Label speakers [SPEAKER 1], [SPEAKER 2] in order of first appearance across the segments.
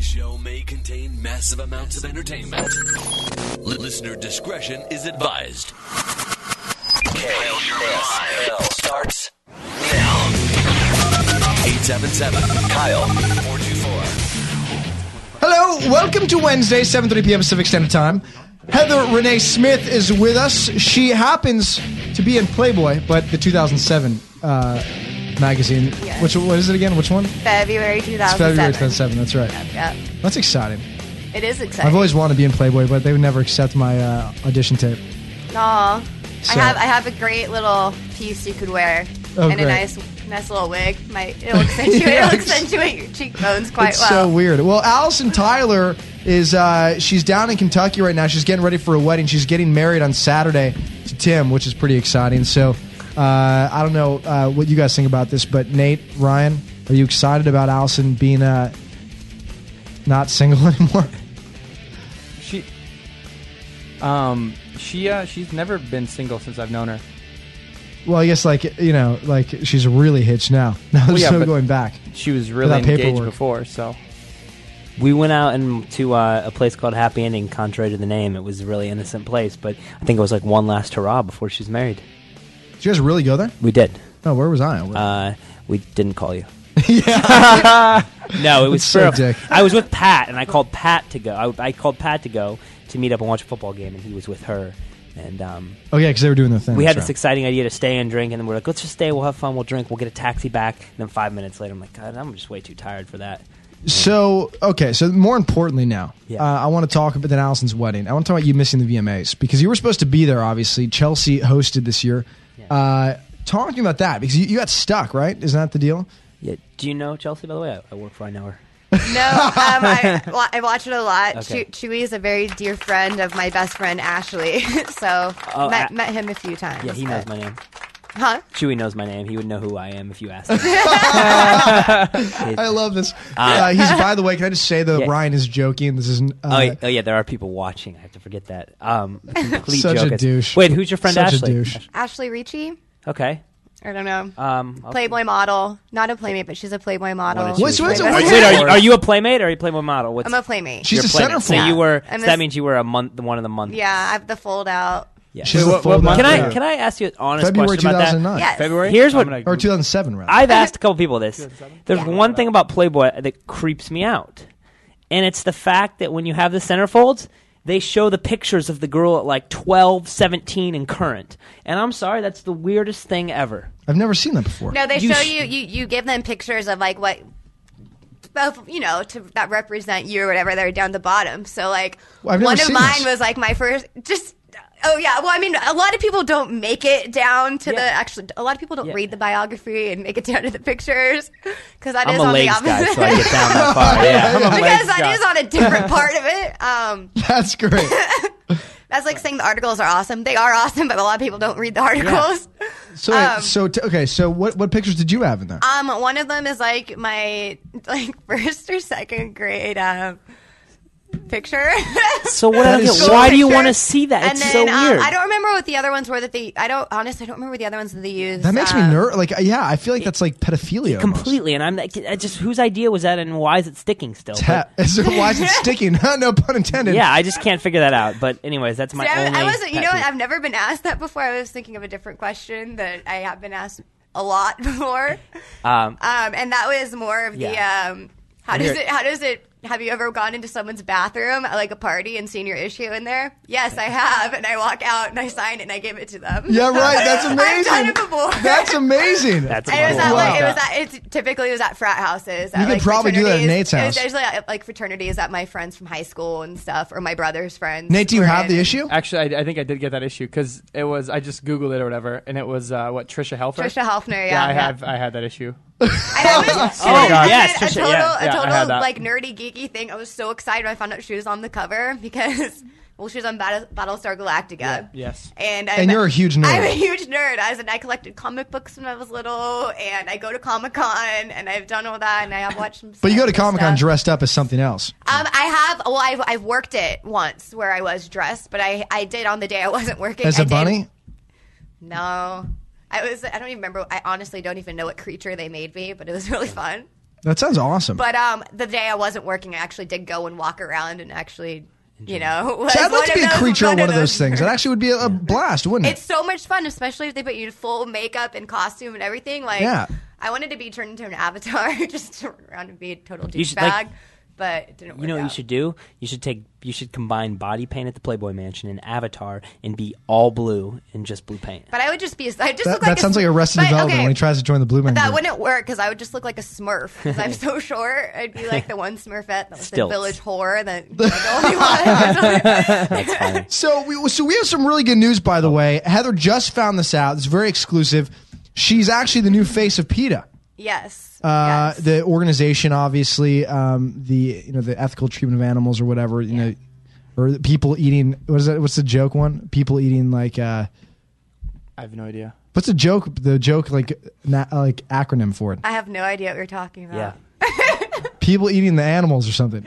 [SPEAKER 1] show may contain massive amounts of entertainment. Li- listener discretion is advised. KSL starts now. 877 Kyle 424.
[SPEAKER 2] Hello, welcome to Wednesday, 7:30 p.m. Pacific Standard Time. Heather Renee Smith is with us. She happens to be in Playboy, but the 2007 uh, magazine.
[SPEAKER 3] Yes.
[SPEAKER 2] Which what is it again? Which one?
[SPEAKER 3] February 2007.
[SPEAKER 2] It's February 2007. That's right.
[SPEAKER 3] Yep.
[SPEAKER 2] That's exciting.
[SPEAKER 3] It is exciting.
[SPEAKER 2] I've always wanted to be in Playboy, but they would never accept my uh, audition tape.
[SPEAKER 3] Aw.
[SPEAKER 2] So-
[SPEAKER 3] I have I have a great little piece you could wear
[SPEAKER 2] Oh,
[SPEAKER 3] and
[SPEAKER 2] great.
[SPEAKER 3] a nice nice little wig. My it'll accentuate
[SPEAKER 2] Yeah,
[SPEAKER 3] it'll
[SPEAKER 2] it's-
[SPEAKER 3] accentuate your cheekbones quite
[SPEAKER 2] it's so
[SPEAKER 3] well.
[SPEAKER 2] weird. Well, Allison Tyler is uh, she's down in Kentucky right now. She's getting ready for a wedding. She's getting married on Saturday to Tim, which is pretty exciting. So uh, I don't know uh, what you guys think about this, but Nate, Ryan, are you excited about Allison being uh, not single anymore?
[SPEAKER 4] She, um, she, uh, she's never been single since I've known her.
[SPEAKER 2] Well, I guess like you know, like she's really hitched now. Now
[SPEAKER 4] Well,
[SPEAKER 2] there's
[SPEAKER 4] yeah,
[SPEAKER 2] no
[SPEAKER 4] but-
[SPEAKER 2] going back.
[SPEAKER 4] She was really
[SPEAKER 2] Without
[SPEAKER 4] engaged
[SPEAKER 2] paperwork.
[SPEAKER 4] before, so
[SPEAKER 5] We went out and to uh, a place called Happy Ending. Contrary to the name, it was a really innocent place, but I think it was like one last hurrah before she's married.
[SPEAKER 2] Did you guys really go there?
[SPEAKER 5] We did.
[SPEAKER 2] No, where was I? Where-
[SPEAKER 5] Uh, we didn't call you. yeah. no, it was
[SPEAKER 2] That's so
[SPEAKER 5] for-
[SPEAKER 2] dick.
[SPEAKER 5] I was with Pat, and I called Pat to go. I, I called Pat to go to meet up and watch a football game, and he was with her. And um,
[SPEAKER 2] oh yeah, because they were doing their thing.
[SPEAKER 5] we had
[SPEAKER 2] That's
[SPEAKER 5] this
[SPEAKER 2] right.
[SPEAKER 5] exciting idea to stay and drink, and then we're like, let's just stay. We'll have fun. We'll drink. We'll get a taxi back. And then five minutes later, I'm like, God, I'm just way too tired for that.
[SPEAKER 2] So okay, so more importantly now,
[SPEAKER 5] Yeah.
[SPEAKER 2] uh, I want to talk about then Allison's wedding. I want to talk about you missing the VMAs because you were supposed to be there. Obviously, Chelsea hosted this year.
[SPEAKER 5] Yeah.
[SPEAKER 2] Uh, talk to me about that because you, you got stuck, right? Isn't that the deal?
[SPEAKER 5] Yeah. Do you know Chelsea? By the way, I, I work for I know her.
[SPEAKER 3] No, um, I, wa- I watch it a lot.
[SPEAKER 5] Okay.
[SPEAKER 3] Okay. Chewy is a very dear friend of my best friend Ashley, so
[SPEAKER 5] Oh,
[SPEAKER 3] met,
[SPEAKER 5] A-
[SPEAKER 3] met him a few times.
[SPEAKER 5] Yeah, he knows my name.
[SPEAKER 3] Huh?
[SPEAKER 5] Chewy knows my name. He would know who I am if you asked him.
[SPEAKER 2] I love this. Uh, he's by the way. Can I just say that
[SPEAKER 5] Ah. Yeah.
[SPEAKER 2] Ryan is joking? This is uh,
[SPEAKER 5] oh, yeah, oh, yeah, there are people watching. I have to forget that. Um, complete
[SPEAKER 2] Such a
[SPEAKER 5] joke.
[SPEAKER 2] douche.
[SPEAKER 5] Wait, who's your friend
[SPEAKER 2] Such a
[SPEAKER 5] Ashley?
[SPEAKER 2] douche.
[SPEAKER 3] Ashley Ricci?
[SPEAKER 5] Okay.
[SPEAKER 3] I don't know.
[SPEAKER 5] Um, I'll-
[SPEAKER 3] Playboy model, not a playmate, but she's a Playboy model.
[SPEAKER 5] Wanted to-
[SPEAKER 2] What's- what's-
[SPEAKER 5] Wait,
[SPEAKER 2] what's-
[SPEAKER 5] wait, are, you, are you a playmate or are you a Playboy model? What's,
[SPEAKER 3] I'm a playmate.
[SPEAKER 2] She's
[SPEAKER 5] you're
[SPEAKER 2] a
[SPEAKER 5] playmate.
[SPEAKER 2] centerfold.
[SPEAKER 5] So you were.
[SPEAKER 3] I'm
[SPEAKER 5] so
[SPEAKER 3] a
[SPEAKER 5] that
[SPEAKER 3] s-
[SPEAKER 5] means you were a month, one of the month.
[SPEAKER 3] yeah, I have the fold out.
[SPEAKER 5] Yeah.
[SPEAKER 2] She's
[SPEAKER 4] Wait,
[SPEAKER 2] the
[SPEAKER 4] what-
[SPEAKER 2] full
[SPEAKER 4] what month-
[SPEAKER 5] can I
[SPEAKER 4] Yeah.
[SPEAKER 5] can I ask you an honest
[SPEAKER 2] February
[SPEAKER 5] question
[SPEAKER 2] two
[SPEAKER 5] about that?
[SPEAKER 2] thousand nine
[SPEAKER 3] Yes.
[SPEAKER 4] February.
[SPEAKER 5] Here's what-
[SPEAKER 2] or two thousand seven rather.
[SPEAKER 5] I've asked a couple people this. There's one thing about Playboy that creeps me out, and it's the fact that when you have the centerfolds, they show the pictures of the girl at like 12, 17, and current. And I'm sorry, that's the weirdest thing ever.
[SPEAKER 2] I've never seen that before.
[SPEAKER 3] No, they
[SPEAKER 5] You
[SPEAKER 3] show
[SPEAKER 5] sh-
[SPEAKER 3] you, you. You give them pictures of like what, of, you know, to that represent you or whatever. They're down the bottom. So like
[SPEAKER 2] Well, I've never
[SPEAKER 3] one of
[SPEAKER 2] seen
[SPEAKER 3] mine
[SPEAKER 2] this.
[SPEAKER 3] was like my first. Just oh yeah. Well, I mean, a lot of people don't make it down to the
[SPEAKER 5] Yeah.
[SPEAKER 3] actually. A lot of people don't
[SPEAKER 5] Yeah.
[SPEAKER 3] read the biography and make it down to the pictures because that is
[SPEAKER 5] I'm a
[SPEAKER 3] on the
[SPEAKER 5] legs guy,
[SPEAKER 3] opposite.
[SPEAKER 5] so I get down that far. Yeah, I'm a
[SPEAKER 3] because
[SPEAKER 5] legs
[SPEAKER 3] that
[SPEAKER 5] guy.
[SPEAKER 3] is on a different part of it. Um,
[SPEAKER 2] That's great.
[SPEAKER 3] that's like saying the articles are awesome. They are awesome, but a lot of people don't read the articles.
[SPEAKER 2] So wait, so t- okay, so what what pictures did you have in there?
[SPEAKER 3] Um, one of them is like my like first or second grade um picture.
[SPEAKER 5] so what?
[SPEAKER 2] That
[SPEAKER 5] I don't
[SPEAKER 2] is
[SPEAKER 5] get-
[SPEAKER 2] so-
[SPEAKER 5] why do you
[SPEAKER 3] Picture.
[SPEAKER 5] want to see that?
[SPEAKER 3] And
[SPEAKER 5] it's
[SPEAKER 3] then
[SPEAKER 5] so weird.
[SPEAKER 3] Um, I don't remember what the other ones were that they. I don't honestly. I don't remember the other ones that they used.
[SPEAKER 2] that makes me
[SPEAKER 3] Um,
[SPEAKER 2] nervous. Like uh, yeah, I feel like that's like pedophilia. almost.
[SPEAKER 5] completely. And I'm like, I just whose idea was that, and why is it sticking still?
[SPEAKER 2] Tap. So why is it sticking? no pun
[SPEAKER 5] But-
[SPEAKER 2] intended.
[SPEAKER 5] yeah, I just can't figure that out. But anyways, that's my
[SPEAKER 3] See, I,
[SPEAKER 5] only.
[SPEAKER 3] I wasn't. You
[SPEAKER 5] pet
[SPEAKER 3] know, what?
[SPEAKER 5] peeve.
[SPEAKER 3] I've never been asked that before. I was thinking of a different question that I have been asked a lot before.
[SPEAKER 5] Um,
[SPEAKER 3] Um, and that was more of
[SPEAKER 5] Yeah.
[SPEAKER 3] the um, how
[SPEAKER 5] And
[SPEAKER 3] does
[SPEAKER 5] here-
[SPEAKER 3] it? How does it? Have you ever gone into someone's bathroom at like a party and seen your issue in there? Yes, I have. And I walk out and I sign it and I give it to them.
[SPEAKER 2] Yeah, right. That's
[SPEAKER 3] I've
[SPEAKER 2] amazing.
[SPEAKER 3] done it before.
[SPEAKER 2] That's amazing.
[SPEAKER 5] That's
[SPEAKER 3] And it was at
[SPEAKER 2] Wow.
[SPEAKER 3] like, it was at, it's typically it was at frat houses. At
[SPEAKER 2] You could
[SPEAKER 3] like
[SPEAKER 2] probably do that at Nate's
[SPEAKER 3] fraternities. It was
[SPEAKER 2] house.
[SPEAKER 3] usually at like fraternities at my friends from high school and stuff, or my brother's friends.
[SPEAKER 2] Nate, do you
[SPEAKER 3] were
[SPEAKER 2] have
[SPEAKER 3] in.
[SPEAKER 2] the issue?
[SPEAKER 4] actually, I, I think I did get that issue because it was I just googled it or whatever, and it was uh, what Trisha Helfer.
[SPEAKER 3] Trisha Helfner, yeah,
[SPEAKER 4] Yeah, I
[SPEAKER 3] yeah.
[SPEAKER 4] have. I had that issue.
[SPEAKER 3] I haven't-
[SPEAKER 5] Oh my
[SPEAKER 3] I
[SPEAKER 5] God, yes,
[SPEAKER 3] did
[SPEAKER 5] Trisha,
[SPEAKER 3] a total,
[SPEAKER 5] yeah,
[SPEAKER 3] a
[SPEAKER 4] yeah, I
[SPEAKER 3] total
[SPEAKER 4] had that.
[SPEAKER 3] like nerdy geeky thing. I was so excited when I found out she was on the cover because well, she was on Battle, Battlestar Galactica.
[SPEAKER 4] Yes.
[SPEAKER 3] And,
[SPEAKER 2] And you're a huge nerd.
[SPEAKER 3] I'm a huge nerd. I was, and I collected comic books when I was little, and I go to Comic Con, and I've done all that, and I have watched. Some
[SPEAKER 2] But you go to
[SPEAKER 3] stuff.
[SPEAKER 2] Comic Con dressed up as something else.
[SPEAKER 3] Um, I have. Well, I've, I've worked it once where I was dressed, but I I did on the day I wasn't working.
[SPEAKER 2] As
[SPEAKER 3] a
[SPEAKER 2] a bunny?
[SPEAKER 3] No, I was. I don't even remember. I honestly don't even know what creature they made me, but it was really fun.
[SPEAKER 2] That sounds awesome.
[SPEAKER 3] But um, the day I wasn't working, I actually did go and walk around and actually, you know, was
[SPEAKER 2] See, I'd
[SPEAKER 3] one
[SPEAKER 2] like to be
[SPEAKER 3] of
[SPEAKER 2] a
[SPEAKER 3] those-
[SPEAKER 2] creature on one of those
[SPEAKER 3] those
[SPEAKER 2] things. That actually would be a, a blast, wouldn't it?
[SPEAKER 3] It's so much fun, especially if they put you in full makeup and costume and everything. Like,
[SPEAKER 2] Yeah.
[SPEAKER 3] I wanted to be turned into an avatar just to run around and be a total
[SPEAKER 5] You should, like-
[SPEAKER 3] douchebag, but it didn't work
[SPEAKER 5] You know what you
[SPEAKER 3] out.
[SPEAKER 5] should do? You should take you should combine body paint at the Playboy Mansion and Avatar and be all blue and just blue paint.
[SPEAKER 3] But I would just be. I just
[SPEAKER 2] That,
[SPEAKER 3] look like
[SPEAKER 2] that sounds like Arrested
[SPEAKER 3] but,
[SPEAKER 2] Development
[SPEAKER 3] okay,
[SPEAKER 2] when he tries to join the Blue Man.
[SPEAKER 3] That
[SPEAKER 2] Group.
[SPEAKER 3] wouldn't work because I would just look like a Smurf because I'm so short. I'd be like the one Smurfette that was
[SPEAKER 5] Stilts.
[SPEAKER 3] the village whore that you know, the only one.
[SPEAKER 5] That's fine.
[SPEAKER 2] So we so we have some really good news, by the
[SPEAKER 3] Oh.
[SPEAKER 2] way. Heather just found this out. It's very exclusive. She's actually the new face of PETA,
[SPEAKER 3] yes.
[SPEAKER 2] uh,
[SPEAKER 3] yes.
[SPEAKER 2] the organization. Obviously, um, the you know the ethical treatment of animals or whatever you know, or the people eating. What is that? What's the joke one? People eating like uh,
[SPEAKER 4] I have no idea.
[SPEAKER 2] what's the joke? The joke like na- like acronym for it.
[SPEAKER 3] I have no idea what you're talking about.
[SPEAKER 5] Yeah.
[SPEAKER 2] People eating the animals or something.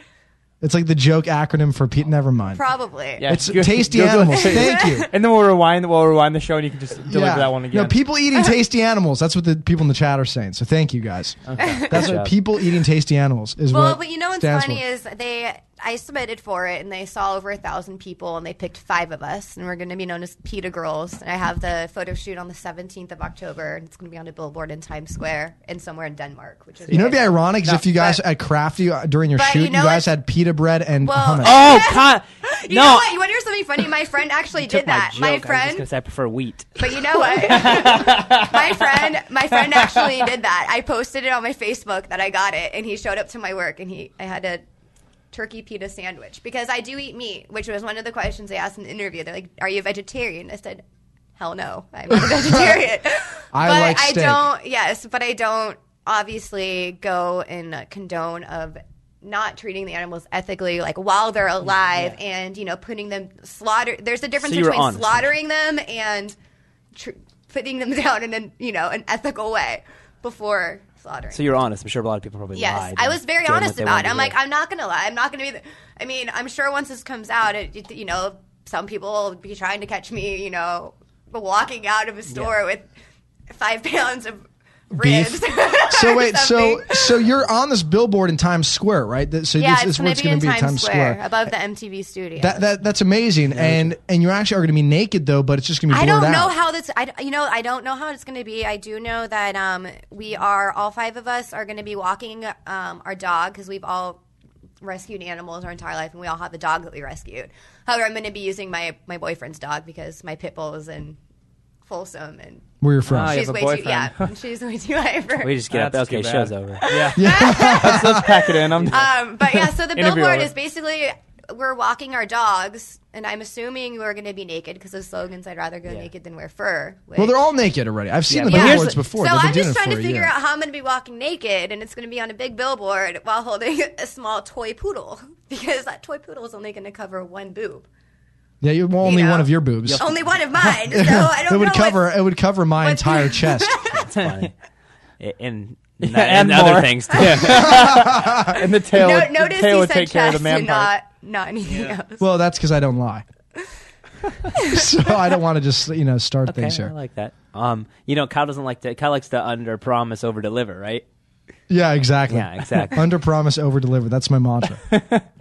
[SPEAKER 2] It's like the joke acronym for PETA. Never mind.
[SPEAKER 3] Probably.
[SPEAKER 4] Yeah.
[SPEAKER 2] It's
[SPEAKER 4] You're-
[SPEAKER 2] tasty
[SPEAKER 4] you're good.
[SPEAKER 2] animals. Thank you.
[SPEAKER 4] And then we'll rewind. We'll rewind the show, and you can just deliver
[SPEAKER 2] Yeah.
[SPEAKER 4] that one again.
[SPEAKER 2] No, people eating tasty animals. That's what the people in the chat are saying. So thank you guys. That's
[SPEAKER 4] Good
[SPEAKER 2] what
[SPEAKER 4] job.
[SPEAKER 2] people eating tasty animals is
[SPEAKER 3] Well,
[SPEAKER 2] what
[SPEAKER 3] but you know what's
[SPEAKER 2] stands
[SPEAKER 3] funny
[SPEAKER 2] for.
[SPEAKER 3] is they I submitted for it and they saw over a thousand people and they picked five of us and we're going to be known as PETA girls and I have the photo shoot on the 17th of October and it's going to be on a billboard in Times Square and somewhere in Denmark, which is
[SPEAKER 2] you know, it'd be
[SPEAKER 3] good.
[SPEAKER 2] ironic is if you guys
[SPEAKER 3] but-
[SPEAKER 2] at Crafty uh, during your
[SPEAKER 3] But
[SPEAKER 2] shoot,
[SPEAKER 3] you
[SPEAKER 2] you,
[SPEAKER 3] know
[SPEAKER 2] guys
[SPEAKER 3] what-
[SPEAKER 2] had pita bread and
[SPEAKER 3] Well,
[SPEAKER 2] hummus.
[SPEAKER 5] Oh, God.
[SPEAKER 3] You
[SPEAKER 5] no.
[SPEAKER 3] know what? You want to hear something funny? My friend actually
[SPEAKER 5] Took
[SPEAKER 3] did that.
[SPEAKER 5] My,
[SPEAKER 3] My
[SPEAKER 5] joke. I was just gonna
[SPEAKER 3] friend,
[SPEAKER 5] say I prefer wheat.
[SPEAKER 3] but you know what? my friend, my friend actually did that. I posted it on my Facebook that I got it, and he showed up to my work, and he I had a turkey pita sandwich because I do eat meat, which was one of the questions they asked in the interview. They're like, "Are you a vegetarian?" I said, "Hell no, I'm a vegetarian."
[SPEAKER 2] I
[SPEAKER 3] but
[SPEAKER 2] like
[SPEAKER 3] I
[SPEAKER 2] steak.
[SPEAKER 3] don't. Yes, but I don't obviously go and condone of. Not treating the animals ethically, like while they're alive, and you know, putting them slaughter. There's a difference
[SPEAKER 5] So you're
[SPEAKER 3] between
[SPEAKER 5] honest.
[SPEAKER 3] slaughtering them and tr- putting them down in an you know an ethical way before slaughtering.
[SPEAKER 5] So you're honest. I'm sure a lot of people probably
[SPEAKER 3] yes,
[SPEAKER 5] lied.
[SPEAKER 3] I
[SPEAKER 5] and
[SPEAKER 3] was very
[SPEAKER 5] did what
[SPEAKER 3] honest
[SPEAKER 5] they
[SPEAKER 3] about
[SPEAKER 5] wanted
[SPEAKER 3] it.
[SPEAKER 5] to
[SPEAKER 3] I'm
[SPEAKER 5] do.
[SPEAKER 3] like, I'm not gonna lie. I'm not gonna be. The, I mean, I'm sure once this comes out, it, it- you know, some people will be trying to catch me. You know, walking out of a store with five pounds of
[SPEAKER 2] Beef.
[SPEAKER 3] ribs.
[SPEAKER 2] so
[SPEAKER 3] or
[SPEAKER 2] wait, so
[SPEAKER 3] something.
[SPEAKER 2] so you're on this billboard in Times Square, right? That- So
[SPEAKER 3] yeah,
[SPEAKER 2] this
[SPEAKER 3] it's
[SPEAKER 2] is where
[SPEAKER 3] going
[SPEAKER 2] it's
[SPEAKER 3] to be
[SPEAKER 2] going
[SPEAKER 3] in
[SPEAKER 2] to be
[SPEAKER 3] Times Square, above the MTV studio.
[SPEAKER 2] That, that that's amazing, and and you actually are going to be naked though, but it's just going to be
[SPEAKER 3] I
[SPEAKER 2] blurred
[SPEAKER 3] don't know
[SPEAKER 2] out.
[SPEAKER 3] how this. I you know I don't know how it's going to be. I do know that um, we are all five of us are going to be walking um, our dog because we've all rescued animals our entire life, and we all have a dog that we rescued. However, I'm going to be using my my boyfriend's dog because my pit bull is in Folsom, and
[SPEAKER 2] where you're from.
[SPEAKER 4] Oh, yeah.
[SPEAKER 3] she's
[SPEAKER 4] have a
[SPEAKER 3] way too
[SPEAKER 4] boyfriend.
[SPEAKER 3] yeah, she's way too hyper.
[SPEAKER 5] We just get up.
[SPEAKER 4] That's
[SPEAKER 5] Okay,
[SPEAKER 4] too
[SPEAKER 5] show's
[SPEAKER 4] bad.
[SPEAKER 5] over.
[SPEAKER 4] Yeah. let's, let's pack it in. I'm
[SPEAKER 3] um, but yeah, so the
[SPEAKER 4] Interview
[SPEAKER 3] billboard
[SPEAKER 4] over.
[SPEAKER 3] is basically we're walking our dogs, and I'm assuming we're going to be naked because the slogan's "I'd rather go naked than wear fur."
[SPEAKER 2] Well,
[SPEAKER 3] which-
[SPEAKER 2] they're all naked already. I've seen the
[SPEAKER 5] but here's
[SPEAKER 2] billboards
[SPEAKER 5] the-
[SPEAKER 2] before.
[SPEAKER 3] So
[SPEAKER 2] They've been
[SPEAKER 3] I'm
[SPEAKER 2] doing
[SPEAKER 3] just
[SPEAKER 2] it for
[SPEAKER 3] trying to
[SPEAKER 2] a
[SPEAKER 3] figure
[SPEAKER 2] year.
[SPEAKER 3] out how I'm going to be walking naked, and it's going to be on a big billboard while holding a small toy poodle because that toy poodle is only going to cover one boob,
[SPEAKER 2] Yeah, you, well, only
[SPEAKER 3] know.
[SPEAKER 2] one of your boobs.
[SPEAKER 3] only one of mine. So Oh, I don't
[SPEAKER 2] it would
[SPEAKER 3] know
[SPEAKER 2] cover
[SPEAKER 3] what's-
[SPEAKER 2] it would cover my entire chest.
[SPEAKER 5] That's funny. A- and and,
[SPEAKER 4] and more.
[SPEAKER 5] other things too.
[SPEAKER 4] and the tail.
[SPEAKER 3] No,
[SPEAKER 4] would- the
[SPEAKER 3] notice
[SPEAKER 4] tail
[SPEAKER 3] he
[SPEAKER 4] would
[SPEAKER 3] said
[SPEAKER 4] take care of the
[SPEAKER 3] chest
[SPEAKER 4] man
[SPEAKER 3] and
[SPEAKER 4] part.
[SPEAKER 3] not not anything else.
[SPEAKER 2] Well, that's because I don't lie. so I don't want to just you know start
[SPEAKER 5] Okay,
[SPEAKER 2] things here.
[SPEAKER 5] I like that. Um, you know, Kyle doesn't like to. Kyle likes to under promise, over deliver, right?
[SPEAKER 2] yeah, exactly.
[SPEAKER 5] Yeah, exactly.
[SPEAKER 2] Under promise, over deliver. That's my mantra.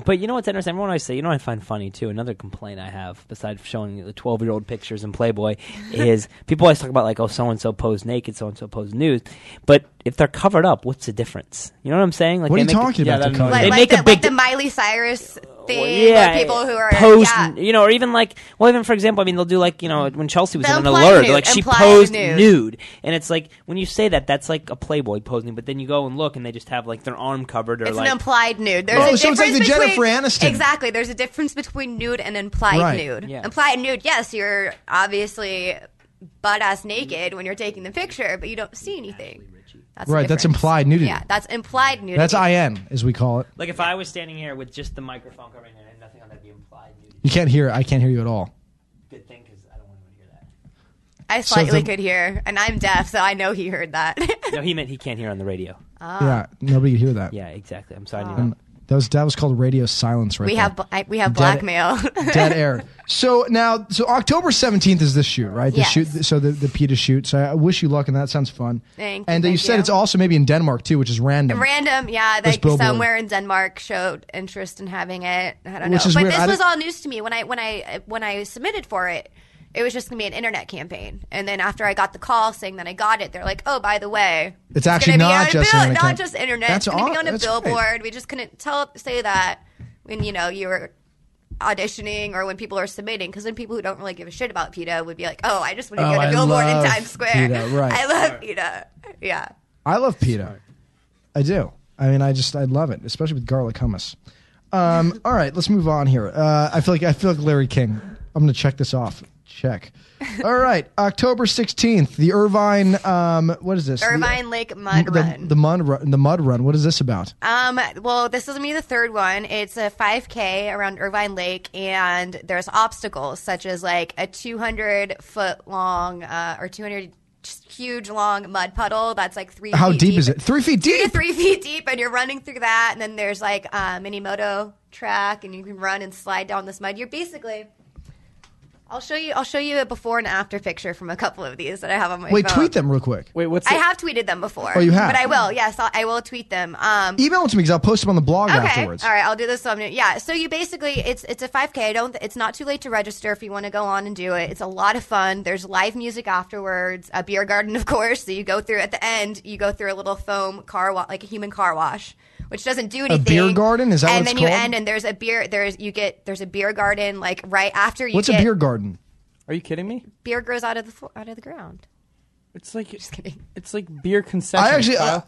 [SPEAKER 5] But you know what's interesting? Everyone always say, you know what I find funny too? Another complaint I have, besides showing the 12 year old pictures in Playboy, is people always talk about, like, oh, so and so posed naked, so and so posed nude. But if they're covered up, wese the difference? You know what I'm saying? Like,
[SPEAKER 2] What are
[SPEAKER 5] they
[SPEAKER 2] you
[SPEAKER 5] make it-
[SPEAKER 2] talking
[SPEAKER 4] yeah,
[SPEAKER 2] about?
[SPEAKER 4] that-
[SPEAKER 2] Dakota?
[SPEAKER 5] They
[SPEAKER 3] Like, like
[SPEAKER 5] make
[SPEAKER 3] the,
[SPEAKER 5] a big
[SPEAKER 3] like the
[SPEAKER 5] di-
[SPEAKER 3] Miley Cyrus
[SPEAKER 4] Oh,
[SPEAKER 3] thing,
[SPEAKER 5] Well,
[SPEAKER 3] of people who are
[SPEAKER 5] posed,
[SPEAKER 3] yeah.
[SPEAKER 5] you know, or even like, well, even for example, I mean, they'll do like, you know, when Chelsea was
[SPEAKER 3] The
[SPEAKER 5] in an
[SPEAKER 3] implied
[SPEAKER 5] alert,
[SPEAKER 3] nude,
[SPEAKER 5] like she
[SPEAKER 3] implied
[SPEAKER 5] posed
[SPEAKER 3] nude.
[SPEAKER 5] nude. and it's like when you say that, that's like a Playboy posing, but then you go and look, and they just have like their arm covered or
[SPEAKER 3] It's
[SPEAKER 5] like
[SPEAKER 3] an implied nude. There's
[SPEAKER 2] Oh,
[SPEAKER 3] a
[SPEAKER 2] so it's like
[SPEAKER 3] difference
[SPEAKER 2] the
[SPEAKER 3] between-
[SPEAKER 2] Jennifer Aniston.
[SPEAKER 3] Exactly. There's a difference between nude and implied
[SPEAKER 2] Right.
[SPEAKER 3] nude.
[SPEAKER 5] Yeah.
[SPEAKER 3] Implied nude, yes, you're obviously butt ass naked when you're taking the picture, but you don't see anything. That's the
[SPEAKER 2] Right, that's
[SPEAKER 3] difference.
[SPEAKER 2] implied nudity.
[SPEAKER 3] Yeah, that's implied nudity.
[SPEAKER 2] That's in as we call it.
[SPEAKER 5] Like if I was standing here with just the microphone covering it and nothing on, that'd be implied nudity.
[SPEAKER 2] You can't hear. I can't hear you at all.
[SPEAKER 5] Good thing, because I don't want anyone to hear that.
[SPEAKER 3] I slightly
[SPEAKER 2] the-
[SPEAKER 3] could hear, and I'm deaf, so I know he heard that.
[SPEAKER 5] No, he meant he can't hear on the radio.
[SPEAKER 3] Ah.
[SPEAKER 2] yeah, nobody could hear that. Um,
[SPEAKER 5] Yeah, exactly. I'm sorry. I knew that.
[SPEAKER 2] That was that was called radio silence, right?
[SPEAKER 3] We
[SPEAKER 2] there.
[SPEAKER 3] have bl- I- we have
[SPEAKER 2] Dead-
[SPEAKER 3] blackmail.
[SPEAKER 2] dead air. So now, so October seventeenth is this shoot, right? The
[SPEAKER 3] Yes.
[SPEAKER 2] shoot. So the the PETA shoot. So I wish you luck, and that sounds fun.
[SPEAKER 3] Thank you,
[SPEAKER 2] And you
[SPEAKER 3] thank
[SPEAKER 2] said
[SPEAKER 3] you.
[SPEAKER 2] it's also maybe in Denmark too, which is random.
[SPEAKER 3] Random, yeah,
[SPEAKER 2] This
[SPEAKER 3] like
[SPEAKER 2] billboard.
[SPEAKER 3] somewhere in Denmark showed interest in having it. I don't know,
[SPEAKER 2] Which is
[SPEAKER 3] but
[SPEAKER 2] weird. I
[SPEAKER 3] this was
[SPEAKER 2] don't-
[SPEAKER 3] all news to me when I when I when I submitted for it. It was just gonna be an internet campaign, and then after I got the call saying that I got it, they're like, "Oh, by the way,
[SPEAKER 2] It's actually
[SPEAKER 3] gonna be
[SPEAKER 2] not
[SPEAKER 3] on a
[SPEAKER 2] just
[SPEAKER 3] bill-
[SPEAKER 2] an internet
[SPEAKER 3] not
[SPEAKER 2] camp-
[SPEAKER 3] just internet.
[SPEAKER 2] That's
[SPEAKER 3] it's gonna be
[SPEAKER 2] aw-
[SPEAKER 3] on a
[SPEAKER 2] that's great.
[SPEAKER 3] billboard. We just couldn't tell say that when you know you were." Auditioning or when people are submitting, because then people who don't really give a shit about PETA would be like, "Oh, I just want to
[SPEAKER 2] Oh,
[SPEAKER 3] get
[SPEAKER 2] I
[SPEAKER 3] a billboard in
[SPEAKER 2] love
[SPEAKER 3] Times Square.
[SPEAKER 2] PETA, right.
[SPEAKER 3] I love PETA. Yeah,
[SPEAKER 2] I love PETA. I do. I mean, I just I love it, especially with garlic hummus. Um, all right, let's move on here. Uh, I feel like I feel like Larry King. I'm gonna check this off. Check. All right, October sixteenth, the Irvine. Um, what is this? The- uh,
[SPEAKER 3] Irvine Lake Mud
[SPEAKER 2] the,
[SPEAKER 3] Run.
[SPEAKER 2] The mud run. The mud run. What is this about?
[SPEAKER 3] Um, well, this is gonna be the third one. It's a 5K around Irvine Lake, and there's obstacles such as like a 200 foot long uh, or 200 just huge long mud puddle that's like three.
[SPEAKER 2] How
[SPEAKER 3] feet
[SPEAKER 2] deep is it? Three feet
[SPEAKER 3] Two to
[SPEAKER 2] deep.
[SPEAKER 3] three feet deep, and you're running through that. And then there's like a mini moto track, and you can run and slide down this mud. You're basically. I'll show you. I'll show you a before and after picture from a couple of these that I have on my
[SPEAKER 2] Wait,
[SPEAKER 3] phone.
[SPEAKER 2] tweet them real quick.
[SPEAKER 4] Wait, what's
[SPEAKER 3] I
[SPEAKER 4] it-
[SPEAKER 3] have tweeted them before.
[SPEAKER 2] Oh, you have?
[SPEAKER 3] But I will. Yes, I'll, I will tweet them. Um,
[SPEAKER 2] Email them to me because I'll post them on the blog
[SPEAKER 3] okay.
[SPEAKER 2] afterwards.
[SPEAKER 3] All right, I'll do this thumbnail. Yeah. So you basically it's it's a 5K. I don't it's not too late to register if you want to go on and do it. It's a lot of fun. There's live music afterwards, a beer garden of course. So you go through at the end, you go through a little foam car wa- like a human car wash, which doesn't do anything.
[SPEAKER 2] beer garden? Is that what
[SPEAKER 3] And
[SPEAKER 2] it's
[SPEAKER 3] then you
[SPEAKER 2] called?
[SPEAKER 3] end and there's a beer there's you get there's a beer garden like right after you
[SPEAKER 2] What's
[SPEAKER 3] get
[SPEAKER 2] a beer garden?
[SPEAKER 4] Are you kidding me?
[SPEAKER 3] beer grows out of the flo- out of the ground.
[SPEAKER 4] It's like just
[SPEAKER 3] kidding.
[SPEAKER 4] It's like beer concession.
[SPEAKER 2] I actually. Uh,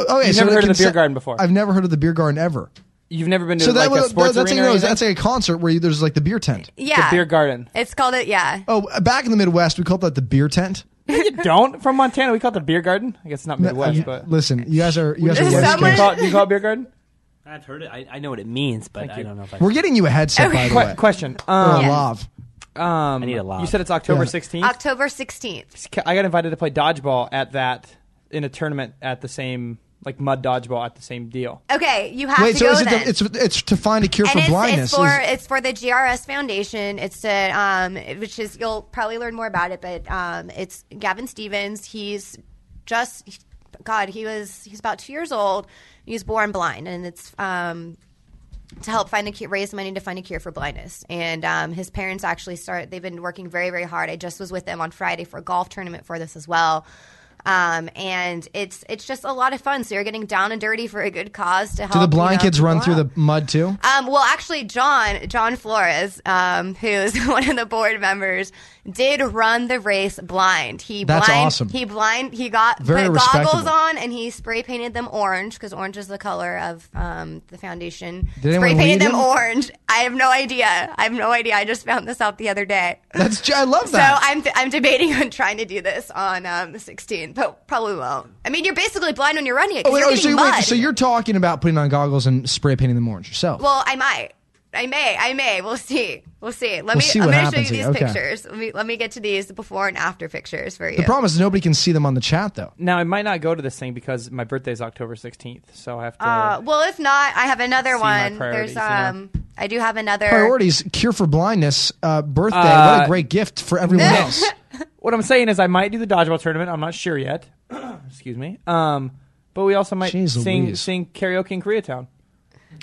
[SPEAKER 2] okay,
[SPEAKER 4] You've
[SPEAKER 2] so
[SPEAKER 4] never heard of the
[SPEAKER 2] conce-
[SPEAKER 4] beer garden before.
[SPEAKER 2] I've never heard of the beer garden ever.
[SPEAKER 4] You've never been to
[SPEAKER 2] So that
[SPEAKER 4] like
[SPEAKER 2] would-
[SPEAKER 4] a sports
[SPEAKER 2] that's
[SPEAKER 4] arena.
[SPEAKER 2] like,
[SPEAKER 4] or
[SPEAKER 2] no, that's
[SPEAKER 4] anything?
[SPEAKER 2] like a concert where you, there's like the beer tent.
[SPEAKER 3] Yeah.
[SPEAKER 4] beer garden.
[SPEAKER 3] It's called it yeah.
[SPEAKER 2] Oh, back in the Midwest, we called that the beer tent.
[SPEAKER 4] you don't from Montana. We call it the beer garden. I guess it's not Midwest,
[SPEAKER 2] Uh,
[SPEAKER 4] but
[SPEAKER 2] Listen, you guys are you guys are
[SPEAKER 3] Is
[SPEAKER 2] West
[SPEAKER 4] do you
[SPEAKER 3] someone-
[SPEAKER 2] Coast.
[SPEAKER 4] call it, do you call it beer garden?
[SPEAKER 5] I've heard it. I, I know what it means, but I don't know if I.
[SPEAKER 2] We're getting you a headset by the
[SPEAKER 4] Que-
[SPEAKER 2] way.
[SPEAKER 4] question.
[SPEAKER 2] Or a
[SPEAKER 4] Um,
[SPEAKER 3] Yeah.
[SPEAKER 2] lav.
[SPEAKER 4] um,
[SPEAKER 5] I need a lot.
[SPEAKER 4] You said it's October
[SPEAKER 2] Yeah.
[SPEAKER 4] sixteenth.
[SPEAKER 3] October 16th.
[SPEAKER 4] I got invited to play dodgeball at that in a tournament at the same like mud dodgeball at the same deal.
[SPEAKER 3] Okay, you have
[SPEAKER 2] Wait,
[SPEAKER 3] to
[SPEAKER 2] so
[SPEAKER 3] go
[SPEAKER 2] is it
[SPEAKER 3] then.
[SPEAKER 2] the, it's it's to find a cure for
[SPEAKER 3] and it's,
[SPEAKER 2] blindness?
[SPEAKER 3] It's for
[SPEAKER 2] Is-
[SPEAKER 3] it's for the GRS Foundation. It's to um, which is you'll probably learn more about it, but um, it's Gavin Stevens. He's just God. He was he's about two years old. He was born blind, and it's um, to help find a cure, raise money to find a cure for blindness. And um, his parents actually start. They've been working very, very hard. I just was with them on Friday for a golf tournament for this as well. Um, and it's it's just a lot of fun. So you're getting down and dirty for a good cause to help.
[SPEAKER 2] do the
[SPEAKER 3] you
[SPEAKER 2] blind
[SPEAKER 3] know,
[SPEAKER 2] kids run
[SPEAKER 3] people
[SPEAKER 2] through
[SPEAKER 3] out.
[SPEAKER 2] the mud too?
[SPEAKER 3] Um, well, actually, John John Flores, um, who's one of the board members, did run the race blind. He
[SPEAKER 2] That's
[SPEAKER 3] blind,
[SPEAKER 2] awesome.
[SPEAKER 3] He blind. He got
[SPEAKER 2] Very
[SPEAKER 3] put
[SPEAKER 2] respectable.
[SPEAKER 3] goggles on and he spray painted them orange because orange is the color of um, the foundation.
[SPEAKER 2] Did anyone
[SPEAKER 3] spray
[SPEAKER 2] lead
[SPEAKER 3] painted
[SPEAKER 2] him?
[SPEAKER 3] them orange. I have no idea. I have no idea. I just found this out the other day.
[SPEAKER 2] That's j- I love
[SPEAKER 3] So
[SPEAKER 2] that.
[SPEAKER 3] I'm, I'm debating on trying to do this on um, the 16th, but probably won't. I mean, you're basically blind when you're running it. 'cause
[SPEAKER 2] Oh, wait,
[SPEAKER 3] you're
[SPEAKER 2] oh, so,
[SPEAKER 3] getting
[SPEAKER 2] you- wait,
[SPEAKER 3] mud.
[SPEAKER 2] so you're talking about putting on goggles and spray painting them orange yourself?
[SPEAKER 3] Well, I might. I may. I may. We'll see. We'll see.
[SPEAKER 2] We'll
[SPEAKER 3] Let me.
[SPEAKER 2] see
[SPEAKER 3] I'm
[SPEAKER 2] what
[SPEAKER 3] going to show
[SPEAKER 2] happens
[SPEAKER 3] you these
[SPEAKER 2] here. Okay.
[SPEAKER 3] pictures. Let me. Let me get to these before and after pictures for you.
[SPEAKER 2] the problem is nobody can see them on the chat though.
[SPEAKER 4] Now I might not go to this thing because my birthday is October sixteenth, so I have to.
[SPEAKER 3] uh, well, if not, I have another
[SPEAKER 4] See my
[SPEAKER 3] one.
[SPEAKER 4] priorities,
[SPEAKER 3] There's
[SPEAKER 4] you
[SPEAKER 3] um. I do have another.
[SPEAKER 2] Priorities: cure for blindness, uh, birthday. what a
[SPEAKER 4] Uh,
[SPEAKER 2] great gift for everyone else.
[SPEAKER 4] what I'm saying is I might do the dodgeball tournament. I'm not sure yet. Excuse me. Um, but we also might
[SPEAKER 2] Jeez
[SPEAKER 4] sing
[SPEAKER 2] Louise.
[SPEAKER 4] sing karaoke in Koreatown.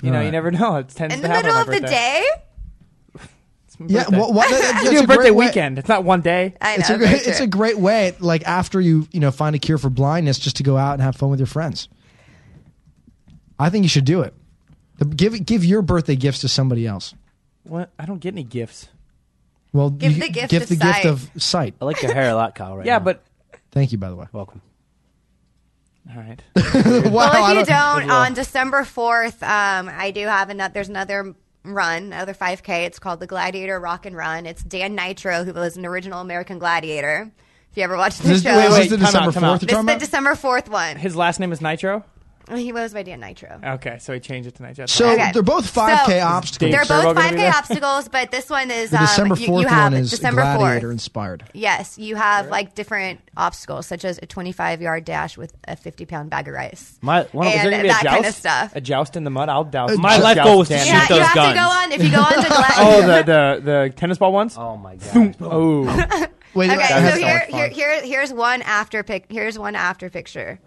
[SPEAKER 4] You know,
[SPEAKER 2] All right.
[SPEAKER 4] you never know. It tends
[SPEAKER 3] in the
[SPEAKER 4] to happen
[SPEAKER 3] middle
[SPEAKER 4] on my
[SPEAKER 3] of the
[SPEAKER 4] birthday.
[SPEAKER 3] day.
[SPEAKER 4] It's my
[SPEAKER 2] yeah,
[SPEAKER 4] birthday.
[SPEAKER 2] well, well, that-
[SPEAKER 4] You
[SPEAKER 2] that's
[SPEAKER 4] do
[SPEAKER 2] a
[SPEAKER 4] a birthday
[SPEAKER 2] great way-
[SPEAKER 4] weekend. It's not one day.
[SPEAKER 3] I know.
[SPEAKER 2] It's a
[SPEAKER 3] very
[SPEAKER 2] great, it's
[SPEAKER 3] true.
[SPEAKER 2] a great way, like after you you know find a cure for blindness, just to go out and have fun with your friends. I think you should do it. The- Give give your birthday gifts to somebody else.
[SPEAKER 4] What? I don't get any gifts.
[SPEAKER 2] Well,
[SPEAKER 3] Give
[SPEAKER 2] you-
[SPEAKER 3] the gift of
[SPEAKER 2] the gift
[SPEAKER 3] sight.
[SPEAKER 2] of sight.
[SPEAKER 5] I like your hair a lot, Kyle. Right?
[SPEAKER 4] Yeah,
[SPEAKER 5] now.
[SPEAKER 4] but
[SPEAKER 2] Thank you, by the way.
[SPEAKER 5] welcome.
[SPEAKER 4] all right.
[SPEAKER 2] Wow,
[SPEAKER 3] well,
[SPEAKER 2] I
[SPEAKER 3] if you
[SPEAKER 2] don't-
[SPEAKER 3] don't, on December fourth, um, I do have another. There's another run, another 5K. It's called the Gladiator Rock and Run. It's Dan Nitro, who was an original American gladiator. If you ever watched the
[SPEAKER 2] This,
[SPEAKER 3] show,
[SPEAKER 2] wait, is this
[SPEAKER 4] wait,
[SPEAKER 2] the
[SPEAKER 4] time out,
[SPEAKER 2] December
[SPEAKER 4] time out.
[SPEAKER 2] fourth?
[SPEAKER 3] this is the December fourth one.
[SPEAKER 4] His last name is Nitro.
[SPEAKER 3] He was by Dan Nitro.
[SPEAKER 4] Okay, so he changed it to Nitro.
[SPEAKER 2] So
[SPEAKER 3] Okay.
[SPEAKER 2] they're both 5K
[SPEAKER 3] So-
[SPEAKER 2] obstacles.
[SPEAKER 3] They're
[SPEAKER 4] Dave Turbo
[SPEAKER 3] both
[SPEAKER 4] gonna be
[SPEAKER 3] 5K
[SPEAKER 4] there?
[SPEAKER 3] obstacles, but this one is
[SPEAKER 2] The
[SPEAKER 3] um,
[SPEAKER 2] December
[SPEAKER 3] you-
[SPEAKER 2] 4th
[SPEAKER 3] you, have
[SPEAKER 2] one is
[SPEAKER 3] December
[SPEAKER 2] Gladiator
[SPEAKER 3] 4th.
[SPEAKER 2] inspired.
[SPEAKER 3] Yes, you have like different obstacles, such as a 25 yard dash with a 50 pound bag of rice.
[SPEAKER 4] My, one, is
[SPEAKER 3] and
[SPEAKER 4] there gonna be a
[SPEAKER 3] that
[SPEAKER 4] joust?
[SPEAKER 3] kind of stuff.
[SPEAKER 4] A joust in the mud? I'll douse.
[SPEAKER 5] My life
[SPEAKER 4] joust
[SPEAKER 5] goal was to
[SPEAKER 4] Dan
[SPEAKER 5] shoot
[SPEAKER 3] yeah,
[SPEAKER 4] Nitro.
[SPEAKER 5] those
[SPEAKER 3] you have
[SPEAKER 5] guns.
[SPEAKER 3] to go on. If you go on to Glad-
[SPEAKER 4] Oh, the, the the tennis ball ones.
[SPEAKER 5] Oh my god.
[SPEAKER 4] Oh,
[SPEAKER 2] Wait,
[SPEAKER 3] Okay,
[SPEAKER 2] I have-
[SPEAKER 3] so
[SPEAKER 4] so
[SPEAKER 3] here,
[SPEAKER 4] much fun.
[SPEAKER 3] here, here, here's one after pic. Here's one after picture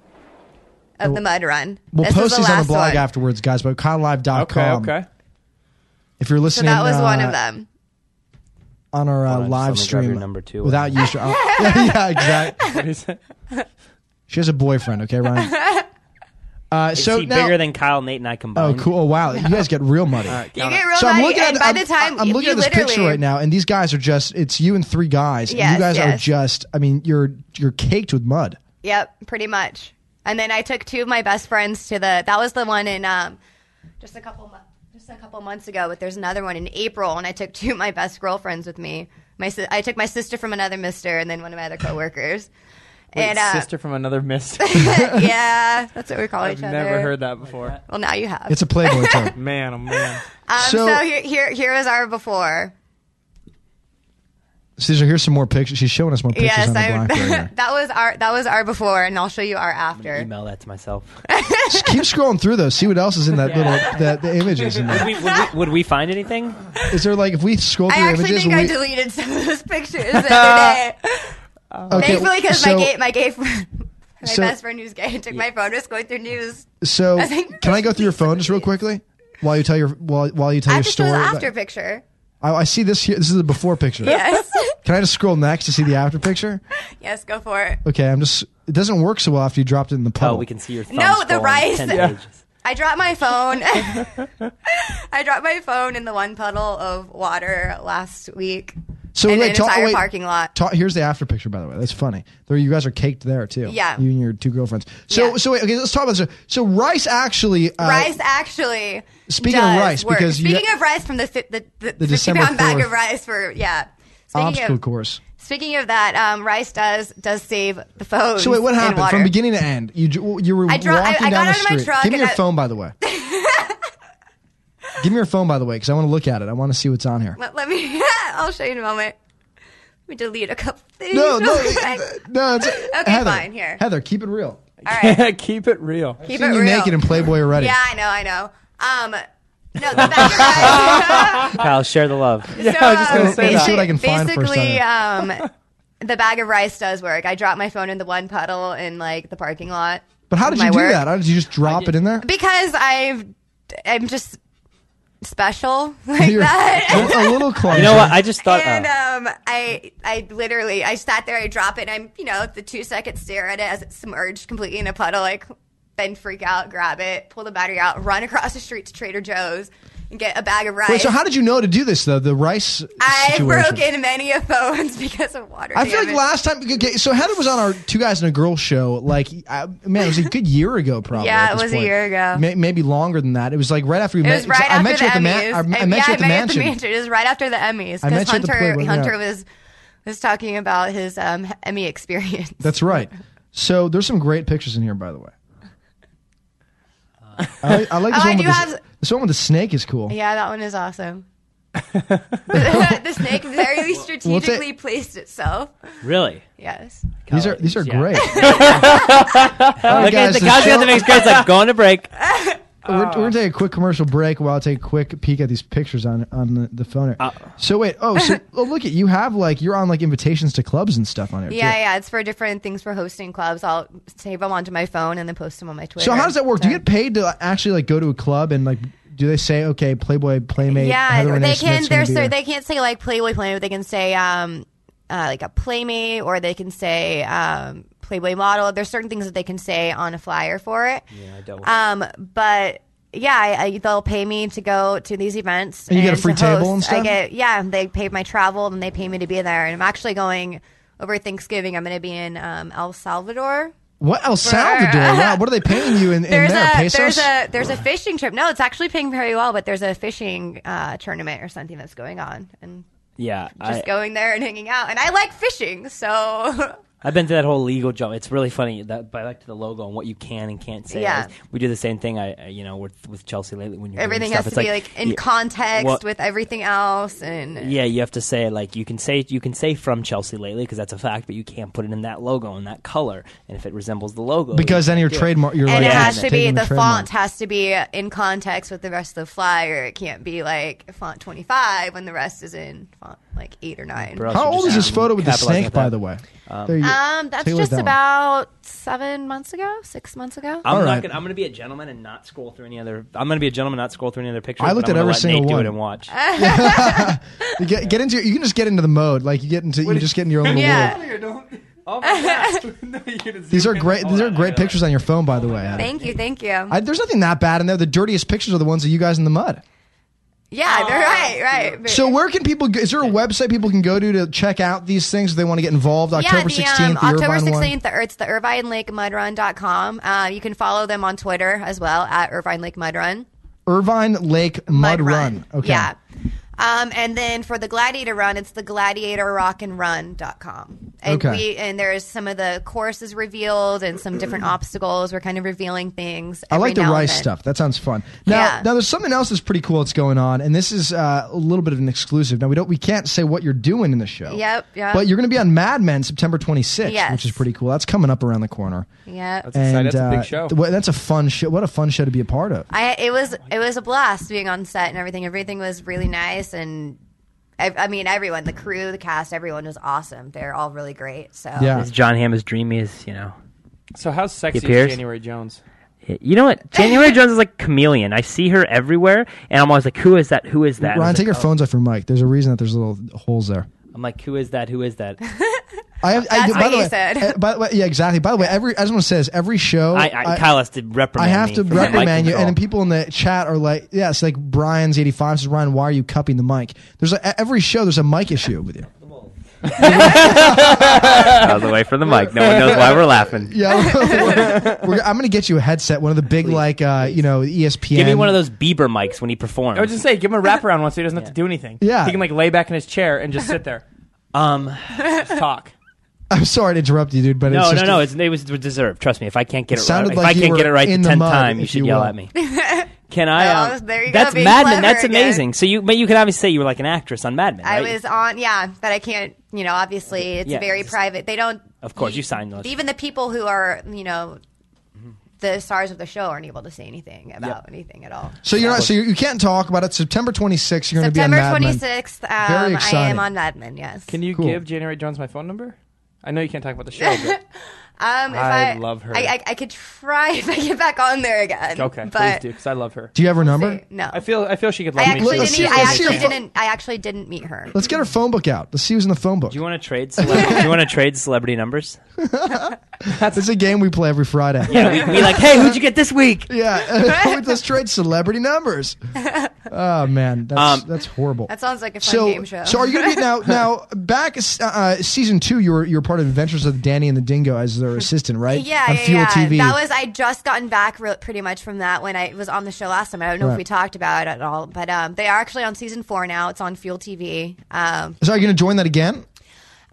[SPEAKER 3] of the mud run.
[SPEAKER 2] we'll
[SPEAKER 3] this
[SPEAKER 2] post
[SPEAKER 3] is the
[SPEAKER 2] these
[SPEAKER 3] last
[SPEAKER 2] on the blog
[SPEAKER 3] one.
[SPEAKER 2] afterwards, guys. But conlive.com.
[SPEAKER 4] okay, okay.
[SPEAKER 2] If you're
[SPEAKER 3] So
[SPEAKER 2] listening,
[SPEAKER 3] that was
[SPEAKER 2] uh,
[SPEAKER 3] one of them.
[SPEAKER 2] on our uh,
[SPEAKER 5] Hold on, just let me
[SPEAKER 2] live
[SPEAKER 5] grab
[SPEAKER 2] stream.
[SPEAKER 5] your number two.
[SPEAKER 2] without you. Stra- oh, yeah, yeah, exactly.
[SPEAKER 4] What is it?
[SPEAKER 2] She has a boyfriend. Okay, Ryan. Uh,
[SPEAKER 5] Is
[SPEAKER 2] so
[SPEAKER 5] he
[SPEAKER 2] now,
[SPEAKER 5] bigger than Kyle, Nate, and I
[SPEAKER 2] Oh,
[SPEAKER 5] combined?
[SPEAKER 2] cool! Oh, wow, you guys get real muddy.
[SPEAKER 3] You get real
[SPEAKER 2] So I'm
[SPEAKER 3] muddy,
[SPEAKER 2] looking
[SPEAKER 3] and
[SPEAKER 2] at
[SPEAKER 3] by
[SPEAKER 2] I'm-
[SPEAKER 3] the time
[SPEAKER 2] I'm looking
[SPEAKER 3] you
[SPEAKER 2] at this
[SPEAKER 3] literally,
[SPEAKER 2] picture right now, and these guys are just—it's you and three guys, and
[SPEAKER 3] Yes,
[SPEAKER 2] you guys are
[SPEAKER 3] yes.
[SPEAKER 2] just—I mean, you're you're caked with mud.
[SPEAKER 3] Yep, pretty much. And then I took two of my best friends to the. That was the one in um, just a couple mo- just a couple months ago. But there's another one in April, and I took two of my best girlfriends with me. My si- I took my sister from another mister, and then one of my other coworkers.
[SPEAKER 4] Wait,
[SPEAKER 3] and uh,
[SPEAKER 4] sister from another mist.
[SPEAKER 3] yeah, that's what we call
[SPEAKER 4] I've
[SPEAKER 3] each other.
[SPEAKER 4] never heard that before.
[SPEAKER 3] Well, now you have.
[SPEAKER 2] It's a Playboy term.
[SPEAKER 4] Man, oh man.
[SPEAKER 3] um,
[SPEAKER 2] so-
[SPEAKER 3] so here, here, here is our before.
[SPEAKER 2] Caesar, here's some more pictures. She's showing us more pictures
[SPEAKER 3] Yes,
[SPEAKER 2] on the
[SPEAKER 3] I,
[SPEAKER 2] blackboard here.
[SPEAKER 3] that was our that was our before, and I'll show you our after.
[SPEAKER 5] Email that to myself.
[SPEAKER 2] Just keep scrolling through those. See what else is in that little that the images. In
[SPEAKER 5] would,
[SPEAKER 2] there.
[SPEAKER 5] we, would, we, would we find anything?
[SPEAKER 2] Is there like if we scroll
[SPEAKER 3] I
[SPEAKER 2] through
[SPEAKER 3] actually
[SPEAKER 2] images?
[SPEAKER 3] think I
[SPEAKER 2] we-
[SPEAKER 3] deleted some of those pictures the other day.
[SPEAKER 2] okay,
[SPEAKER 3] Thankfully, because
[SPEAKER 2] so,
[SPEAKER 3] my gay, my gay friend, my
[SPEAKER 2] So-
[SPEAKER 3] best friend who's gay, took my phone, was going through news.
[SPEAKER 2] So
[SPEAKER 3] I think-
[SPEAKER 2] can I go through your phone just real quickly while you tell your while, while you tell
[SPEAKER 3] I
[SPEAKER 2] your
[SPEAKER 3] have to show
[SPEAKER 2] story?
[SPEAKER 3] the after picture.
[SPEAKER 2] I, I see this here. This is the before picture.
[SPEAKER 3] Yes,
[SPEAKER 2] Can I just scroll next to see the after picture?
[SPEAKER 3] yes, go for it.
[SPEAKER 2] Okay, I'm just. It doesn't work so well after you dropped it in the
[SPEAKER 5] Oh,
[SPEAKER 2] puddle.
[SPEAKER 5] we can see your thumbs.
[SPEAKER 3] No, the
[SPEAKER 5] scrolling
[SPEAKER 3] rice.
[SPEAKER 5] ten
[SPEAKER 3] Yeah.
[SPEAKER 5] pages.
[SPEAKER 3] I dropped my phone. I dropped my phone in the one puddle of water last week
[SPEAKER 2] So
[SPEAKER 3] in
[SPEAKER 2] wait,
[SPEAKER 3] an
[SPEAKER 2] tell-
[SPEAKER 3] entire
[SPEAKER 2] wait.
[SPEAKER 3] parking lot.
[SPEAKER 2] Ta- here's the after picture, by the way. That's funny. There, you guys are caked there too.
[SPEAKER 3] Yeah.
[SPEAKER 2] you and your two girlfriends. So,
[SPEAKER 3] Yeah.
[SPEAKER 2] so wait, okay, let's talk about this. So, rice actually. Uh,
[SPEAKER 3] rice actually.
[SPEAKER 2] speaking of
[SPEAKER 3] does
[SPEAKER 2] rice,
[SPEAKER 3] work.
[SPEAKER 2] because you-
[SPEAKER 3] speaking of rice from the fi- the, the, fifty
[SPEAKER 2] December
[SPEAKER 3] pound bag
[SPEAKER 2] 4th
[SPEAKER 3] of rice for yeah. Speaking
[SPEAKER 2] obstacle
[SPEAKER 3] of
[SPEAKER 2] course.
[SPEAKER 3] speaking of that, um, rice does does save the phone.
[SPEAKER 2] So wait, what happened from beginning to end? You ju- you were
[SPEAKER 3] I dro- I-
[SPEAKER 2] walking
[SPEAKER 3] I got
[SPEAKER 2] down the
[SPEAKER 3] out of my
[SPEAKER 2] street.
[SPEAKER 3] truck
[SPEAKER 2] Give me
[SPEAKER 3] and
[SPEAKER 2] your
[SPEAKER 3] I-
[SPEAKER 2] phone, by the way. Give me your phone, by the way, because I want to look at it. I want to see what's on here.
[SPEAKER 3] Let, let me. I'll show you in a moment. Let me delete a couple things.
[SPEAKER 2] No, no,
[SPEAKER 3] real quick.
[SPEAKER 2] no. It's,
[SPEAKER 3] Okay,
[SPEAKER 2] Heather,
[SPEAKER 3] fine, here.
[SPEAKER 2] Heather, keep it real.
[SPEAKER 3] All right.
[SPEAKER 4] Keep it real.
[SPEAKER 3] Keep
[SPEAKER 2] Seen
[SPEAKER 3] it
[SPEAKER 2] you
[SPEAKER 3] real.
[SPEAKER 2] naked in Playboy already.
[SPEAKER 3] yeah, I know, I know. Um, no, the bag of rice.
[SPEAKER 5] Kyle, share the love.
[SPEAKER 3] yeah,
[SPEAKER 4] I was just gonna say that.
[SPEAKER 2] See what I can find first
[SPEAKER 3] Basically, um, the bag of rice does work. I dropped my phone in the one puddle in like the parking lot.
[SPEAKER 2] But how did
[SPEAKER 3] of
[SPEAKER 2] you do
[SPEAKER 3] my work.
[SPEAKER 2] that? How did you just drop it in there?
[SPEAKER 3] Because I've, I'm just special like
[SPEAKER 2] You're
[SPEAKER 3] that.
[SPEAKER 2] a little clumsy.
[SPEAKER 5] You know what? I just
[SPEAKER 2] Uh-uh.
[SPEAKER 5] thought.
[SPEAKER 3] and
[SPEAKER 5] uh,
[SPEAKER 3] um, I, I literally, I sat there, I drop it, and I'm, you know, the two second stare at it as it submerged completely in a puddle, like, then freak out, grab it, pull the battery out, run across the street to Trader Joe's, and get a bag of rice.
[SPEAKER 2] Wait, so how did you know to do this though? The rice
[SPEAKER 3] I've
[SPEAKER 2] situation.
[SPEAKER 3] broken many of phones because of water.
[SPEAKER 2] I feel like
[SPEAKER 3] damage.
[SPEAKER 2] last time, okay, so Heather was on our two guys and a girl show. Like, I, man, it was a good year ago, probably.
[SPEAKER 3] Yeah,
[SPEAKER 2] at
[SPEAKER 3] it
[SPEAKER 2] this
[SPEAKER 3] was a
[SPEAKER 2] point.
[SPEAKER 3] year ago.
[SPEAKER 2] May, maybe longer than that. It was like right after we
[SPEAKER 3] It
[SPEAKER 2] met.
[SPEAKER 3] was right
[SPEAKER 2] I
[SPEAKER 3] after
[SPEAKER 2] met
[SPEAKER 3] the
[SPEAKER 2] you at the
[SPEAKER 3] Emmys.
[SPEAKER 2] man- I, I
[SPEAKER 3] And-
[SPEAKER 2] met
[SPEAKER 3] yeah,
[SPEAKER 2] you at the mansion.
[SPEAKER 3] I met you at the mansion. It was right after the Emmys
[SPEAKER 2] I met
[SPEAKER 3] because
[SPEAKER 2] you at the
[SPEAKER 3] Hunter
[SPEAKER 2] Playboy, yeah.
[SPEAKER 3] Hunter was was talking about his um, Emmy experience.
[SPEAKER 2] That's right. So there's some great pictures in here, by the way. I, like- I like this
[SPEAKER 3] Oh, I
[SPEAKER 2] one with
[SPEAKER 3] do
[SPEAKER 2] the,
[SPEAKER 3] have-
[SPEAKER 2] this one with the snake is cool.
[SPEAKER 3] Yeah, that one is awesome. the snake very strategically placed itself.
[SPEAKER 5] really?
[SPEAKER 3] Yes.
[SPEAKER 2] These are these are
[SPEAKER 5] Yeah.
[SPEAKER 2] great.
[SPEAKER 5] Look at
[SPEAKER 2] guys,
[SPEAKER 5] the
[SPEAKER 2] the
[SPEAKER 5] guys
[SPEAKER 2] show-
[SPEAKER 5] got the next guy's like going to break.
[SPEAKER 2] We're, we're gonna take a quick commercial break while I take a quick peek at these pictures on on the, the phone. Here. so wait, oh, so oh, look at you have like you're on like invitations to clubs and stuff on here.
[SPEAKER 3] Yeah,
[SPEAKER 2] too.
[SPEAKER 3] yeah. It's for different things for hosting clubs. I'll save them onto my phone and then post them on my Twitter.
[SPEAKER 2] So how does that work? Do you get paid to uh, actually like go to a club and like do they say okay, Playboy Playmate?
[SPEAKER 3] Yeah,
[SPEAKER 2] Heather Renee
[SPEAKER 3] they can.
[SPEAKER 2] Smith's gonna be
[SPEAKER 3] They're so
[SPEAKER 2] there.
[SPEAKER 3] they can't say like Playboy Playmate. They can say um, uh, like a Playmate, or they can say um, Playboy model. There's certain things that they can say on a flyer for it.
[SPEAKER 5] I don't.
[SPEAKER 3] Um, but yeah, I, I, they'll pay me to go to these events.
[SPEAKER 2] And you get a
[SPEAKER 3] to
[SPEAKER 2] free table and
[SPEAKER 3] I
[SPEAKER 2] stuff?
[SPEAKER 3] get yeah, they pay my travel and they pay me to be there. And I'm actually going over Thanksgiving. I'm going to be in um, El Salvador.
[SPEAKER 2] what El Salvador? wow, what are they paying you in, in
[SPEAKER 3] There's
[SPEAKER 2] there?
[SPEAKER 3] a
[SPEAKER 2] Pesos?
[SPEAKER 3] there's a there's a fishing trip. No, it's actually paying very well, but there's a fishing uh, tournament or something that's going on, and
[SPEAKER 5] Yeah.
[SPEAKER 3] just
[SPEAKER 5] I,
[SPEAKER 3] going there and hanging out. And I like fishing, so
[SPEAKER 5] I've been through that whole legal jump. It's really funny. That but back to the logo and what you can and can't say.
[SPEAKER 3] Yeah.
[SPEAKER 5] we do the same thing. I, I- you know, with with Chelsea lately when you're doing
[SPEAKER 3] Everything
[SPEAKER 5] stuff,
[SPEAKER 3] has to
[SPEAKER 5] it's
[SPEAKER 3] be like, in
[SPEAKER 5] yeah,
[SPEAKER 3] context
[SPEAKER 5] well-
[SPEAKER 3] with everything else, and
[SPEAKER 5] Yeah, you have to say like you can say you can say from Chelsea lately because that's a fact, but you can't put it in that logo and that color. And if it resembles the logo,
[SPEAKER 2] because then your trademark, you're
[SPEAKER 3] and
[SPEAKER 2] like,
[SPEAKER 3] it has to be
[SPEAKER 2] taking
[SPEAKER 3] the
[SPEAKER 2] trademark.
[SPEAKER 3] font has to be in context with the rest of the flyer. It can't be like font twenty five when the rest is in font like eight or nine.
[SPEAKER 5] Bro,
[SPEAKER 2] How
[SPEAKER 5] you're
[SPEAKER 2] old is
[SPEAKER 5] just
[SPEAKER 2] this photo with the
[SPEAKER 5] capitalizing
[SPEAKER 2] snake,
[SPEAKER 5] Um, with
[SPEAKER 2] by
[SPEAKER 5] that.
[SPEAKER 2] the way? There you go.
[SPEAKER 3] Um, that's
[SPEAKER 2] Taylor's
[SPEAKER 3] just
[SPEAKER 2] down.
[SPEAKER 3] about seven months ago, six months ago.
[SPEAKER 5] I'm
[SPEAKER 2] All
[SPEAKER 5] not
[SPEAKER 2] right.
[SPEAKER 5] gonna. I'm gonna be a gentleman and not scroll through any other. I'm gonna be a gentleman, and not scroll through any other pictures.
[SPEAKER 2] I
[SPEAKER 5] but
[SPEAKER 2] looked
[SPEAKER 5] I'm
[SPEAKER 2] at
[SPEAKER 5] gonna
[SPEAKER 2] every
[SPEAKER 5] let
[SPEAKER 2] single
[SPEAKER 5] Nate
[SPEAKER 2] one.
[SPEAKER 5] Do it and watch.
[SPEAKER 2] You get, get into you can just get into the mode like you get into you just get in your own little world.
[SPEAKER 3] yeah.
[SPEAKER 5] oh my god!
[SPEAKER 2] These are great.
[SPEAKER 5] Oh,
[SPEAKER 2] These are great pictures on your phone, by the way. Adam.
[SPEAKER 3] Thank you, thank you.
[SPEAKER 2] I, there's nothing that bad in there. The dirtiest pictures are the ones of you guys in the mud.
[SPEAKER 3] yeah, they're right, right. But-
[SPEAKER 2] So where can people? go Is there a website people can go to to check out these things if they want to get involved?
[SPEAKER 3] yeah,
[SPEAKER 2] October
[SPEAKER 3] the,
[SPEAKER 2] sixteenth,
[SPEAKER 3] um,
[SPEAKER 2] the
[SPEAKER 3] October
[SPEAKER 2] Irvine one.
[SPEAKER 3] 16th, the, it's the Irvine Lake Mud Run.com. Uh, you can follow them on Twitter as well at Irvine Lake Mud Run.
[SPEAKER 2] Irvine Lake Mud, Run. Okay.
[SPEAKER 3] Yeah. Um, and then for the Gladiator Run, it's the Gladiator Rock and Run.com. And
[SPEAKER 2] Okay.
[SPEAKER 3] we and there's some of the courses revealed and some different obstacles. We're kind of revealing things.
[SPEAKER 2] Mm-hmm. I like
[SPEAKER 3] every
[SPEAKER 2] the
[SPEAKER 3] now and
[SPEAKER 2] rice
[SPEAKER 3] then.
[SPEAKER 2] stuff. That sounds fun. Now,
[SPEAKER 3] Yeah.
[SPEAKER 2] now there's something else that's pretty cool that's going on, and this is uh, a little bit of an exclusive. Now we don't, we can't say what you're doing in the show.
[SPEAKER 3] Yep, yep.
[SPEAKER 2] But you're going to be on Mad Men September 26th,
[SPEAKER 3] Yes.
[SPEAKER 2] which is pretty cool. That's coming up around the corner.
[SPEAKER 3] Yeah.
[SPEAKER 4] exciting. That's a big show.
[SPEAKER 2] th- wha- that's a fun show. What a fun show to be a part of.
[SPEAKER 3] I it was it was a blast being on set and everything. Everything was really nice and I, I mean everyone, the crew, the cast, everyone was awesome. They're all really great. So
[SPEAKER 2] Yeah.
[SPEAKER 5] Is John Hamm as dreamy as you know?
[SPEAKER 4] So how sexy
[SPEAKER 5] He appears.
[SPEAKER 4] is January Jones?
[SPEAKER 5] You know what? January Jones is like a chameleon. I see her everywhere, and I'm always like, "Who is that? Who is that?" And I
[SPEAKER 2] Ryan,
[SPEAKER 5] was
[SPEAKER 2] take
[SPEAKER 5] like,
[SPEAKER 2] your phones off your mic. There's a reason that there's little holes there.
[SPEAKER 5] oh. I'm like, "Who is that? Who is that?"
[SPEAKER 2] I have, I,
[SPEAKER 3] That's
[SPEAKER 2] by
[SPEAKER 3] what
[SPEAKER 2] the
[SPEAKER 3] he
[SPEAKER 2] way,
[SPEAKER 3] said.
[SPEAKER 2] uh, By the way, yeah, exactly. By the way, every I just want to say this. Every show,
[SPEAKER 5] I, I, Kyle has to
[SPEAKER 2] I
[SPEAKER 5] reprimand.
[SPEAKER 2] have
[SPEAKER 5] me
[SPEAKER 2] to
[SPEAKER 5] for my mic
[SPEAKER 2] reprimand you. And
[SPEAKER 5] control.
[SPEAKER 2] then people in the chat are like, yeah, it's like Brian's 85 says, Ryan, why are you cupping the mic? There's a, e-, every show, there's a mic issue with you.
[SPEAKER 5] I was away from the mic. No one knows why we're laughing.
[SPEAKER 2] Yeah. we're- we're- I'm going to get you a headset, one of the big, like, uh, you know, ESPN.
[SPEAKER 5] Give me one of those Bieber mics when he performs.
[SPEAKER 4] I was just saying, give him a wraparound one so he doesn't have to do anything.
[SPEAKER 2] Yeah.
[SPEAKER 4] he can like lay back in his chair and just sit there,
[SPEAKER 5] um,
[SPEAKER 4] just talk.
[SPEAKER 2] I'm sorry to interrupt you, dude, but
[SPEAKER 5] no,
[SPEAKER 2] it's
[SPEAKER 5] no,
[SPEAKER 2] just.
[SPEAKER 5] no. It's, it was deserved. Trust me. If I can't get it, right,
[SPEAKER 2] sounded
[SPEAKER 5] if
[SPEAKER 2] like
[SPEAKER 5] I
[SPEAKER 2] you
[SPEAKER 5] can't
[SPEAKER 2] were
[SPEAKER 5] get it right the
[SPEAKER 2] in the
[SPEAKER 5] tenth
[SPEAKER 2] mud,
[SPEAKER 5] time, you
[SPEAKER 2] if
[SPEAKER 5] should
[SPEAKER 2] you
[SPEAKER 5] yell
[SPEAKER 2] will.
[SPEAKER 5] at me. Can I?
[SPEAKER 3] Oh,
[SPEAKER 5] Um,
[SPEAKER 3] there you go,
[SPEAKER 5] that's
[SPEAKER 3] being
[SPEAKER 5] Mad Men.
[SPEAKER 3] clever
[SPEAKER 5] That's
[SPEAKER 3] again.
[SPEAKER 5] amazing. So you, but you could obviously say you were like an actress on Mad Men.
[SPEAKER 3] I
[SPEAKER 5] right?
[SPEAKER 3] was on, yeah, but I can't, you know, obviously it's
[SPEAKER 5] Yeah,
[SPEAKER 3] very
[SPEAKER 5] it's-
[SPEAKER 3] private. They don't. e-
[SPEAKER 5] Of course, you sign those.
[SPEAKER 3] Even the people who are, you know, the stars of the show aren't able to say anything about anything at all.
[SPEAKER 2] So you're not. So you you can't talk about it. September 26th, you're going to be on
[SPEAKER 3] September
[SPEAKER 2] Mad Men.
[SPEAKER 3] 26th, um,
[SPEAKER 2] Very
[SPEAKER 3] I
[SPEAKER 2] exciting.
[SPEAKER 3] am on Mad Men, yes.
[SPEAKER 4] Can you
[SPEAKER 2] Cool.
[SPEAKER 4] give January Jones my phone number? I know you can't talk about the show. But
[SPEAKER 3] um, if
[SPEAKER 4] I
[SPEAKER 3] I,
[SPEAKER 4] love her.
[SPEAKER 3] I, I, I could try if I get back on there again.
[SPEAKER 4] okay, please
[SPEAKER 3] but
[SPEAKER 4] do because I love her.
[SPEAKER 2] Do you have her number?
[SPEAKER 3] see, no.
[SPEAKER 4] I feel I feel she could
[SPEAKER 3] I
[SPEAKER 4] love me.
[SPEAKER 3] actually
[SPEAKER 4] too.
[SPEAKER 2] Let's see
[SPEAKER 3] didn't. e-
[SPEAKER 2] if-
[SPEAKER 3] I
[SPEAKER 2] let's see
[SPEAKER 3] actually
[SPEAKER 2] if I-
[SPEAKER 3] didn't. I actually didn't meet her.
[SPEAKER 2] Let's get her phone book out. Let's see who's in the phone book.
[SPEAKER 5] Do you want to trade? Celebrity, do you want to trade celebrity numbers?
[SPEAKER 2] That's a game we play every Friday.
[SPEAKER 5] Yeah, we, we like, hey, who'd you get this week?
[SPEAKER 2] Yeah, let's trade celebrity numbers. Oh man, that's
[SPEAKER 5] Um,
[SPEAKER 2] that's horrible.
[SPEAKER 3] That sounds like a fun
[SPEAKER 2] so,
[SPEAKER 3] game show.
[SPEAKER 2] so are you gonna be now? Now back uh, uh, season two, you were you were part of Adventures of Danny and the Dingo as their assistant, right?
[SPEAKER 3] Yeah,
[SPEAKER 2] on
[SPEAKER 3] yeah,
[SPEAKER 2] Fuel
[SPEAKER 3] yeah.
[SPEAKER 2] TV.
[SPEAKER 3] That was I just gotten back re- pretty much from that when I was on the show last time. I don't know
[SPEAKER 2] Right.
[SPEAKER 3] if we talked about it at all, but um, they are actually on season four now. It's on Fuel TV. Um,
[SPEAKER 2] so are you gonna join that again?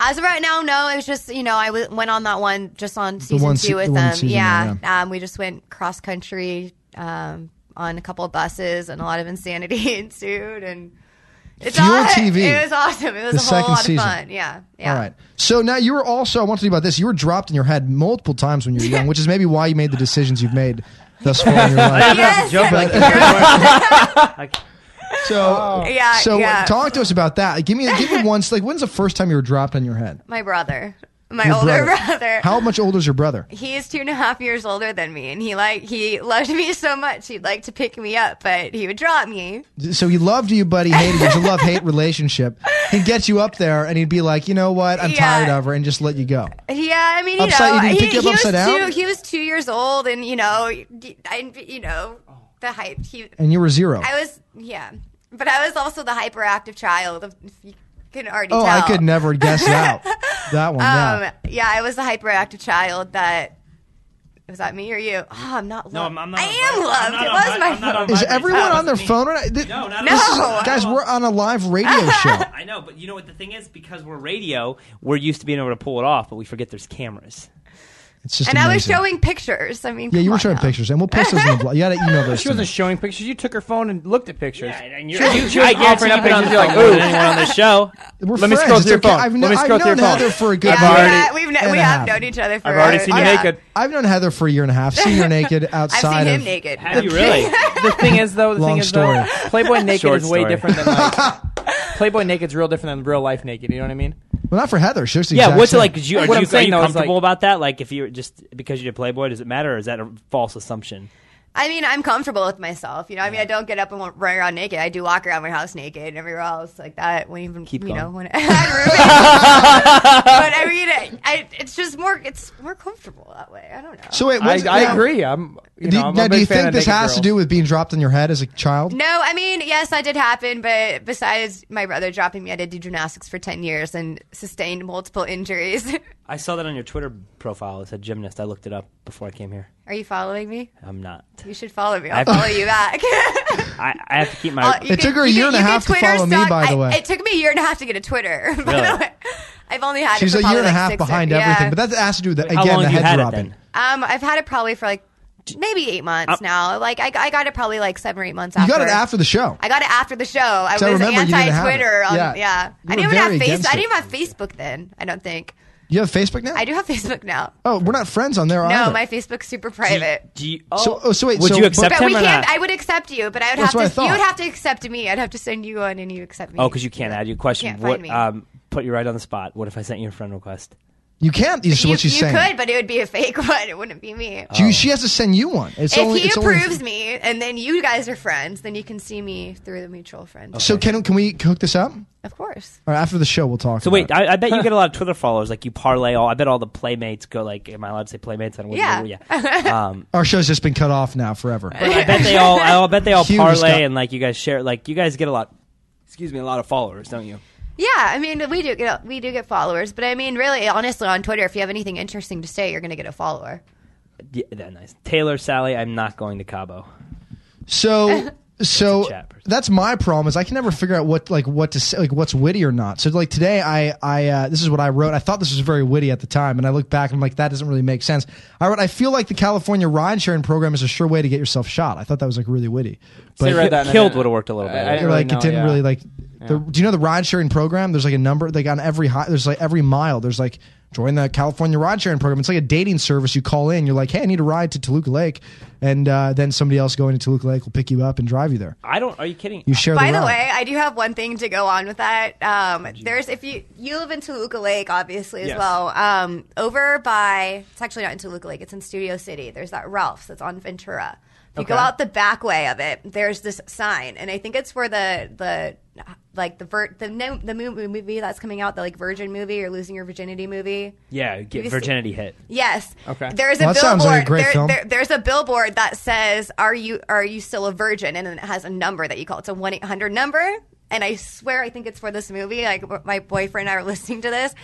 [SPEAKER 3] as of right now, no. It was just you know I w- went on that one just on season
[SPEAKER 2] one
[SPEAKER 3] two
[SPEAKER 2] se-
[SPEAKER 3] with
[SPEAKER 2] the one
[SPEAKER 3] them.
[SPEAKER 2] season,
[SPEAKER 3] yeah,
[SPEAKER 2] yeah.
[SPEAKER 3] Um, we just went cross country um, on a couple of buses, and a lot of insanity ensued. And it's
[SPEAKER 2] Fuel
[SPEAKER 3] all,
[SPEAKER 2] TV,
[SPEAKER 3] It was awesome. It
[SPEAKER 2] the
[SPEAKER 3] was a
[SPEAKER 2] second
[SPEAKER 3] whole lot
[SPEAKER 2] season.
[SPEAKER 3] of fun. Yeah, yeah.
[SPEAKER 2] All right. So now you were also I want to talk about this. You were dropped in your head multiple times when you were young, which is maybe why you made the decisions you've made thus far in your life.
[SPEAKER 3] Yes.
[SPEAKER 2] So
[SPEAKER 3] Oh. Yeah,
[SPEAKER 2] So
[SPEAKER 3] yeah.
[SPEAKER 2] talk to us about that. Like, give me give me once. Like when's the first time you were dropped on your head?
[SPEAKER 3] my brother, my
[SPEAKER 2] Your
[SPEAKER 3] older
[SPEAKER 2] brother.
[SPEAKER 3] brother.
[SPEAKER 2] How much older is your brother?
[SPEAKER 3] he is two and a half years older than me, and he like he loved me so much. He'd like to pick me up, but he would drop me.
[SPEAKER 2] So he loved you, but he hated you. It's a love hate relationship. He'd get you up there and he'd be like, you know what? I'm
[SPEAKER 3] Yeah.
[SPEAKER 2] tired of her and just let you go.
[SPEAKER 3] Yeah, I mean, you
[SPEAKER 2] Upside-
[SPEAKER 3] know,
[SPEAKER 2] he didn't
[SPEAKER 3] he,
[SPEAKER 2] pick you up
[SPEAKER 3] he was
[SPEAKER 2] upside down?
[SPEAKER 3] two. He was two years old, and you know, I, you know, the hype. He,
[SPEAKER 2] And you were zero.
[SPEAKER 3] I was, yeah, but I was also the hyperactive child. Of, if you can already
[SPEAKER 2] oh,
[SPEAKER 3] tell.
[SPEAKER 2] I could never guess that. That one. yeah.
[SPEAKER 3] Um, yeah, I was the hyperactive child that Was that me or you? Oh, I'm not loved.
[SPEAKER 5] No, I'm- I'm not
[SPEAKER 3] I
[SPEAKER 5] on
[SPEAKER 3] am
[SPEAKER 5] vi- I'm
[SPEAKER 3] loved.
[SPEAKER 5] not
[SPEAKER 3] It
[SPEAKER 5] on
[SPEAKER 3] was
[SPEAKER 5] vi-
[SPEAKER 3] my
[SPEAKER 5] I'm not on
[SPEAKER 3] phone.
[SPEAKER 5] vi-
[SPEAKER 2] Is
[SPEAKER 5] Vibrate
[SPEAKER 2] everyone
[SPEAKER 5] Towers,
[SPEAKER 2] on their
[SPEAKER 5] it's me.
[SPEAKER 2] phone right now? Th-
[SPEAKER 5] No, not
[SPEAKER 2] this is-
[SPEAKER 3] No.
[SPEAKER 2] guys, we're on a live radio show.
[SPEAKER 5] I know, but you know what the thing is? Because we're radio, we're used to being able to pull it off, but we forget there's cameras.
[SPEAKER 2] It's just
[SPEAKER 3] And I was
[SPEAKER 2] amazing.
[SPEAKER 3] showing pictures. I mean,
[SPEAKER 2] Yeah, you
[SPEAKER 3] come
[SPEAKER 2] were
[SPEAKER 3] on
[SPEAKER 2] showing
[SPEAKER 3] now.
[SPEAKER 2] pictures, and we'll post those in the blog. You got to email those.
[SPEAKER 4] She
[SPEAKER 2] to me.
[SPEAKER 4] wasn't showing pictures. You took her phone and looked at pictures.
[SPEAKER 5] and
[SPEAKER 4] you're- you- you're offering up pictures, you're like, ooh.
[SPEAKER 5] anyone on the show.
[SPEAKER 2] We're
[SPEAKER 4] Let me
[SPEAKER 2] friends.
[SPEAKER 4] scroll
[SPEAKER 2] It's
[SPEAKER 4] through your
[SPEAKER 2] okay.
[SPEAKER 4] phone.
[SPEAKER 2] I've,
[SPEAKER 4] Let
[SPEAKER 2] kno-
[SPEAKER 4] me scroll
[SPEAKER 2] I've
[SPEAKER 4] through your
[SPEAKER 2] known
[SPEAKER 4] phone.
[SPEAKER 2] Heather for a good.
[SPEAKER 3] Yeah,
[SPEAKER 4] I've
[SPEAKER 2] while.
[SPEAKER 4] already-
[SPEAKER 3] yeah, we've kn-
[SPEAKER 2] and
[SPEAKER 3] we
[SPEAKER 2] a
[SPEAKER 3] have
[SPEAKER 2] half.
[SPEAKER 3] known each other for.
[SPEAKER 4] I've already seen you
[SPEAKER 3] yeah.
[SPEAKER 4] naked.
[SPEAKER 2] I've known Heather for a year and a half. Seen her naked
[SPEAKER 3] I've
[SPEAKER 2] outside
[SPEAKER 3] seen
[SPEAKER 2] of.
[SPEAKER 3] him naked.
[SPEAKER 5] Have you really?
[SPEAKER 4] the thing is, though, the
[SPEAKER 2] Long
[SPEAKER 4] thing is,
[SPEAKER 2] story.
[SPEAKER 4] though, Playboy naked
[SPEAKER 5] Short
[SPEAKER 4] is way
[SPEAKER 5] story.
[SPEAKER 4] different than like Playboy naked's real different than real life naked. You know what I mean?
[SPEAKER 2] Well, not for Heather. She looks the
[SPEAKER 5] Yeah,
[SPEAKER 2] exact
[SPEAKER 5] what's it
[SPEAKER 2] same.
[SPEAKER 5] like? Did you, are,
[SPEAKER 4] What
[SPEAKER 5] you,
[SPEAKER 4] I'm saying,
[SPEAKER 5] are you
[SPEAKER 4] though, is, like-
[SPEAKER 5] comfortable about that? Like, if you were just because you did Playboy, does it matter, or is that a false assumption?
[SPEAKER 3] I mean, I'm comfortable with myself. You know, I mean, I don't get up and wa- run around naked. I do walk around my house naked and everywhere else like that. When even
[SPEAKER 5] Keep
[SPEAKER 3] you
[SPEAKER 5] going.
[SPEAKER 3] know when I had roommates. but I mean, I, I, it's just more. It's more comfortable that way. I don't know.
[SPEAKER 2] So wait,
[SPEAKER 4] I,
[SPEAKER 2] what's-
[SPEAKER 4] I
[SPEAKER 2] now-
[SPEAKER 4] agree. I'm. You
[SPEAKER 2] do,
[SPEAKER 4] know, I'm a
[SPEAKER 2] now, do
[SPEAKER 4] big
[SPEAKER 2] you
[SPEAKER 4] fan
[SPEAKER 2] think
[SPEAKER 4] of
[SPEAKER 2] this
[SPEAKER 4] naked
[SPEAKER 2] has to
[SPEAKER 4] girls.
[SPEAKER 2] do with being dropped on your head as a child?
[SPEAKER 3] No, I mean, yes, that did happen, but besides my brother dropping me, I did do gymnastics for 10 years and sustained multiple injuries.
[SPEAKER 5] I saw that on your Twitter profile. It said gymnast. I looked it up before I came here.
[SPEAKER 3] Are you following me?
[SPEAKER 5] I'm not.
[SPEAKER 3] You should follow me.
[SPEAKER 5] I-
[SPEAKER 3] I'll follow you back.
[SPEAKER 5] I, I have to keep my.
[SPEAKER 3] I'll- Uh, you
[SPEAKER 2] It took her a
[SPEAKER 3] you
[SPEAKER 2] year and a
[SPEAKER 3] you
[SPEAKER 2] half to
[SPEAKER 3] Twitter
[SPEAKER 2] follow me,
[SPEAKER 3] stalk-
[SPEAKER 2] by the
[SPEAKER 3] I-
[SPEAKER 2] way.
[SPEAKER 3] it took me a year and a half to get a Twitter. by
[SPEAKER 5] Really?
[SPEAKER 3] the way. I've only had
[SPEAKER 2] She's
[SPEAKER 3] it
[SPEAKER 2] a
[SPEAKER 3] for
[SPEAKER 2] year and a
[SPEAKER 3] probably like
[SPEAKER 2] half
[SPEAKER 3] six
[SPEAKER 2] behind
[SPEAKER 3] years.
[SPEAKER 2] everything,
[SPEAKER 3] Yeah.
[SPEAKER 2] but that has to do with
[SPEAKER 5] how
[SPEAKER 2] again the
[SPEAKER 5] long have you
[SPEAKER 2] head
[SPEAKER 5] had it
[SPEAKER 2] dropping.
[SPEAKER 5] then?
[SPEAKER 3] Um, I've had it probably for like maybe eight
[SPEAKER 5] Uh,
[SPEAKER 3] months now. Like I, I got it probably like seven or eight months
[SPEAKER 2] You
[SPEAKER 3] after.
[SPEAKER 2] got it after the show.
[SPEAKER 3] I got it after the show. I was
[SPEAKER 2] So I remember you didn't have it.
[SPEAKER 3] anti-Twitter. On,
[SPEAKER 2] Yeah.
[SPEAKER 3] yeah,
[SPEAKER 2] You
[SPEAKER 3] I
[SPEAKER 2] were
[SPEAKER 3] didn't even have
[SPEAKER 2] very
[SPEAKER 3] face.
[SPEAKER 2] against
[SPEAKER 3] I
[SPEAKER 2] it.
[SPEAKER 3] didn't even have Facebook then. I don't think
[SPEAKER 2] You have Facebook now.
[SPEAKER 3] I do have Facebook now.
[SPEAKER 2] Oh, we're not friends on there
[SPEAKER 3] No,
[SPEAKER 2] either.
[SPEAKER 3] my Facebook's super
[SPEAKER 5] Do you-
[SPEAKER 3] private.
[SPEAKER 5] do you- oh,
[SPEAKER 2] So- oh, so wait,
[SPEAKER 5] would
[SPEAKER 2] so-
[SPEAKER 5] you
[SPEAKER 2] but-
[SPEAKER 5] accept
[SPEAKER 3] But we
[SPEAKER 5] him or
[SPEAKER 3] can't.
[SPEAKER 5] not?
[SPEAKER 3] I would accept you, but I would
[SPEAKER 2] That's what I
[SPEAKER 3] have to.
[SPEAKER 2] thought.
[SPEAKER 3] You would have to accept me. I'd have to send you one, and you accept me.
[SPEAKER 5] oh, because you can't add your question.
[SPEAKER 3] Can't
[SPEAKER 5] what?
[SPEAKER 3] find me.
[SPEAKER 5] Um, put you right on the spot. What if I sent you a friend request?
[SPEAKER 2] you can't. Is
[SPEAKER 3] you,
[SPEAKER 2] what she's
[SPEAKER 3] you
[SPEAKER 2] saying.
[SPEAKER 3] could, but it would be a fake one. It wouldn't be me.
[SPEAKER 2] Do you- she has to send you one. It's
[SPEAKER 3] if
[SPEAKER 2] only,
[SPEAKER 3] he
[SPEAKER 2] it's only-
[SPEAKER 3] approves me, and then you guys are friends, then you can see me through the mutual friend.
[SPEAKER 2] So can can we hook this up?
[SPEAKER 3] Of course.
[SPEAKER 2] Or after the show, we'll talk.
[SPEAKER 5] So wait,
[SPEAKER 2] about it.
[SPEAKER 5] I, I bet you get a lot of Twitter followers. Like you parlay all. I bet all the playmates go like. Am I allowed to say playmates? I don't
[SPEAKER 3] Yeah.
[SPEAKER 5] yeah. Um,
[SPEAKER 2] our show's just been cut off now forever.
[SPEAKER 5] I bet they all. I bet they all
[SPEAKER 2] Huge
[SPEAKER 5] parlay
[SPEAKER 2] stuff.
[SPEAKER 5] and like you guys share. Like you guys get a lot. Excuse me, a lot of followers, don't you?
[SPEAKER 3] Yeah, I mean, we do get we do get followers, but I mean, really, honestly, on Twitter, if you have anything interesting to say, you're going to get a follower.
[SPEAKER 5] Yeah, that nice. Taylor, Sally, I'm not going to Cabo.
[SPEAKER 2] So so
[SPEAKER 5] a chat person.
[SPEAKER 2] that's my problem is I can never figure out what like what to say like what's witty or not. So like today I I uh, this is what I wrote. I thought this was very witty at the time, and I look back and I'm like that doesn't really make sense. I wrote I feel like the California ride sharing program is a sure way to get yourself shot. I thought that was like really witty, but
[SPEAKER 4] Sarah- Read that and I
[SPEAKER 5] Killed
[SPEAKER 4] didn't-
[SPEAKER 5] would have worked a little
[SPEAKER 4] I- I
[SPEAKER 5] bit.
[SPEAKER 4] didn't
[SPEAKER 2] it,
[SPEAKER 4] really
[SPEAKER 2] like it
[SPEAKER 4] know,
[SPEAKER 2] didn't
[SPEAKER 4] yeah.
[SPEAKER 2] really like. The, do you know the ride sharing program? There's like a number like on every hi, there's like every mile there's like join the California ride sharing program. It's like a dating service. You call in, you're like, hey, I need a ride to Toluca Lake, and uh, then somebody else going to Toluca Lake will pick you up and drive you there.
[SPEAKER 5] I don't. Are you kidding?
[SPEAKER 2] You share.
[SPEAKER 3] By
[SPEAKER 2] the, ride.
[SPEAKER 3] the way, I do have one thing to go on with that. Um, there's if you you live in Toluca Lake, obviously as
[SPEAKER 5] Yes.
[SPEAKER 3] well. Um, over by it's actually not in Toluca Lake; it's in Studio City. There's that Ralph's that's on Ventura. If you go
[SPEAKER 4] Okay.
[SPEAKER 3] out the back way of it, there's this sign, and I think it's where the the like the ver- the no- the mo- movie that's coming out, the like Virgin movie or Losing Your Virginity movie.
[SPEAKER 5] yeah, get
[SPEAKER 3] you
[SPEAKER 5] virginity hit.
[SPEAKER 3] Yes.
[SPEAKER 4] Okay.
[SPEAKER 3] There's a
[SPEAKER 2] Well, that
[SPEAKER 3] billboard.
[SPEAKER 2] sounds like a great
[SPEAKER 3] there,
[SPEAKER 2] film.
[SPEAKER 3] there- there's a billboard that says, "Are you are you still a virgin?" And then it has a number that you call. It's a one eight hundred number. And I swear, I think it's for this movie. Like w- my boyfriend and I were listening to this,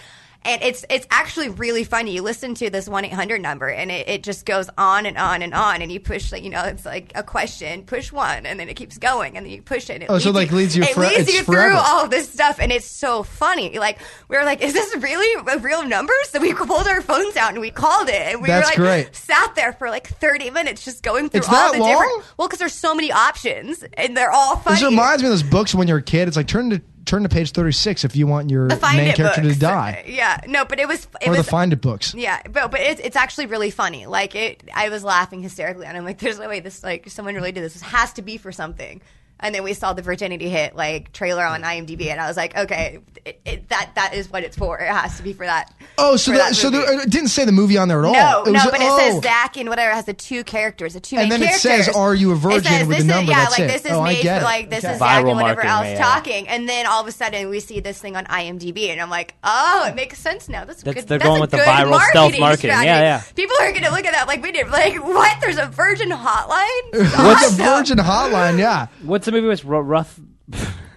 [SPEAKER 3] and it's it's actually really funny. You listen to this one eight hundred number, and it, it just goes on and on and on. And you push, like you know, it's like a question, push one, and then it keeps going, and then you push it. and it
[SPEAKER 2] Oh, so, like, leads you
[SPEAKER 3] It
[SPEAKER 2] fore-
[SPEAKER 3] leads
[SPEAKER 2] it's
[SPEAKER 3] you through
[SPEAKER 2] forever.
[SPEAKER 3] all of this stuff, and it's so funny. Like we were like, "Is this really a real number?" So we pulled our phones out and we called it, and we
[SPEAKER 2] That's
[SPEAKER 3] were like,
[SPEAKER 2] great.
[SPEAKER 3] sat there for like thirty minutes just going through
[SPEAKER 2] It's
[SPEAKER 3] all
[SPEAKER 2] that
[SPEAKER 3] the
[SPEAKER 2] long?
[SPEAKER 3] different. Well, because there's so many options, and they're all funny.
[SPEAKER 2] this reminds me of those books when you're a kid. It's like turn to turn to page thirty six if you want your
[SPEAKER 3] The Find
[SPEAKER 2] main
[SPEAKER 3] It
[SPEAKER 2] character
[SPEAKER 3] books.
[SPEAKER 2] to die,
[SPEAKER 3] Yeah, no, but it was it
[SPEAKER 2] or the
[SPEAKER 3] was
[SPEAKER 2] find it books.
[SPEAKER 3] yeah, but but it's it's actually really funny. Like it, I was laughing hysterically, and I'm like, "There's no way this like someone really did this. This has to be for something." And then we saw the virginity hit like trailer on IMDb, and I was like, "Okay, it, it, that that is what it's for. It has to be for that."
[SPEAKER 2] Oh, so
[SPEAKER 3] for
[SPEAKER 2] the,
[SPEAKER 3] that
[SPEAKER 2] so
[SPEAKER 3] movie.
[SPEAKER 2] there, it didn't say the movie on there at
[SPEAKER 3] No,
[SPEAKER 2] all. It
[SPEAKER 3] no,
[SPEAKER 2] was-
[SPEAKER 3] but
[SPEAKER 2] oh.
[SPEAKER 3] it says Zach and whatever has the two characters, the two
[SPEAKER 2] And
[SPEAKER 3] main
[SPEAKER 2] then it says,
[SPEAKER 3] characters.
[SPEAKER 2] "Are you a
[SPEAKER 3] It
[SPEAKER 2] virgin?"
[SPEAKER 3] says,
[SPEAKER 2] with
[SPEAKER 3] this
[SPEAKER 2] the number,
[SPEAKER 3] Is, yeah,
[SPEAKER 2] that's
[SPEAKER 3] like
[SPEAKER 2] it.
[SPEAKER 3] this is
[SPEAKER 2] Oh, I
[SPEAKER 3] made
[SPEAKER 2] get
[SPEAKER 3] for
[SPEAKER 2] it.
[SPEAKER 3] like this
[SPEAKER 2] Okay.
[SPEAKER 3] is Zach
[SPEAKER 5] Viral
[SPEAKER 3] and whatever
[SPEAKER 5] marketing,
[SPEAKER 3] else
[SPEAKER 5] yeah, yeah.
[SPEAKER 3] talking, and then all of a sudden we see this thing on IMDb, and I'm like, "Oh, it makes sense now. That's,
[SPEAKER 5] That's-
[SPEAKER 3] good.
[SPEAKER 5] they're
[SPEAKER 3] that's
[SPEAKER 5] going
[SPEAKER 3] a
[SPEAKER 5] with the
[SPEAKER 3] good
[SPEAKER 5] viral
[SPEAKER 3] marketing
[SPEAKER 5] stealth marketing.
[SPEAKER 3] Strategy.
[SPEAKER 5] Yeah, yeah.
[SPEAKER 3] People are going to look at that like we did. Like, what? There's a virgin hotline.
[SPEAKER 2] What's a virgin hotline? Yeah.
[SPEAKER 5] What's the movie with Ru- Ruff,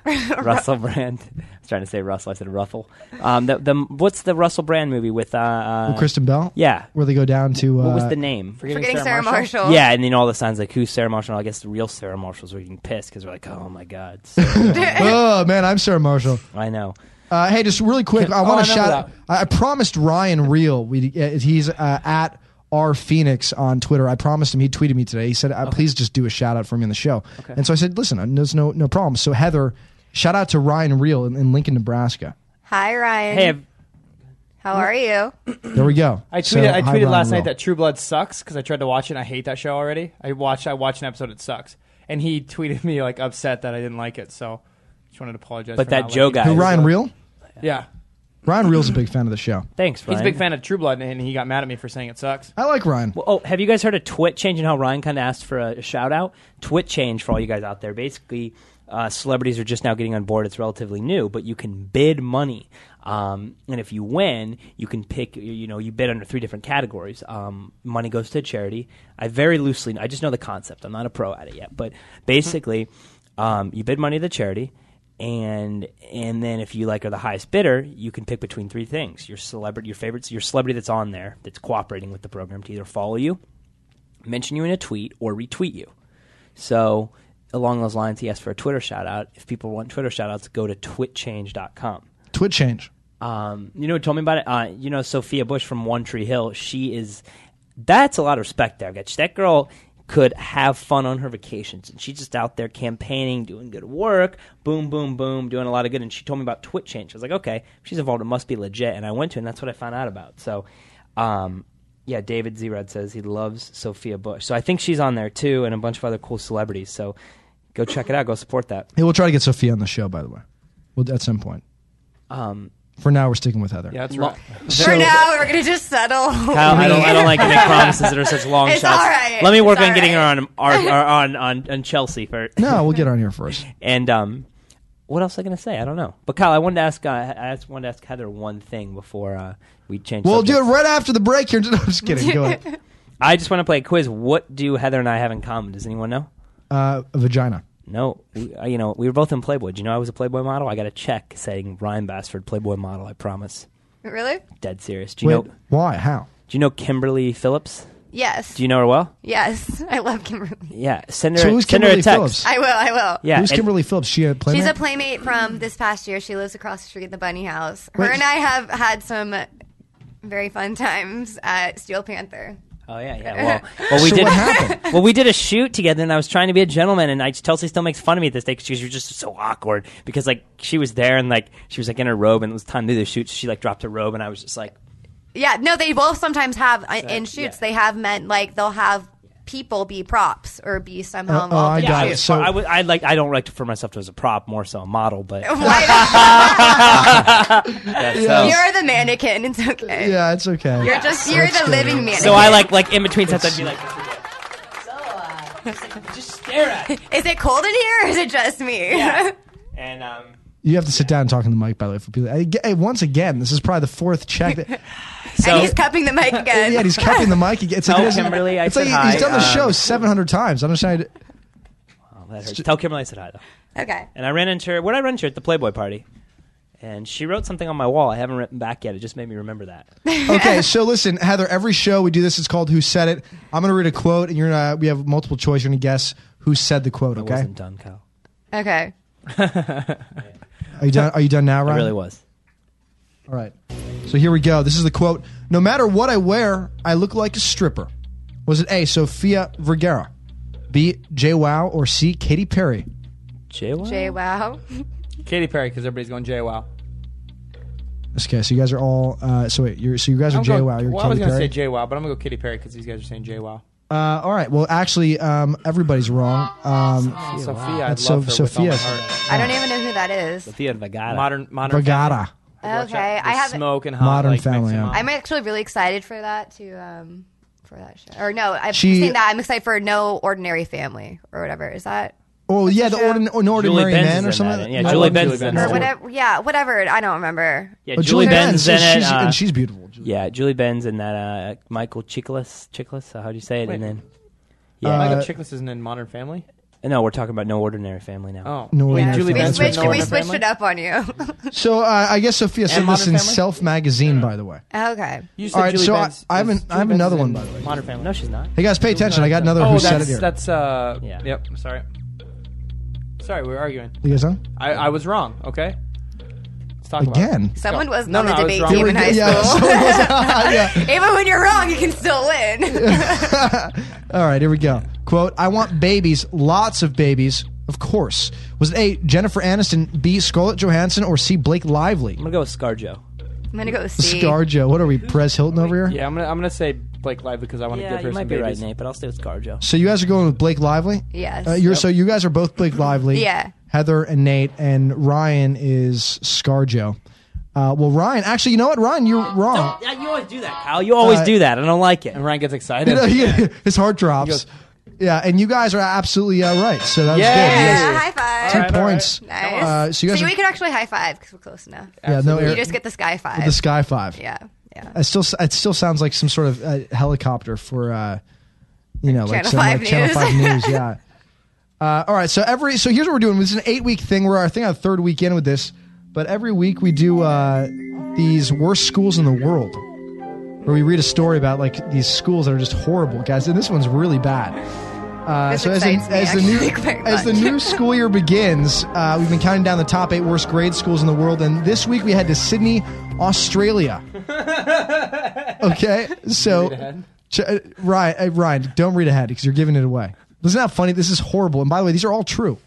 [SPEAKER 5] Russell Brand? was trying to say Russell. I said Ruffle. Um, the, the what's the Russell Brand movie with? Uh, uh,
[SPEAKER 2] Kristen Bell.
[SPEAKER 5] Yeah.
[SPEAKER 2] where they go down to uh,
[SPEAKER 5] What was the name?
[SPEAKER 3] Forgetting Sarah Marshall.
[SPEAKER 5] Yeah, and then all the signs like who's Sarah Marshall? I guess the real Sarah Marshalls were getting pissed because we're like, oh my god, Sarah.
[SPEAKER 2] oh man, I'm Sarah Marshall.
[SPEAKER 5] I know.
[SPEAKER 2] Uh, hey, just really quick, I
[SPEAKER 4] Oh, I
[SPEAKER 2] want to
[SPEAKER 4] remember
[SPEAKER 2] shout. I, I promised Ryan Real. We uh, he's uh, at R Phoenix on Twitter. I promised him. He tweeted me today. He said, uh, "Please just do a shout out for me on the show." And so I said, "Listen, uh, there's no no problem." So Heather, shout out to Ryan Real in, in Lincoln, Nebraska.
[SPEAKER 3] Hi, Ryan.
[SPEAKER 5] Hey, I've-
[SPEAKER 3] How are you?
[SPEAKER 2] There we go.
[SPEAKER 6] I tweeted,
[SPEAKER 2] So,
[SPEAKER 6] I
[SPEAKER 2] hi,
[SPEAKER 6] tweeted
[SPEAKER 2] Ryan
[SPEAKER 6] last night
[SPEAKER 2] Real.
[SPEAKER 6] that True Blood sucks because I tried to watch it. and I hate that show already. I watched I watched an episode. It sucks, and he tweeted me like upset that I didn't like it. So just wanted to apologize.
[SPEAKER 5] But
[SPEAKER 6] for
[SPEAKER 5] that
[SPEAKER 6] not
[SPEAKER 5] Joe
[SPEAKER 6] liking
[SPEAKER 5] guy-
[SPEAKER 2] Who,
[SPEAKER 6] it.
[SPEAKER 2] Ryan Real.
[SPEAKER 6] yeah,
[SPEAKER 2] Ryan Real's a big fan of the show.
[SPEAKER 5] thanks. Ryan.
[SPEAKER 6] he's a big fan of True Blood, and he got mad at me for saying it sucks.
[SPEAKER 2] I like Ryan.
[SPEAKER 5] Well, oh, have you guys heard of Twit change and how Ryan kind of asked for a shout out? Twit change for all you guys out there. Basically, uh, celebrities are just now getting on board. It's relatively new, but you can bid money. Um, and if you win, you can pick, you- you know, you bid under three different categories. Um, money goes to charity. I very loosely, I just know the concept. I'm not a pro at it yet. But basically, um, you bid money to the charity and and then if you like are the highest bidder, you can pick between three things: your celebrity, your favorites, your celebrity that's on there that's cooperating with the program to either follow you, mention you in a tweet, or retweet you. So along those lines, he asked for a Twitter shout out. If people want Twitter shout outs, go to twitchange.com.
[SPEAKER 2] Twit change.
[SPEAKER 5] Um, you know, who told me about it. Uh, you know, Sophia Bush from One Tree Hill. She is. That's a lot of respect there. Gotch. That girl could have fun on her vacations, and she's just out there campaigning, doing good work. Boom, boom, boom, doing a lot of good. And she told me about Twitch change. I was like, okay, if she's involved. It must be legit. And I went to, and that's what I found out about. So, um, yeah, David Zerud says he loves Sophia Bush. So I think she's on there too, and a bunch of other cool celebrities. So go check it out. Go support that.
[SPEAKER 2] Hey, we'll try to get Sophia on the show. By the way, well, at some point.
[SPEAKER 5] Um,
[SPEAKER 2] For now, we're sticking with Heather.
[SPEAKER 6] Yeah, that's
[SPEAKER 5] Lo-
[SPEAKER 6] right.
[SPEAKER 3] For now, we're gonna just settle.
[SPEAKER 5] Kyle, I don't, I don't like to make promises that are such long
[SPEAKER 3] It's
[SPEAKER 5] shots.
[SPEAKER 3] all right.
[SPEAKER 5] Let me work
[SPEAKER 3] It's
[SPEAKER 5] on
[SPEAKER 3] all
[SPEAKER 5] getting her
[SPEAKER 3] right.
[SPEAKER 5] on our, our- on, on on Chelsea first.
[SPEAKER 2] No, we'll get her on here first.
[SPEAKER 5] And um, what else am I going to say? I don't know. But Kyle, I wanted to ask uh, I just wanted to ask Heather one thing before uh, we change.
[SPEAKER 2] We'll do it
[SPEAKER 5] subjects.
[SPEAKER 2] right after the break here. No, I'm just kidding. Go ahead.
[SPEAKER 5] I just want to play a quiz. What do Heather and I have in common? Does anyone know?
[SPEAKER 2] Uh, vagina.
[SPEAKER 5] No, we, uh, you know we were both in Playboy. Do you know I was a Playboy model? I got a check saying Ryan Bassford Playboy model. I promise.
[SPEAKER 3] really?
[SPEAKER 5] Dead serious. Do you
[SPEAKER 2] Wait,
[SPEAKER 5] know?
[SPEAKER 2] why? How?
[SPEAKER 5] Do you know Kimberly Phillips?
[SPEAKER 3] Yes.
[SPEAKER 5] Do you know her well?
[SPEAKER 3] yes. I love Kimberly.
[SPEAKER 5] Yeah. Send her.
[SPEAKER 2] So who's
[SPEAKER 5] send her a
[SPEAKER 2] Kimberly
[SPEAKER 5] text.
[SPEAKER 2] Phillips?
[SPEAKER 3] I will. I will.
[SPEAKER 5] Yeah.
[SPEAKER 2] who's
[SPEAKER 5] and-
[SPEAKER 2] Kimberly Phillips? She a playmate?
[SPEAKER 3] She's a playmate from this past year. She lives across the street at the Bunny House. Her
[SPEAKER 2] Wait.
[SPEAKER 3] and I have had some very fun times at Steel Panther.
[SPEAKER 5] Oh yeah, yeah. Well, well we
[SPEAKER 2] So
[SPEAKER 5] did.
[SPEAKER 2] what happened?
[SPEAKER 5] Well, we did a shoot together, and I was trying to be a gentleman, and I, Chelsea still makes fun of me at this day because she was just so awkward because like she was there and like she was like in her robe, and it was time to do the shoot. So she like dropped her robe, and I was just like,
[SPEAKER 3] Yeah, no, they both sometimes have uh, in shoots.
[SPEAKER 5] yeah.
[SPEAKER 3] They have meant like they'll have people be props or be somehow
[SPEAKER 2] Oh,
[SPEAKER 3] involved.
[SPEAKER 2] I
[SPEAKER 3] in
[SPEAKER 2] got
[SPEAKER 5] I,
[SPEAKER 2] it.
[SPEAKER 3] shoots.
[SPEAKER 5] was,
[SPEAKER 2] So
[SPEAKER 5] I, would- I like I don't like to refer myself to as a prop, more so a model, but
[SPEAKER 2] Oh.
[SPEAKER 3] Why
[SPEAKER 2] yeah,
[SPEAKER 3] not? you're the mannequin. It's okay.
[SPEAKER 2] Oh. yeah, it's okay.
[SPEAKER 3] You're just you're
[SPEAKER 2] That's
[SPEAKER 3] the
[SPEAKER 2] good.
[SPEAKER 3] living mannequin.
[SPEAKER 5] so I like like in between sets I'd be like. Just stare at it.
[SPEAKER 3] Is it cold in here or is it just me?
[SPEAKER 5] And um,
[SPEAKER 2] You have to sit down and talk in the mic, by the way, for people. I- Hey, once again, this is probably the fourth check. That,
[SPEAKER 5] so
[SPEAKER 3] and he's cupping the mic again.
[SPEAKER 2] yeah, he's cupping the mic. Again. It's like,
[SPEAKER 5] Tell
[SPEAKER 2] he doesn't-
[SPEAKER 5] Oh, Kimberly I
[SPEAKER 2] it's like
[SPEAKER 5] said
[SPEAKER 2] he- he's
[SPEAKER 5] hi.
[SPEAKER 2] done the
[SPEAKER 5] Um,
[SPEAKER 2] show 700 times. I'm just trying to.
[SPEAKER 5] Oh, that hurts. tell Kimberly I said hi though.
[SPEAKER 3] okay.
[SPEAKER 5] And I ran into her. What I run into her at the Playboy party, and she wrote something on my wall. I haven't written back yet. It just made me remember that.
[SPEAKER 2] Okay, so listen, Heather, every show we do this, it's called Who Said It. I'm going to read a quote, and you're gonna, we have multiple choice. You're going to guess who said the quote,
[SPEAKER 5] I
[SPEAKER 2] okay?
[SPEAKER 5] wasn't done, Kyle.
[SPEAKER 3] Okay.
[SPEAKER 2] Are you done, are you done now,
[SPEAKER 5] I
[SPEAKER 2] Ryan?
[SPEAKER 5] really was.
[SPEAKER 2] All right. So here we go. This is the quote No matter what I wear, I look like a stripper. Was it A, Sofia Vergara, B, Jay Wow, or C, Katy Perry?
[SPEAKER 5] Jay,
[SPEAKER 3] Jay, wow.
[SPEAKER 6] Katy Perry because everybody's going Jay Wow.
[SPEAKER 2] Okay, so you guys are all. Uh, so wait, you're, so you guys are
[SPEAKER 6] I'm
[SPEAKER 2] Jay
[SPEAKER 6] going-
[SPEAKER 2] Wow. You're
[SPEAKER 6] well, I was
[SPEAKER 2] Katy
[SPEAKER 6] gonna
[SPEAKER 2] Perry.
[SPEAKER 6] say Jay Wow, but I'm gonna go Katy Perry because these guys are saying Jay Wow.
[SPEAKER 2] uh, all right. Well, actually, um, everybody's wrong. Um,
[SPEAKER 6] Sophia, I love
[SPEAKER 2] That's
[SPEAKER 6] her
[SPEAKER 2] so-
[SPEAKER 6] with all my
[SPEAKER 2] Sophia.
[SPEAKER 6] heart.
[SPEAKER 3] I don't even know who that is.
[SPEAKER 5] Thea Vergara.
[SPEAKER 6] Modern, modern.
[SPEAKER 2] Vergara.
[SPEAKER 6] Family. Watch
[SPEAKER 3] Okay,
[SPEAKER 6] out.
[SPEAKER 3] I
[SPEAKER 6] The
[SPEAKER 3] have.
[SPEAKER 6] smoke and hot,
[SPEAKER 2] Modern
[SPEAKER 6] like,
[SPEAKER 2] Family,
[SPEAKER 6] mix 'em
[SPEAKER 2] yeah.
[SPEAKER 6] up.
[SPEAKER 3] I'm actually really excited for that to um for that show. Or no, I'm
[SPEAKER 2] She-
[SPEAKER 3] saying that I'm excited for No Ordinary Family or whatever. Is that
[SPEAKER 2] Oh, yeah, the
[SPEAKER 3] show.
[SPEAKER 2] ordin- an ordinary
[SPEAKER 5] Benz is
[SPEAKER 2] man or
[SPEAKER 5] in
[SPEAKER 2] something.
[SPEAKER 5] that. Yeah,
[SPEAKER 2] I
[SPEAKER 5] Julie
[SPEAKER 2] love
[SPEAKER 5] Benz is
[SPEAKER 2] Benz.
[SPEAKER 5] in that.
[SPEAKER 3] or
[SPEAKER 5] Or-
[SPEAKER 3] whatever? Yeah, whatever. I don't remember.
[SPEAKER 5] Yeah,
[SPEAKER 2] Oh,
[SPEAKER 5] Julie Benz in
[SPEAKER 2] she's-
[SPEAKER 5] it.
[SPEAKER 2] she's-
[SPEAKER 5] uh,
[SPEAKER 2] and she's beautiful. Julie.
[SPEAKER 5] yeah, Julie Benz and that uh, Michael Chiklis. Chiklis. uh, How do you say it?
[SPEAKER 6] Wait.
[SPEAKER 5] And then uh,
[SPEAKER 6] Michael
[SPEAKER 2] Uh,
[SPEAKER 6] Chiklis isn't in Modern Family.
[SPEAKER 5] No, we're talking about No Ordinary Family now.
[SPEAKER 6] Oh,
[SPEAKER 2] No
[SPEAKER 6] Wait,
[SPEAKER 2] one
[SPEAKER 6] Julie
[SPEAKER 2] actually-
[SPEAKER 3] we
[SPEAKER 2] That's
[SPEAKER 6] Benson,
[SPEAKER 3] switched,
[SPEAKER 6] no
[SPEAKER 2] what
[SPEAKER 3] we
[SPEAKER 6] Ordinary
[SPEAKER 3] switched
[SPEAKER 6] Family?
[SPEAKER 3] it up on you.
[SPEAKER 2] So uh, I guess Sophia said
[SPEAKER 6] And
[SPEAKER 2] this in
[SPEAKER 6] Modern Family?
[SPEAKER 2] Self Magazine, by the way.
[SPEAKER 3] okay.
[SPEAKER 6] You said
[SPEAKER 2] All right,
[SPEAKER 6] Julie
[SPEAKER 2] so I-
[SPEAKER 6] Benz-
[SPEAKER 2] I have an-
[SPEAKER 6] is Julie
[SPEAKER 2] I have
[SPEAKER 6] Benz
[SPEAKER 2] another
[SPEAKER 6] in
[SPEAKER 2] one, by the way.
[SPEAKER 6] Modern Family.
[SPEAKER 5] No, she's not.
[SPEAKER 2] Hey guys, pay attention. I got another
[SPEAKER 6] Oh,
[SPEAKER 2] Who Said It
[SPEAKER 6] that's
[SPEAKER 2] Here.
[SPEAKER 6] that's uh.
[SPEAKER 5] Yeah.
[SPEAKER 6] Yep. I'm sorry. Sorry, we were arguing.
[SPEAKER 2] you guys on?
[SPEAKER 6] I, I was wrong. Okay. Let's talk About
[SPEAKER 2] Again.
[SPEAKER 3] Someone was
[SPEAKER 6] No,
[SPEAKER 3] on
[SPEAKER 6] no,
[SPEAKER 3] the
[SPEAKER 6] I was
[SPEAKER 3] debate
[SPEAKER 6] wrong.
[SPEAKER 2] Here
[SPEAKER 3] team
[SPEAKER 2] we
[SPEAKER 3] in
[SPEAKER 2] go.
[SPEAKER 3] high
[SPEAKER 2] Yeah,
[SPEAKER 3] school.
[SPEAKER 2] someone was- yeah.
[SPEAKER 3] Even when you're wrong, you can still win.
[SPEAKER 2] All right, here we go. Quote, I want babies, lots of babies, of course. Was it A, Jennifer Aniston, B, Scarlett Johansson, or C, Blake Lively?
[SPEAKER 5] I'm gonna go with ScarJo.
[SPEAKER 3] I'm gonna go see.
[SPEAKER 2] ScarJo. What are we, Perez Hilton over here?
[SPEAKER 6] it. Yeah, I'm gonna I'm gonna say Blake Lively because I want to give her
[SPEAKER 5] you
[SPEAKER 6] some
[SPEAKER 5] might be right,
[SPEAKER 6] babies.
[SPEAKER 5] Nate, but I'll stay with ScarJo.
[SPEAKER 2] So you guys are going with Blake Lively?
[SPEAKER 3] Yes.
[SPEAKER 2] Uh, you're, So you guys are both Blake Lively.
[SPEAKER 3] Yeah.
[SPEAKER 2] Heather and Nate, and Ryan is ScarJo. Uh, well, Ryan, actually, you know what, Ryan, you're wrong.
[SPEAKER 5] you always do that, Kyle. You always
[SPEAKER 2] Uh,
[SPEAKER 5] do that. I don't like it.
[SPEAKER 6] and Ryan gets excited.
[SPEAKER 2] His heart drops.
[SPEAKER 6] He goes-
[SPEAKER 2] yeah, and you guys are absolutely uh, right. So that was good. You guys-
[SPEAKER 3] yeah, high five.
[SPEAKER 2] Two
[SPEAKER 6] All right, all right.
[SPEAKER 2] points.
[SPEAKER 3] Nice.
[SPEAKER 2] Uh, so you guys
[SPEAKER 3] See,
[SPEAKER 2] are-
[SPEAKER 3] we can actually high five because we're close enough.
[SPEAKER 2] Yeah, no,
[SPEAKER 3] You
[SPEAKER 2] air,
[SPEAKER 3] just get the sky five.
[SPEAKER 2] the sky five.
[SPEAKER 3] yeah, yeah.
[SPEAKER 2] It still it still sounds like some sort of uh, helicopter for uh, you know like
[SPEAKER 3] Channel
[SPEAKER 2] some
[SPEAKER 3] 5
[SPEAKER 2] like, Channel
[SPEAKER 3] News.
[SPEAKER 2] Five News. Yeah. Uh, all right. So every so here's what we're doing. This is an eight week thing. We're I think our third week in with this, but every week we do uh, these worst schools in the world, where we read a story about like these schools that are just horrible, guys. And this one's really bad. Uh,
[SPEAKER 3] This
[SPEAKER 2] so as, the-
[SPEAKER 3] excites me,
[SPEAKER 2] as the new
[SPEAKER 3] actually, very
[SPEAKER 2] as the
[SPEAKER 3] much.
[SPEAKER 2] new school year begins, uh, we've been counting down the top eight worst grade schools in the world, and this week we head to Sydney, Australia. Okay, so Ch- uh, Ryan, uh, Ryan, don't read ahead because you're giving it away. This is not funny. This is horrible. And by the way, these are all true.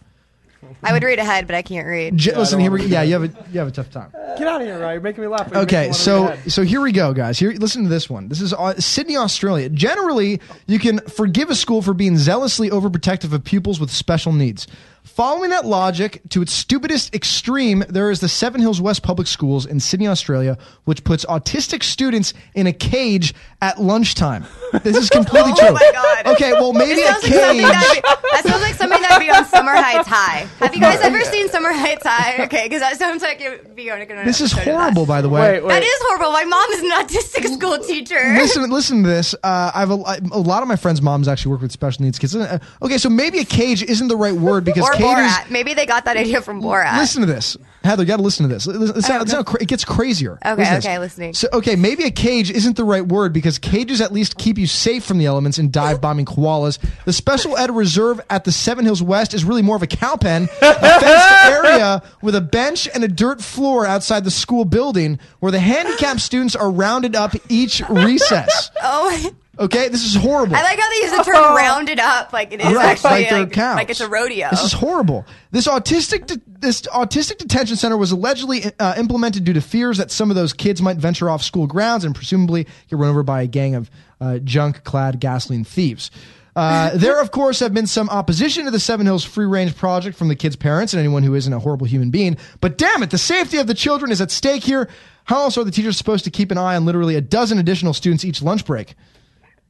[SPEAKER 3] I would read ahead, but I can't read.
[SPEAKER 2] J- listen here. We, yeah, you have a you have a tough time.
[SPEAKER 6] Get out of here, Ryan. You're making me laugh. but you make me
[SPEAKER 2] Okay,
[SPEAKER 6] wanna read
[SPEAKER 2] so
[SPEAKER 6] ahead.
[SPEAKER 2] so here we go, guys. Here, listen to this one. This is uh, Sydney, Australia. Generally, you can forgive a school for being zealously overprotective of pupils with special needs. Following that logic to its stupidest extreme, there is the Seven Hills West Public Schools in Sydney, Australia, which puts autistic students in a cage at lunchtime. This is completely
[SPEAKER 3] Oh
[SPEAKER 2] true.
[SPEAKER 3] my God.
[SPEAKER 2] Okay, well maybe
[SPEAKER 3] It
[SPEAKER 2] a
[SPEAKER 3] sounds like something
[SPEAKER 2] cage.
[SPEAKER 3] that'd be- that sounds like something that'd be on Summer Heights High. Have you guys ever seen Summer Heights High? Okay, because that sounds like it would be on a good
[SPEAKER 2] This is
[SPEAKER 3] episode of
[SPEAKER 2] horrible,
[SPEAKER 3] That.
[SPEAKER 2] by the way.
[SPEAKER 6] Wait, wait.
[SPEAKER 3] that is horrible. My mom is an autistic school teacher.
[SPEAKER 2] listen, listen to this. Uh, I have a, I- a lot of my friends' moms actually work with special needs kids. Uh, Okay, so maybe a cage isn't the right word because
[SPEAKER 3] or
[SPEAKER 2] cage is.
[SPEAKER 3] Borat. Maybe they got that idea from Borat.
[SPEAKER 2] Listen to this, Heather. You got to listen to this. Listen- it's not- it's not cra- it gets crazier.
[SPEAKER 3] Oh, Okay,
[SPEAKER 2] Listen to this.
[SPEAKER 3] okay, listening.
[SPEAKER 2] So, okay, maybe a cage isn't the right word because cages at least keep you safe from the elements and dive bombing koalas. The special ed reserve at the Seven Hills West is really more of a cow pen, a fenced area with a bench and a dirt floor outside the school building where the handicapped students are rounded up each recess.
[SPEAKER 3] oh,
[SPEAKER 2] Okay, this is horrible.
[SPEAKER 3] I like how they use the term "rounded up," like it is
[SPEAKER 2] Right,
[SPEAKER 3] actually
[SPEAKER 2] like they're
[SPEAKER 3] like,
[SPEAKER 2] cows.
[SPEAKER 3] like it's a rodeo.
[SPEAKER 2] This is horrible. This autistic de- this autistic detention center was allegedly uh, implemented due to fears that some of those kids might venture off school grounds and presumably get run over by a gang of uh, junk-clad gasoline thieves. Uh, there, of course, have been some opposition to the Seven Hills Free Range Project from the kids' parents and anyone who isn't a horrible human being. But damn it, the safety of the children is at stake here. How else are the teachers supposed to keep an eye on literally a dozen additional students each lunch break?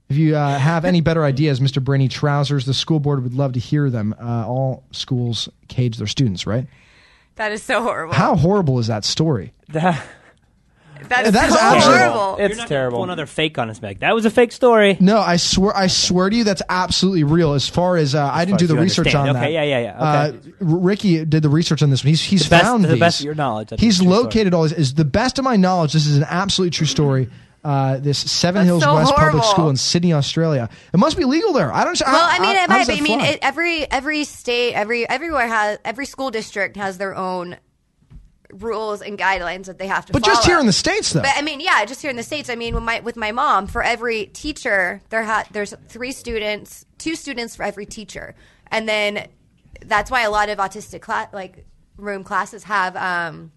[SPEAKER 2] If you uh, have any better ideas, Mr. Brainy Trousers, the school board would love to hear them. Uh, all schools cage their students, right?
[SPEAKER 3] that is so horrible.
[SPEAKER 2] How horrible is that story?
[SPEAKER 6] That-
[SPEAKER 3] That is,
[SPEAKER 2] That is
[SPEAKER 3] so
[SPEAKER 2] absolutely-
[SPEAKER 3] horrible.
[SPEAKER 6] it's terrible.
[SPEAKER 5] Pull another fake on us, Meg. That was a fake story.
[SPEAKER 2] No, I swear, I swear to you, that's absolutely real. As far as uh, I didn't do the
[SPEAKER 5] you
[SPEAKER 2] research on
[SPEAKER 5] understand.
[SPEAKER 2] that.
[SPEAKER 5] Okay, yeah, yeah, yeah, okay.
[SPEAKER 2] Uh, R- Ricky did the research on this one. He's he's
[SPEAKER 5] The best-
[SPEAKER 2] found
[SPEAKER 5] to the
[SPEAKER 2] these.
[SPEAKER 5] best of your knowledge, that's
[SPEAKER 2] He's
[SPEAKER 5] a true story.
[SPEAKER 2] located all these. Is the best of my knowledge. This is an absolutely true story. Uh, this Seven
[SPEAKER 3] That's
[SPEAKER 2] Hills
[SPEAKER 3] so
[SPEAKER 2] West Public
[SPEAKER 3] horrible.
[SPEAKER 2] School in Sydney, Australia. It must be legal there. I don't.
[SPEAKER 3] Well, I mean,
[SPEAKER 2] how,
[SPEAKER 3] it
[SPEAKER 2] how
[SPEAKER 3] might.
[SPEAKER 2] does
[SPEAKER 3] be.
[SPEAKER 2] that
[SPEAKER 3] I mean,
[SPEAKER 2] fly?
[SPEAKER 3] it, every every state, every everywhere has every school district has their own rules and guidelines that they have to.
[SPEAKER 2] but
[SPEAKER 3] follow.
[SPEAKER 2] just here in the states, though.
[SPEAKER 3] But I mean, yeah, just here in the states. I mean, with my with my mom, for every teacher, there ha- there's three students, two students for every teacher, and then that's why a lot of autistic cla- like room classes have. um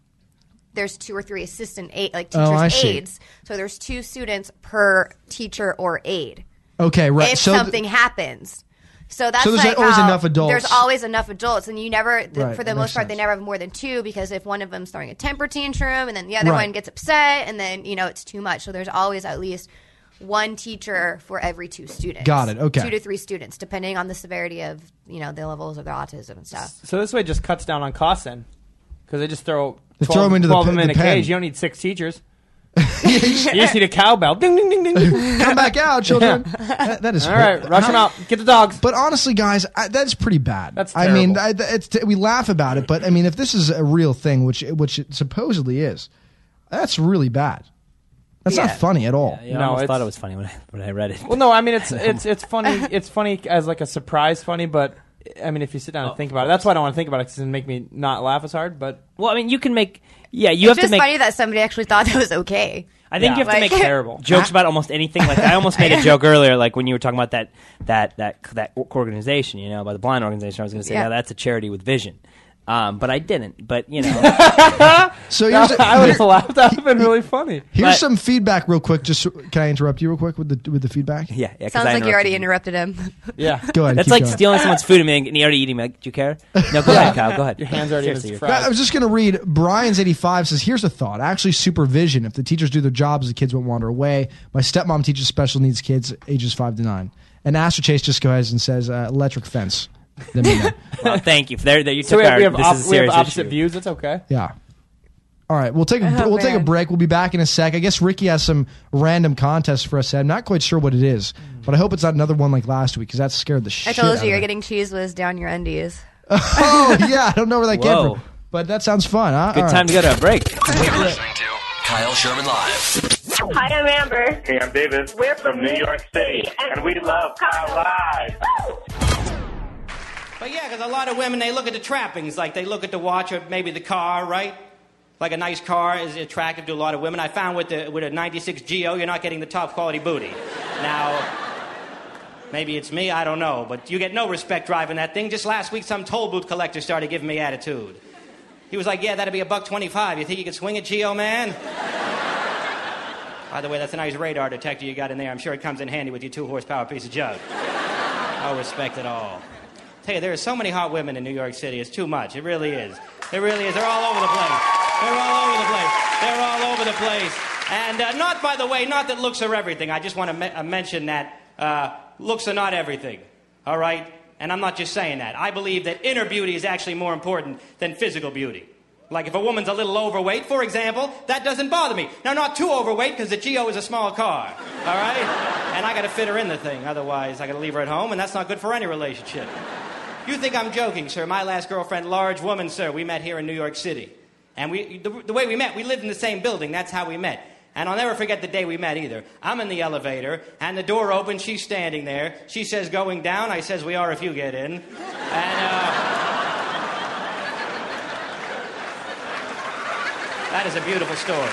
[SPEAKER 3] there's two or three assistant aid, like
[SPEAKER 2] Oh, I
[SPEAKER 3] teachers'
[SPEAKER 2] see.
[SPEAKER 3] aides. So there's two students per teacher or aide
[SPEAKER 2] okay, right.
[SPEAKER 3] if
[SPEAKER 2] so th-
[SPEAKER 3] something happens. So that's
[SPEAKER 2] So there's
[SPEAKER 3] like
[SPEAKER 2] always
[SPEAKER 3] how
[SPEAKER 2] enough adults.
[SPEAKER 3] There's always enough adults, and you never, th-
[SPEAKER 2] Right,
[SPEAKER 3] for the
[SPEAKER 2] that
[SPEAKER 3] most
[SPEAKER 2] makes
[SPEAKER 3] part, they
[SPEAKER 2] sense.
[SPEAKER 3] never have more than two because if one of them's throwing a temper tantrum, and then the other
[SPEAKER 2] Right.
[SPEAKER 3] one gets upset, and then you know it's too much. So there's always at least one teacher for every two students.
[SPEAKER 2] Got it, okay.
[SPEAKER 3] Two to three students, depending on the severity of you know the levels of their autism and stuff.
[SPEAKER 6] So this way just cuts down on costs then, because they just throw
[SPEAKER 2] They
[SPEAKER 6] 12,
[SPEAKER 2] throw 'em into the
[SPEAKER 6] 12
[SPEAKER 2] pe-
[SPEAKER 6] of 'em in
[SPEAKER 2] the
[SPEAKER 6] a cage.
[SPEAKER 2] pen.
[SPEAKER 6] You don't need six teachers.
[SPEAKER 2] PH.
[SPEAKER 6] You just need a cowbell. Ding ding ding ding. ding.
[SPEAKER 2] Come back out, children. That- that is
[SPEAKER 6] All right, rush them out. Get the dogs.
[SPEAKER 2] But honestly, guys, I, that's pretty bad.
[SPEAKER 6] That's
[SPEAKER 2] I mean,
[SPEAKER 6] terrible.
[SPEAKER 2] I, th- it's, we laugh about it, but I mean, if this is a real thing, which which it supposedly is, that's really bad. That's
[SPEAKER 3] Yeah.
[SPEAKER 2] not funny at all.
[SPEAKER 5] Yeah,
[SPEAKER 6] No,
[SPEAKER 5] I almost
[SPEAKER 6] it's-
[SPEAKER 5] thought it was funny when I, when I read it.
[SPEAKER 6] Well, no, I mean it's it's it's funny. It's funny as like a surprise funny, but I mean if you sit
[SPEAKER 5] Oh.
[SPEAKER 6] down and think about it, that's why I don't want to think about it because it make me not laugh as hard. But
[SPEAKER 5] Well, I mean, you can make. Yeah, you
[SPEAKER 3] It's
[SPEAKER 5] have to
[SPEAKER 3] just
[SPEAKER 5] make.
[SPEAKER 3] funny that somebody actually thought that was okay.
[SPEAKER 5] I think
[SPEAKER 6] Yeah.
[SPEAKER 5] you have
[SPEAKER 3] Like-
[SPEAKER 5] to make
[SPEAKER 6] Terrible.
[SPEAKER 5] jokes about almost anything. Like I almost made a joke earlier, like when you were talking about that that that that organization, you know, by the blind organization. I was going to say,
[SPEAKER 3] Yeah.
[SPEAKER 5] now that's a charity with vision, um, but I didn't. But you know,
[SPEAKER 2] So here's, a-
[SPEAKER 6] I would have
[SPEAKER 2] here-
[SPEAKER 6] laughed. That would have been really funny.
[SPEAKER 2] here's
[SPEAKER 5] but-
[SPEAKER 2] some feedback, real quick. Just can I interrupt you real quick with the with the feedback?
[SPEAKER 5] yeah, yeah 'cause
[SPEAKER 3] Sounds
[SPEAKER 5] I
[SPEAKER 3] like you already
[SPEAKER 5] interrupted
[SPEAKER 3] interrupted him.
[SPEAKER 6] Yeah,
[SPEAKER 2] Go ahead.
[SPEAKER 5] That's
[SPEAKER 2] keep
[SPEAKER 5] like
[SPEAKER 2] going.
[SPEAKER 5] stealing someone's food and, being, and you already eating. Like, do you care? No, go ahead, Kyle. Go ahead.
[SPEAKER 6] your hands already in
[SPEAKER 5] Seriously,
[SPEAKER 6] his
[SPEAKER 5] you're-
[SPEAKER 2] Yeah, I
[SPEAKER 6] fries.
[SPEAKER 2] was just going to read Brian's 85 says, Here's a thought. Actually, supervision. If the teachers do their jobs, the kids won't wander away. My stepmom teaches special needs kids ages five to nine. And Astro Chase just goes and says, uh, Electric fence. Then we know.
[SPEAKER 5] Well, thank you. There, there. You took
[SPEAKER 6] So we have,
[SPEAKER 5] our.
[SPEAKER 6] we have,
[SPEAKER 5] this
[SPEAKER 6] op-
[SPEAKER 5] is a
[SPEAKER 6] we have
[SPEAKER 5] serious
[SPEAKER 6] opposite
[SPEAKER 5] issue.
[SPEAKER 6] views. That's okay.
[SPEAKER 2] yeah. All right, we'll take a,
[SPEAKER 3] Oh,
[SPEAKER 2] we'll take a
[SPEAKER 3] man.
[SPEAKER 2] break. We'll be back in a sec. I guess Ricky has some random contest for us. I'm not quite sure what it is, but I hope it's not another one like last week because that scared the
[SPEAKER 3] I
[SPEAKER 2] shit.
[SPEAKER 3] told
[SPEAKER 2] out
[SPEAKER 3] you
[SPEAKER 2] of
[SPEAKER 3] you're
[SPEAKER 2] me.
[SPEAKER 3] getting cheese whiz down your undies.
[SPEAKER 2] Oh yeah, I don't know where that
[SPEAKER 5] Whoa.
[SPEAKER 2] came from, but that sounds fun. Huh?
[SPEAKER 5] Good
[SPEAKER 2] All right.
[SPEAKER 5] time to go to a break.
[SPEAKER 1] You're listening to Kyle Sherman Live.
[SPEAKER 7] Hi, I'm Amber.
[SPEAKER 8] Hey, I'm Davis.
[SPEAKER 7] We're
[SPEAKER 8] from New York City, and we love Kyle Live.
[SPEAKER 9] But yeah, because a lot of women, they look at the trappings. Like, they look at the watch or maybe the car, right? Like, a nice car is attractive to a lot of women. I found with, the, with a 96 Geo, you're not getting the top quality booty. Now, maybe it's me, I don't know. But you get no respect driving that thing. Just last week, some toll booth collector started giving me attitude. He was like, yeah, that'd be a buck 25. You think you could swing a Geo, man? By the way, that's a nice radar detector you got in there. I'm sure it comes in handy with your two horsepower piece of junk. No respect at all. Tell you, there are so many hot women in New York City. It's too much. It really is. It really is. They're all over the place. They're all over the place. They're all over the place. And uh, not, by the way, not that looks are everything. I just want to me- uh, mention that uh, looks are not everything. All right? And I'm not just saying that. I believe that inner beauty is actually more important than physical beauty. Like if a woman's a little overweight, for example, that doesn't bother me. Now, not too overweight because the Geo is a small car, all right? And I got to fit her in the thing, otherwise I got to leave her at home, and that's not good for any relationship. You think I'm joking, sir? My last girlfriend, large woman, sir. We met here in New York City, and we the, the way we met, we lived in the same building. That's how we met. And I'll never forget the day we met either. I'm in the elevator, and the door opens. She's standing there. She says, "Going down." I says, "We are if you get in." And. Uh, That is a beautiful story.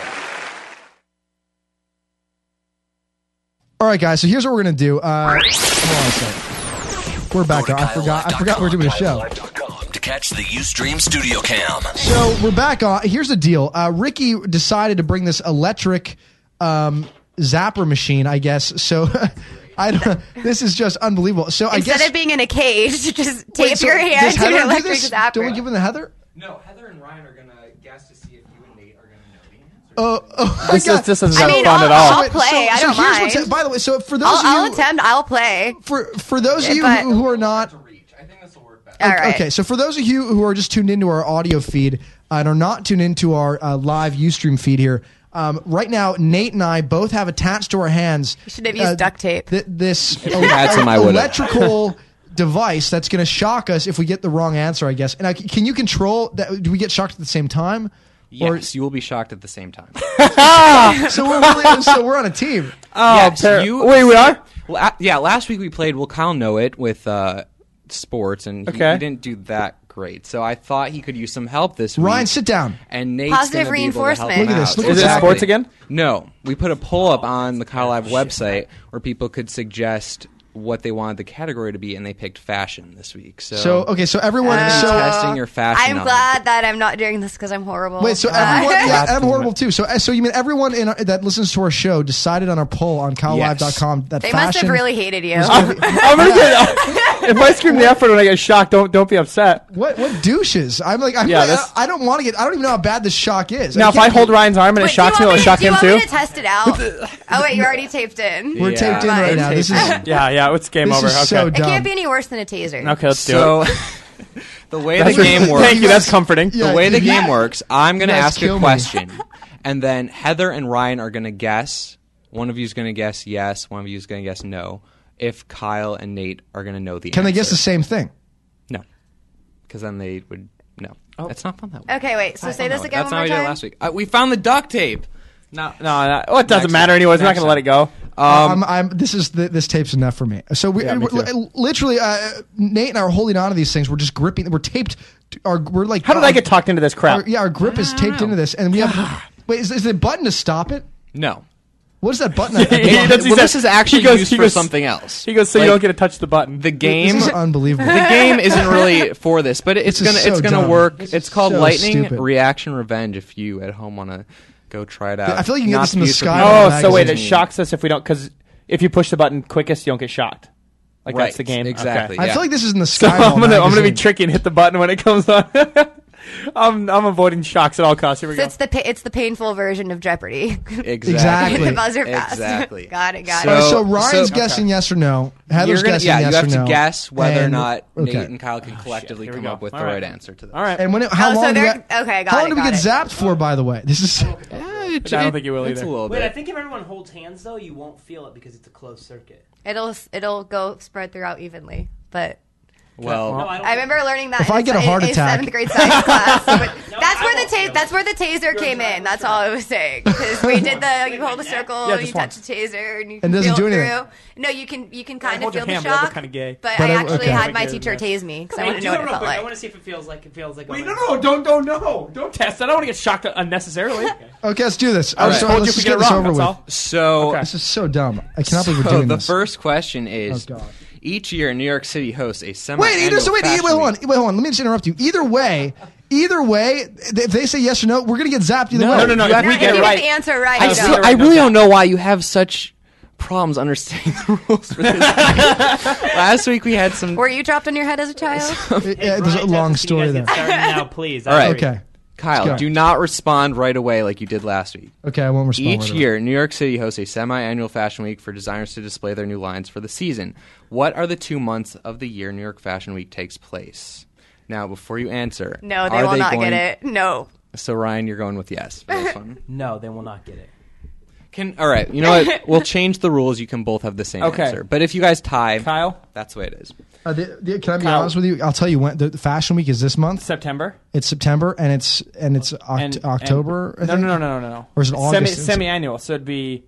[SPEAKER 2] All right, guys. So here's what we're gonna do. Uh, hold on a second. We're back. on. I forgot. I forgot we're doing a show.
[SPEAKER 1] KyleLive.com To catch the Ustream Studio Cam.
[SPEAKER 2] So we're back on. Here's the deal. Uh, Ricky decided to bring this electric um, zapper machine. I guess. So I don't. This is just unbelievable. So I
[SPEAKER 3] Instead
[SPEAKER 2] guess.
[SPEAKER 3] of being in a cage, just tape
[SPEAKER 2] wait, so
[SPEAKER 3] your
[SPEAKER 2] does
[SPEAKER 3] hands to
[SPEAKER 2] Heather
[SPEAKER 3] an
[SPEAKER 2] do
[SPEAKER 3] electric
[SPEAKER 2] this?
[SPEAKER 3] zapper.
[SPEAKER 2] Don't we give him the Heather?
[SPEAKER 10] No, Heather and Ryan are gonna guess to see if you and Nate are gonna know the answer.
[SPEAKER 2] Oh, oh
[SPEAKER 6] This,
[SPEAKER 2] my
[SPEAKER 6] is,
[SPEAKER 2] God.
[SPEAKER 6] this isn't
[SPEAKER 3] I mean,
[SPEAKER 6] fun
[SPEAKER 3] I'll-
[SPEAKER 6] at all.
[SPEAKER 3] I'll- play. I
[SPEAKER 2] so
[SPEAKER 3] don't
[SPEAKER 2] here's What's,
[SPEAKER 3] mind.
[SPEAKER 2] by the way, so for those
[SPEAKER 3] I'll, I'll
[SPEAKER 2] of you,
[SPEAKER 3] attempt. I'll play.
[SPEAKER 2] for for those of you
[SPEAKER 3] but-
[SPEAKER 2] who, who are not
[SPEAKER 10] To reach, I think this will work better.
[SPEAKER 3] All right.
[SPEAKER 2] Okay, so for those of you who are just tuned into our audio feed and are not tuned into our uh, live Ustream feed here, um, right now Nate and I both have attached to our hands. You
[SPEAKER 3] should have used duct tape.
[SPEAKER 2] Th- Uh, this
[SPEAKER 4] had some, I would've.
[SPEAKER 2] electrical device that's going to shock us if we get the wrong answer, I guess. And I, can you control that? Do we get shocked at the same time?
[SPEAKER 10] Yes, you will be shocked at the same time.
[SPEAKER 2] Or, so we're really, so we're on a team.
[SPEAKER 3] Um,
[SPEAKER 10] Oh, yes,
[SPEAKER 6] ter-
[SPEAKER 10] you,
[SPEAKER 6] wait, we are?
[SPEAKER 10] Well, uh, yeah, last week we played Will Kyle Know It with uh, sports, and he-
[SPEAKER 6] Okay.
[SPEAKER 10] he, didn't do that great. So I thought he could use some help this week.
[SPEAKER 2] Ryan, sit down.
[SPEAKER 10] And Nate's
[SPEAKER 3] Positive
[SPEAKER 10] gonna be able to help
[SPEAKER 3] reinforcement.
[SPEAKER 10] him
[SPEAKER 2] Look at this,
[SPEAKER 10] out.
[SPEAKER 2] look at Is it this. Oh,
[SPEAKER 6] sports again?
[SPEAKER 10] No. We put a poll up on the Kyle Live website where people could suggest what they wanted the category to be, and they picked fashion this week. So,
[SPEAKER 2] So okay, so everyone.
[SPEAKER 3] uh,
[SPEAKER 10] Everyone's
[SPEAKER 2] so
[SPEAKER 10] testing your fashion.
[SPEAKER 3] I'm
[SPEAKER 10] knowledge.
[SPEAKER 3] glad that I'm not doing this because I'm horrible.
[SPEAKER 2] Wait, so
[SPEAKER 3] Uh,
[SPEAKER 2] everyone, yeah,
[SPEAKER 6] God
[SPEAKER 2] I'm
[SPEAKER 6] damn
[SPEAKER 2] horrible
[SPEAKER 6] it.
[SPEAKER 2] too. So, uh, so you mean everyone in our, that listens to our show decided on our poll on CalLive.com that
[SPEAKER 3] they
[SPEAKER 2] fashion
[SPEAKER 3] must have really hated you.
[SPEAKER 6] I'm gonna get, if I scream the effort when I get shocked, don't don't be upset.
[SPEAKER 2] What what douches? I'm like I'm
[SPEAKER 6] Yeah,
[SPEAKER 2] like,
[SPEAKER 6] that's-
[SPEAKER 2] I I don't want to get. I don't even know how bad this shock is.
[SPEAKER 6] Now, if I
[SPEAKER 2] can't
[SPEAKER 6] hold
[SPEAKER 2] be-
[SPEAKER 6] Ryan's arm and it
[SPEAKER 3] Wait, do
[SPEAKER 6] shocks me,
[SPEAKER 3] you
[SPEAKER 6] will it
[SPEAKER 3] want me
[SPEAKER 6] shock
[SPEAKER 3] to-
[SPEAKER 6] him
[SPEAKER 3] Do you
[SPEAKER 6] too?
[SPEAKER 3] want me to test it out? oh wait, you're already taped in.
[SPEAKER 2] we're
[SPEAKER 10] Yeah.
[SPEAKER 2] taped in right
[SPEAKER 3] Fine.
[SPEAKER 2] now. This is this
[SPEAKER 6] Yeah, yeah, it's game over.
[SPEAKER 2] is so
[SPEAKER 6] Okay.
[SPEAKER 3] It can't
[SPEAKER 2] dumb.
[SPEAKER 3] be any worse than a taser.
[SPEAKER 6] Okay, let's do it.
[SPEAKER 10] So the way the
[SPEAKER 2] That's-
[SPEAKER 10] game works.
[SPEAKER 6] Thank you. That's comforting.
[SPEAKER 2] Yeah,
[SPEAKER 10] the way the
[SPEAKER 2] you-
[SPEAKER 10] game works, I'm going to
[SPEAKER 2] you guys
[SPEAKER 10] ask
[SPEAKER 2] kill
[SPEAKER 10] a
[SPEAKER 2] me.
[SPEAKER 10] question, And then Heather and Ryan are going to guess. One of you is going to guess yes. One of you is going to guess no. If Kyle and Nate are going to know the
[SPEAKER 2] Can
[SPEAKER 10] answer.
[SPEAKER 2] they guess the same thing?
[SPEAKER 10] No, because then they would no. Oh. That's not fun that way.
[SPEAKER 3] Okay, wait. So
[SPEAKER 10] That's
[SPEAKER 3] say this
[SPEAKER 10] not that way.
[SPEAKER 3] again
[SPEAKER 10] That's
[SPEAKER 3] one more
[SPEAKER 10] not what we
[SPEAKER 3] time.
[SPEAKER 10] did last week. Uh, we found the duct tape.
[SPEAKER 4] No, no, no. Well, it doesn't
[SPEAKER 10] Next
[SPEAKER 4] matter
[SPEAKER 10] time.
[SPEAKER 4] anyways. We're not
[SPEAKER 10] Next
[SPEAKER 4] going to let it go.
[SPEAKER 2] I'm, I'm, this is the, this tape's enough for me. So we,
[SPEAKER 4] me
[SPEAKER 2] we're-
[SPEAKER 4] too.
[SPEAKER 2] literally, uh, Nate and I are holding on to these things. We're just gripping. We're taped. Our, we're like.
[SPEAKER 4] How did
[SPEAKER 2] our-
[SPEAKER 4] I
[SPEAKER 10] Um,
[SPEAKER 4] get talked into this crap?
[SPEAKER 2] Our, yeah, our grip is taped into this, and we have. Wait, is, is there a button to stop it?
[SPEAKER 10] No.
[SPEAKER 2] What is that button? I- I
[SPEAKER 4] He-
[SPEAKER 2] don't-
[SPEAKER 4] that's- he
[SPEAKER 10] well,
[SPEAKER 4] said-
[SPEAKER 10] this is actually
[SPEAKER 4] he goes-
[SPEAKER 10] used
[SPEAKER 4] he
[SPEAKER 10] for
[SPEAKER 4] goes-
[SPEAKER 10] something else.
[SPEAKER 4] He goes, so
[SPEAKER 10] Like,
[SPEAKER 4] you don't get to touch the button.
[SPEAKER 10] the game.
[SPEAKER 2] this is unbelievable.
[SPEAKER 10] the game isn't really for this, but it's
[SPEAKER 2] This
[SPEAKER 10] gonna
[SPEAKER 2] is
[SPEAKER 10] it's
[SPEAKER 2] so
[SPEAKER 10] gonna
[SPEAKER 2] dumb.
[SPEAKER 10] work.
[SPEAKER 2] This
[SPEAKER 10] It's
[SPEAKER 2] is
[SPEAKER 10] called
[SPEAKER 2] so
[SPEAKER 10] Lightning
[SPEAKER 2] stupid.
[SPEAKER 10] Reaction Revenge. If you at home want to go try it out,
[SPEAKER 2] I feel like you can get
[SPEAKER 10] Not
[SPEAKER 2] this in the
[SPEAKER 10] to use for
[SPEAKER 2] sky.
[SPEAKER 10] people.
[SPEAKER 4] Oh,
[SPEAKER 2] Magazine.
[SPEAKER 4] so wait, it shocks us if we don't, because if you push the button quickest, you don't get shocked. Like that's
[SPEAKER 10] Right,
[SPEAKER 4] the game.
[SPEAKER 10] exactly.
[SPEAKER 4] Okay.
[SPEAKER 2] I
[SPEAKER 10] yeah.
[SPEAKER 2] feel like this is in the
[SPEAKER 4] So
[SPEAKER 2] sky.
[SPEAKER 4] I'm gonna I'm gonna be tricky and hit the button when it comes on. I'm I'm avoiding shocks at all costs. Here we
[SPEAKER 3] So
[SPEAKER 4] go.
[SPEAKER 3] it's the pa- it's the painful version of Jeopardy.
[SPEAKER 10] Exactly.
[SPEAKER 2] Exactly.
[SPEAKER 3] the buzzer fast.
[SPEAKER 10] Exactly.
[SPEAKER 3] got it. Got
[SPEAKER 10] So-
[SPEAKER 3] it.
[SPEAKER 2] so Ryan's
[SPEAKER 10] so-
[SPEAKER 2] guessing yes or no. Heather's
[SPEAKER 10] You're gonna,
[SPEAKER 2] guessing
[SPEAKER 10] yeah,
[SPEAKER 2] yes
[SPEAKER 10] you have
[SPEAKER 2] or
[SPEAKER 10] to
[SPEAKER 2] no.
[SPEAKER 10] guess whether or
[SPEAKER 2] And-
[SPEAKER 10] not
[SPEAKER 2] okay.
[SPEAKER 10] Nate and Kyle can collectively
[SPEAKER 4] Oh, Here we
[SPEAKER 10] come
[SPEAKER 4] go.
[SPEAKER 10] up with
[SPEAKER 4] All
[SPEAKER 10] the
[SPEAKER 4] right.
[SPEAKER 10] right answer to this.
[SPEAKER 4] all right.
[SPEAKER 2] And when it, how
[SPEAKER 3] Oh, so
[SPEAKER 2] long? do we
[SPEAKER 3] they're- okay, got
[SPEAKER 2] how
[SPEAKER 3] it,
[SPEAKER 2] long do we
[SPEAKER 3] got
[SPEAKER 2] get
[SPEAKER 3] it.
[SPEAKER 2] zapped for? By the way, this is
[SPEAKER 4] I
[SPEAKER 10] I
[SPEAKER 4] don't think you will
[SPEAKER 10] It's a
[SPEAKER 4] either.
[SPEAKER 10] little
[SPEAKER 5] Wait, I
[SPEAKER 10] bit.
[SPEAKER 5] think if everyone holds hands though, you won't feel it because it's a closed circuit.
[SPEAKER 3] It'll it'll go spread throughout evenly, but.
[SPEAKER 5] No,
[SPEAKER 10] Well,
[SPEAKER 5] I don't.
[SPEAKER 3] I remember learning that.
[SPEAKER 2] If
[SPEAKER 3] in
[SPEAKER 2] I get a heart
[SPEAKER 3] in
[SPEAKER 2] attack.
[SPEAKER 3] seventh grade science class. But that's
[SPEAKER 5] I
[SPEAKER 3] where
[SPEAKER 5] won't.
[SPEAKER 3] the ta- that's where the taser came in. That's all I was saying. Because we did the you hold a circle,
[SPEAKER 4] Yeah,
[SPEAKER 3] you
[SPEAKER 4] just
[SPEAKER 3] touch the taser, and you
[SPEAKER 2] And
[SPEAKER 3] can
[SPEAKER 2] doesn't
[SPEAKER 3] feel
[SPEAKER 2] do
[SPEAKER 3] it
[SPEAKER 2] anything.
[SPEAKER 3] through. No, you can you can kind of
[SPEAKER 4] hold your
[SPEAKER 3] feel the
[SPEAKER 4] hand, but I look
[SPEAKER 3] shock.
[SPEAKER 4] kinda gay.
[SPEAKER 3] But,
[SPEAKER 2] But
[SPEAKER 3] I
[SPEAKER 2] I-
[SPEAKER 3] actually
[SPEAKER 2] okay.
[SPEAKER 6] I
[SPEAKER 3] had my
[SPEAKER 6] get it,
[SPEAKER 3] teacher
[SPEAKER 6] man.
[SPEAKER 3] tase me because I
[SPEAKER 5] Hey,
[SPEAKER 3] want to
[SPEAKER 5] do
[SPEAKER 3] know
[SPEAKER 5] it
[SPEAKER 3] what it
[SPEAKER 5] real
[SPEAKER 3] felt
[SPEAKER 5] quick. I want
[SPEAKER 3] like.
[SPEAKER 5] to see if it feels like it feels like.
[SPEAKER 6] Wait, no, no, no, don't, don't, no, don't test. I don't want to get shocked unnecessarily.
[SPEAKER 2] okay. Let's do this.
[SPEAKER 6] I just
[SPEAKER 10] Oh,
[SPEAKER 2] All right,
[SPEAKER 6] told you
[SPEAKER 2] let's
[SPEAKER 6] if we
[SPEAKER 2] just
[SPEAKER 6] get it
[SPEAKER 2] this
[SPEAKER 6] wrong.
[SPEAKER 2] over
[SPEAKER 6] That's
[SPEAKER 2] with.
[SPEAKER 6] all.
[SPEAKER 10] so
[SPEAKER 6] Okay.
[SPEAKER 2] This is so dumb. I cannot believe we're
[SPEAKER 10] so
[SPEAKER 2] doing
[SPEAKER 10] the
[SPEAKER 2] this.
[SPEAKER 10] first question is:
[SPEAKER 2] Oh, God.
[SPEAKER 10] Each year, New York City hosts a semi.
[SPEAKER 2] Wait, either, so wait, wait, hold on, wait, hold on. Let me just interrupt you. Either way, either way, th- if they say yes or no, we're gonna get zapped either way.
[SPEAKER 4] No, no, no.
[SPEAKER 10] You have
[SPEAKER 4] If we
[SPEAKER 10] to
[SPEAKER 3] if
[SPEAKER 4] get
[SPEAKER 3] you
[SPEAKER 4] it right,
[SPEAKER 3] get the answer right,
[SPEAKER 10] I,
[SPEAKER 3] you
[SPEAKER 10] still-
[SPEAKER 3] know.
[SPEAKER 10] I really don't know why you have such problems understanding the rules for this. Last week we had some.
[SPEAKER 3] Were you dropped on your head as a child?
[SPEAKER 2] It- yeah, there's a long story there.
[SPEAKER 5] now, please.
[SPEAKER 10] All right,
[SPEAKER 2] Okay,
[SPEAKER 10] Kyle,
[SPEAKER 2] go.
[SPEAKER 10] do not respond right away like you did last week.
[SPEAKER 2] okay, I won't respond.
[SPEAKER 10] Each
[SPEAKER 2] right away.
[SPEAKER 10] year, New York City hosts a semi-annual fashion week for designers to display their new lines for the season. What are the two months of the year New York Fashion Week takes place? Now, before you answer,
[SPEAKER 3] No, they
[SPEAKER 10] are
[SPEAKER 3] will not
[SPEAKER 10] going-
[SPEAKER 3] get it. No.
[SPEAKER 10] So, Ryan, you're going with yes. for this one.
[SPEAKER 5] No, they will not get it.
[SPEAKER 10] Can all right? You know what? We'll change the rules. You can both have the same
[SPEAKER 4] Okay.
[SPEAKER 10] answer. But if you guys tie,
[SPEAKER 4] Kyle,
[SPEAKER 10] that's the way it is.
[SPEAKER 2] Uh, the, the, can I be
[SPEAKER 4] Kyle.
[SPEAKER 2] honest with you? I'll tell you when the, the fashion week is this month.
[SPEAKER 4] September.
[SPEAKER 2] It's September and it's and it's oct-
[SPEAKER 4] and- and-
[SPEAKER 2] October. I
[SPEAKER 4] No, no,
[SPEAKER 2] think?
[SPEAKER 4] no, no, no, no.
[SPEAKER 2] Or is it August?
[SPEAKER 4] Semi, semi-annual, so it'd be.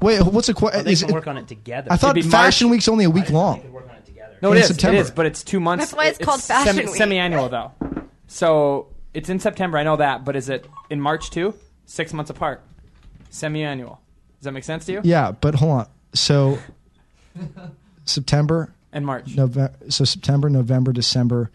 [SPEAKER 2] Wait, what's the question?
[SPEAKER 5] They can work on it together.
[SPEAKER 2] I thought
[SPEAKER 4] It'd be
[SPEAKER 2] fashion
[SPEAKER 4] March.
[SPEAKER 2] week's only a week
[SPEAKER 5] they could
[SPEAKER 2] long.
[SPEAKER 5] work on it together.
[SPEAKER 4] No,
[SPEAKER 2] In
[SPEAKER 4] it is.
[SPEAKER 2] September.
[SPEAKER 4] It is, but it's two months.
[SPEAKER 3] That's why it's called Fashion Week.
[SPEAKER 4] Semi-annual though, so it's in September. I know that, but is it in March too? Six months apart. Semi-annual. Does that make sense to you?
[SPEAKER 2] Yeah, but hold on. So September,
[SPEAKER 4] And March.
[SPEAKER 2] November. So September, November, December,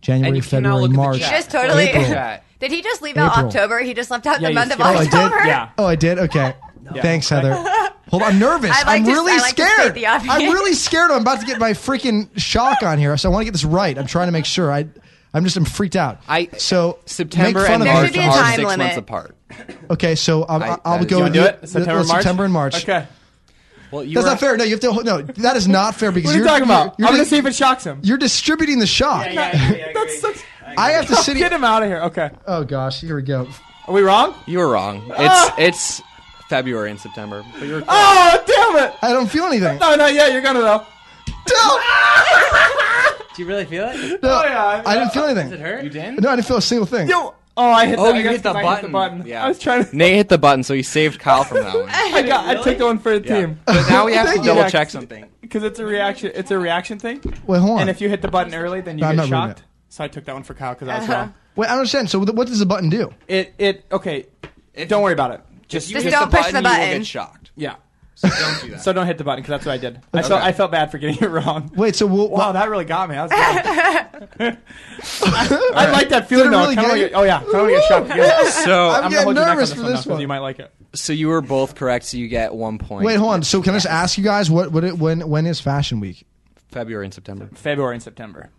[SPEAKER 2] January,
[SPEAKER 10] you
[SPEAKER 2] February,
[SPEAKER 10] cannot look at the
[SPEAKER 2] March.
[SPEAKER 10] chat.
[SPEAKER 3] He just totally.
[SPEAKER 2] April.
[SPEAKER 3] Did he just leave out
[SPEAKER 2] April.
[SPEAKER 3] October? He just left out the
[SPEAKER 4] Yeah, you
[SPEAKER 3] month of
[SPEAKER 4] skipped-
[SPEAKER 2] Oh, I did?
[SPEAKER 3] October.
[SPEAKER 4] Yeah.
[SPEAKER 2] Oh, I did. Okay. Thanks, Heather. Hold on, I'm nervous.
[SPEAKER 3] I like
[SPEAKER 2] I'm
[SPEAKER 3] to-
[SPEAKER 2] really
[SPEAKER 3] I like to state
[SPEAKER 2] scared.
[SPEAKER 3] the obvious.
[SPEAKER 2] I'm really scared. I'm about to get my freaking shock on here, so I want to get this right. I'm trying to make sure. I, I'm just, I'm freaked out.
[SPEAKER 10] I-
[SPEAKER 2] so
[SPEAKER 10] September
[SPEAKER 2] make fun
[SPEAKER 10] and
[SPEAKER 2] of
[SPEAKER 3] There
[SPEAKER 10] March
[SPEAKER 3] should be a
[SPEAKER 10] are
[SPEAKER 3] time
[SPEAKER 10] six
[SPEAKER 3] limit.
[SPEAKER 10] months apart.
[SPEAKER 2] Okay, so I'm,
[SPEAKER 10] I-
[SPEAKER 2] I, I'll
[SPEAKER 10] that-
[SPEAKER 2] go.
[SPEAKER 10] You
[SPEAKER 2] with
[SPEAKER 10] wanna
[SPEAKER 4] do
[SPEAKER 2] the-
[SPEAKER 4] it? September,
[SPEAKER 2] well,
[SPEAKER 4] and March?
[SPEAKER 2] September and March.
[SPEAKER 4] Okay.
[SPEAKER 10] Well, you
[SPEAKER 2] That's
[SPEAKER 10] were-
[SPEAKER 2] not fair. No, you have to. No, that is not fair because
[SPEAKER 4] What are you
[SPEAKER 2] you're
[SPEAKER 4] talking about?
[SPEAKER 2] You're,
[SPEAKER 4] I'm
[SPEAKER 2] you're,
[SPEAKER 4] gonna see if it shocks him.
[SPEAKER 2] you're distributing the shock.
[SPEAKER 4] That's such.
[SPEAKER 2] I have to sit
[SPEAKER 4] Get
[SPEAKER 2] here.
[SPEAKER 4] him out of here. Okay.
[SPEAKER 2] Oh gosh, here we go.
[SPEAKER 4] Are we wrong?
[SPEAKER 10] You were wrong.
[SPEAKER 3] Ah!
[SPEAKER 10] It's it's February and September. But you're
[SPEAKER 4] Oh damn it!
[SPEAKER 2] I don't feel anything.
[SPEAKER 4] No, not yet. You're gonna though.
[SPEAKER 2] Don't-
[SPEAKER 5] Do you really feel it?
[SPEAKER 2] No,
[SPEAKER 4] yeah.
[SPEAKER 2] I didn't feel anything.
[SPEAKER 5] Hurt? You
[SPEAKER 10] did.
[SPEAKER 2] No, I Oh, didn't feel a single thing.
[SPEAKER 4] Yo. Oh, I hit.
[SPEAKER 10] Oh,
[SPEAKER 4] the, I
[SPEAKER 10] you
[SPEAKER 4] guess
[SPEAKER 10] hit the,
[SPEAKER 4] I
[SPEAKER 10] button.
[SPEAKER 4] Hit the button.
[SPEAKER 10] Yeah,
[SPEAKER 4] I was trying to.
[SPEAKER 10] Nate hit the button, so he saved Kyle from that one.
[SPEAKER 4] I got. I took the one for the
[SPEAKER 10] Yeah.
[SPEAKER 4] team
[SPEAKER 10] But now we have to
[SPEAKER 2] Thank you.
[SPEAKER 10] double check something.
[SPEAKER 4] because it's a reaction. It's a reaction thing.
[SPEAKER 2] Wait, hold on.
[SPEAKER 4] And if you hit the button early, then you
[SPEAKER 2] No, I'm
[SPEAKER 4] get
[SPEAKER 2] not reading
[SPEAKER 4] shocked. So I took that one for Kyle because I was
[SPEAKER 10] Uh-huh.
[SPEAKER 4] wrong.
[SPEAKER 2] Wait, I don't understand. So, what does the button do?
[SPEAKER 4] It. It. Okay. don't worry about it. Just.
[SPEAKER 10] If you
[SPEAKER 3] Just
[SPEAKER 10] hit
[SPEAKER 3] don't
[SPEAKER 10] the
[SPEAKER 3] push
[SPEAKER 10] button,
[SPEAKER 3] the
[SPEAKER 10] You will
[SPEAKER 3] button.
[SPEAKER 10] get shocked.
[SPEAKER 4] yeah.
[SPEAKER 10] So don't do that.
[SPEAKER 4] So don't hit the button because that's what I did. I felt.
[SPEAKER 10] Okay.
[SPEAKER 4] I felt bad for getting it wrong.
[SPEAKER 2] Wait, so we'll,
[SPEAKER 4] Wow, that really got me. I was. I, I like that
[SPEAKER 2] Did it
[SPEAKER 4] feeling though.
[SPEAKER 2] really
[SPEAKER 4] Kinda
[SPEAKER 2] get
[SPEAKER 4] like
[SPEAKER 2] you?
[SPEAKER 4] it- oh yeah, kind of get shocked. Yeah.
[SPEAKER 10] so
[SPEAKER 4] I'm,
[SPEAKER 2] getting
[SPEAKER 4] gonna hold
[SPEAKER 2] nervous
[SPEAKER 4] you back
[SPEAKER 2] for
[SPEAKER 4] on this one,
[SPEAKER 2] this
[SPEAKER 4] though, 'cause
[SPEAKER 2] one.
[SPEAKER 4] You might like it.
[SPEAKER 10] so you were both correct. So you get one point.
[SPEAKER 2] wait, hold on. So, can I just ask you guys what, what it, when when is Fashion Week?
[SPEAKER 10] February and September.
[SPEAKER 4] February and September.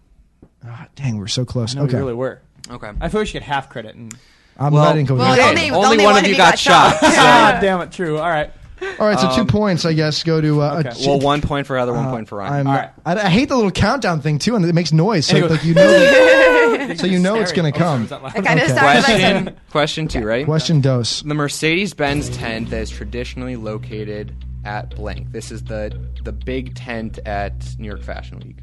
[SPEAKER 2] Ah, dang, we're so close.
[SPEAKER 4] No,
[SPEAKER 2] okay,
[SPEAKER 4] we really were.
[SPEAKER 10] Okay.
[SPEAKER 4] I feel we should get half credit. And,
[SPEAKER 2] I'm
[SPEAKER 10] Well-
[SPEAKER 2] glad I didn't go with
[SPEAKER 3] Well,
[SPEAKER 2] that.
[SPEAKER 3] only,
[SPEAKER 10] Only one of you got shot.
[SPEAKER 4] ah, damn it. True. All right.
[SPEAKER 2] All right, so two points, I guess, go to. Uh,
[SPEAKER 4] um, Okay.
[SPEAKER 2] uh,
[SPEAKER 10] Well, one point for Heather, one point for Ryan.
[SPEAKER 2] I'm,
[SPEAKER 4] All right.
[SPEAKER 2] I, I hate the little countdown thing too, and it makes noise. So
[SPEAKER 4] And it goes-
[SPEAKER 2] like you know, So you know it's going to
[SPEAKER 4] Oh,
[SPEAKER 2] come.
[SPEAKER 3] It kind of
[SPEAKER 2] Okay.
[SPEAKER 3] sounded like some-
[SPEAKER 10] Question, question two, right?
[SPEAKER 2] Question dose.
[SPEAKER 10] The Mercedes Benz tent that is traditionally located at blank. This is the the big tent at New York Fashion Week.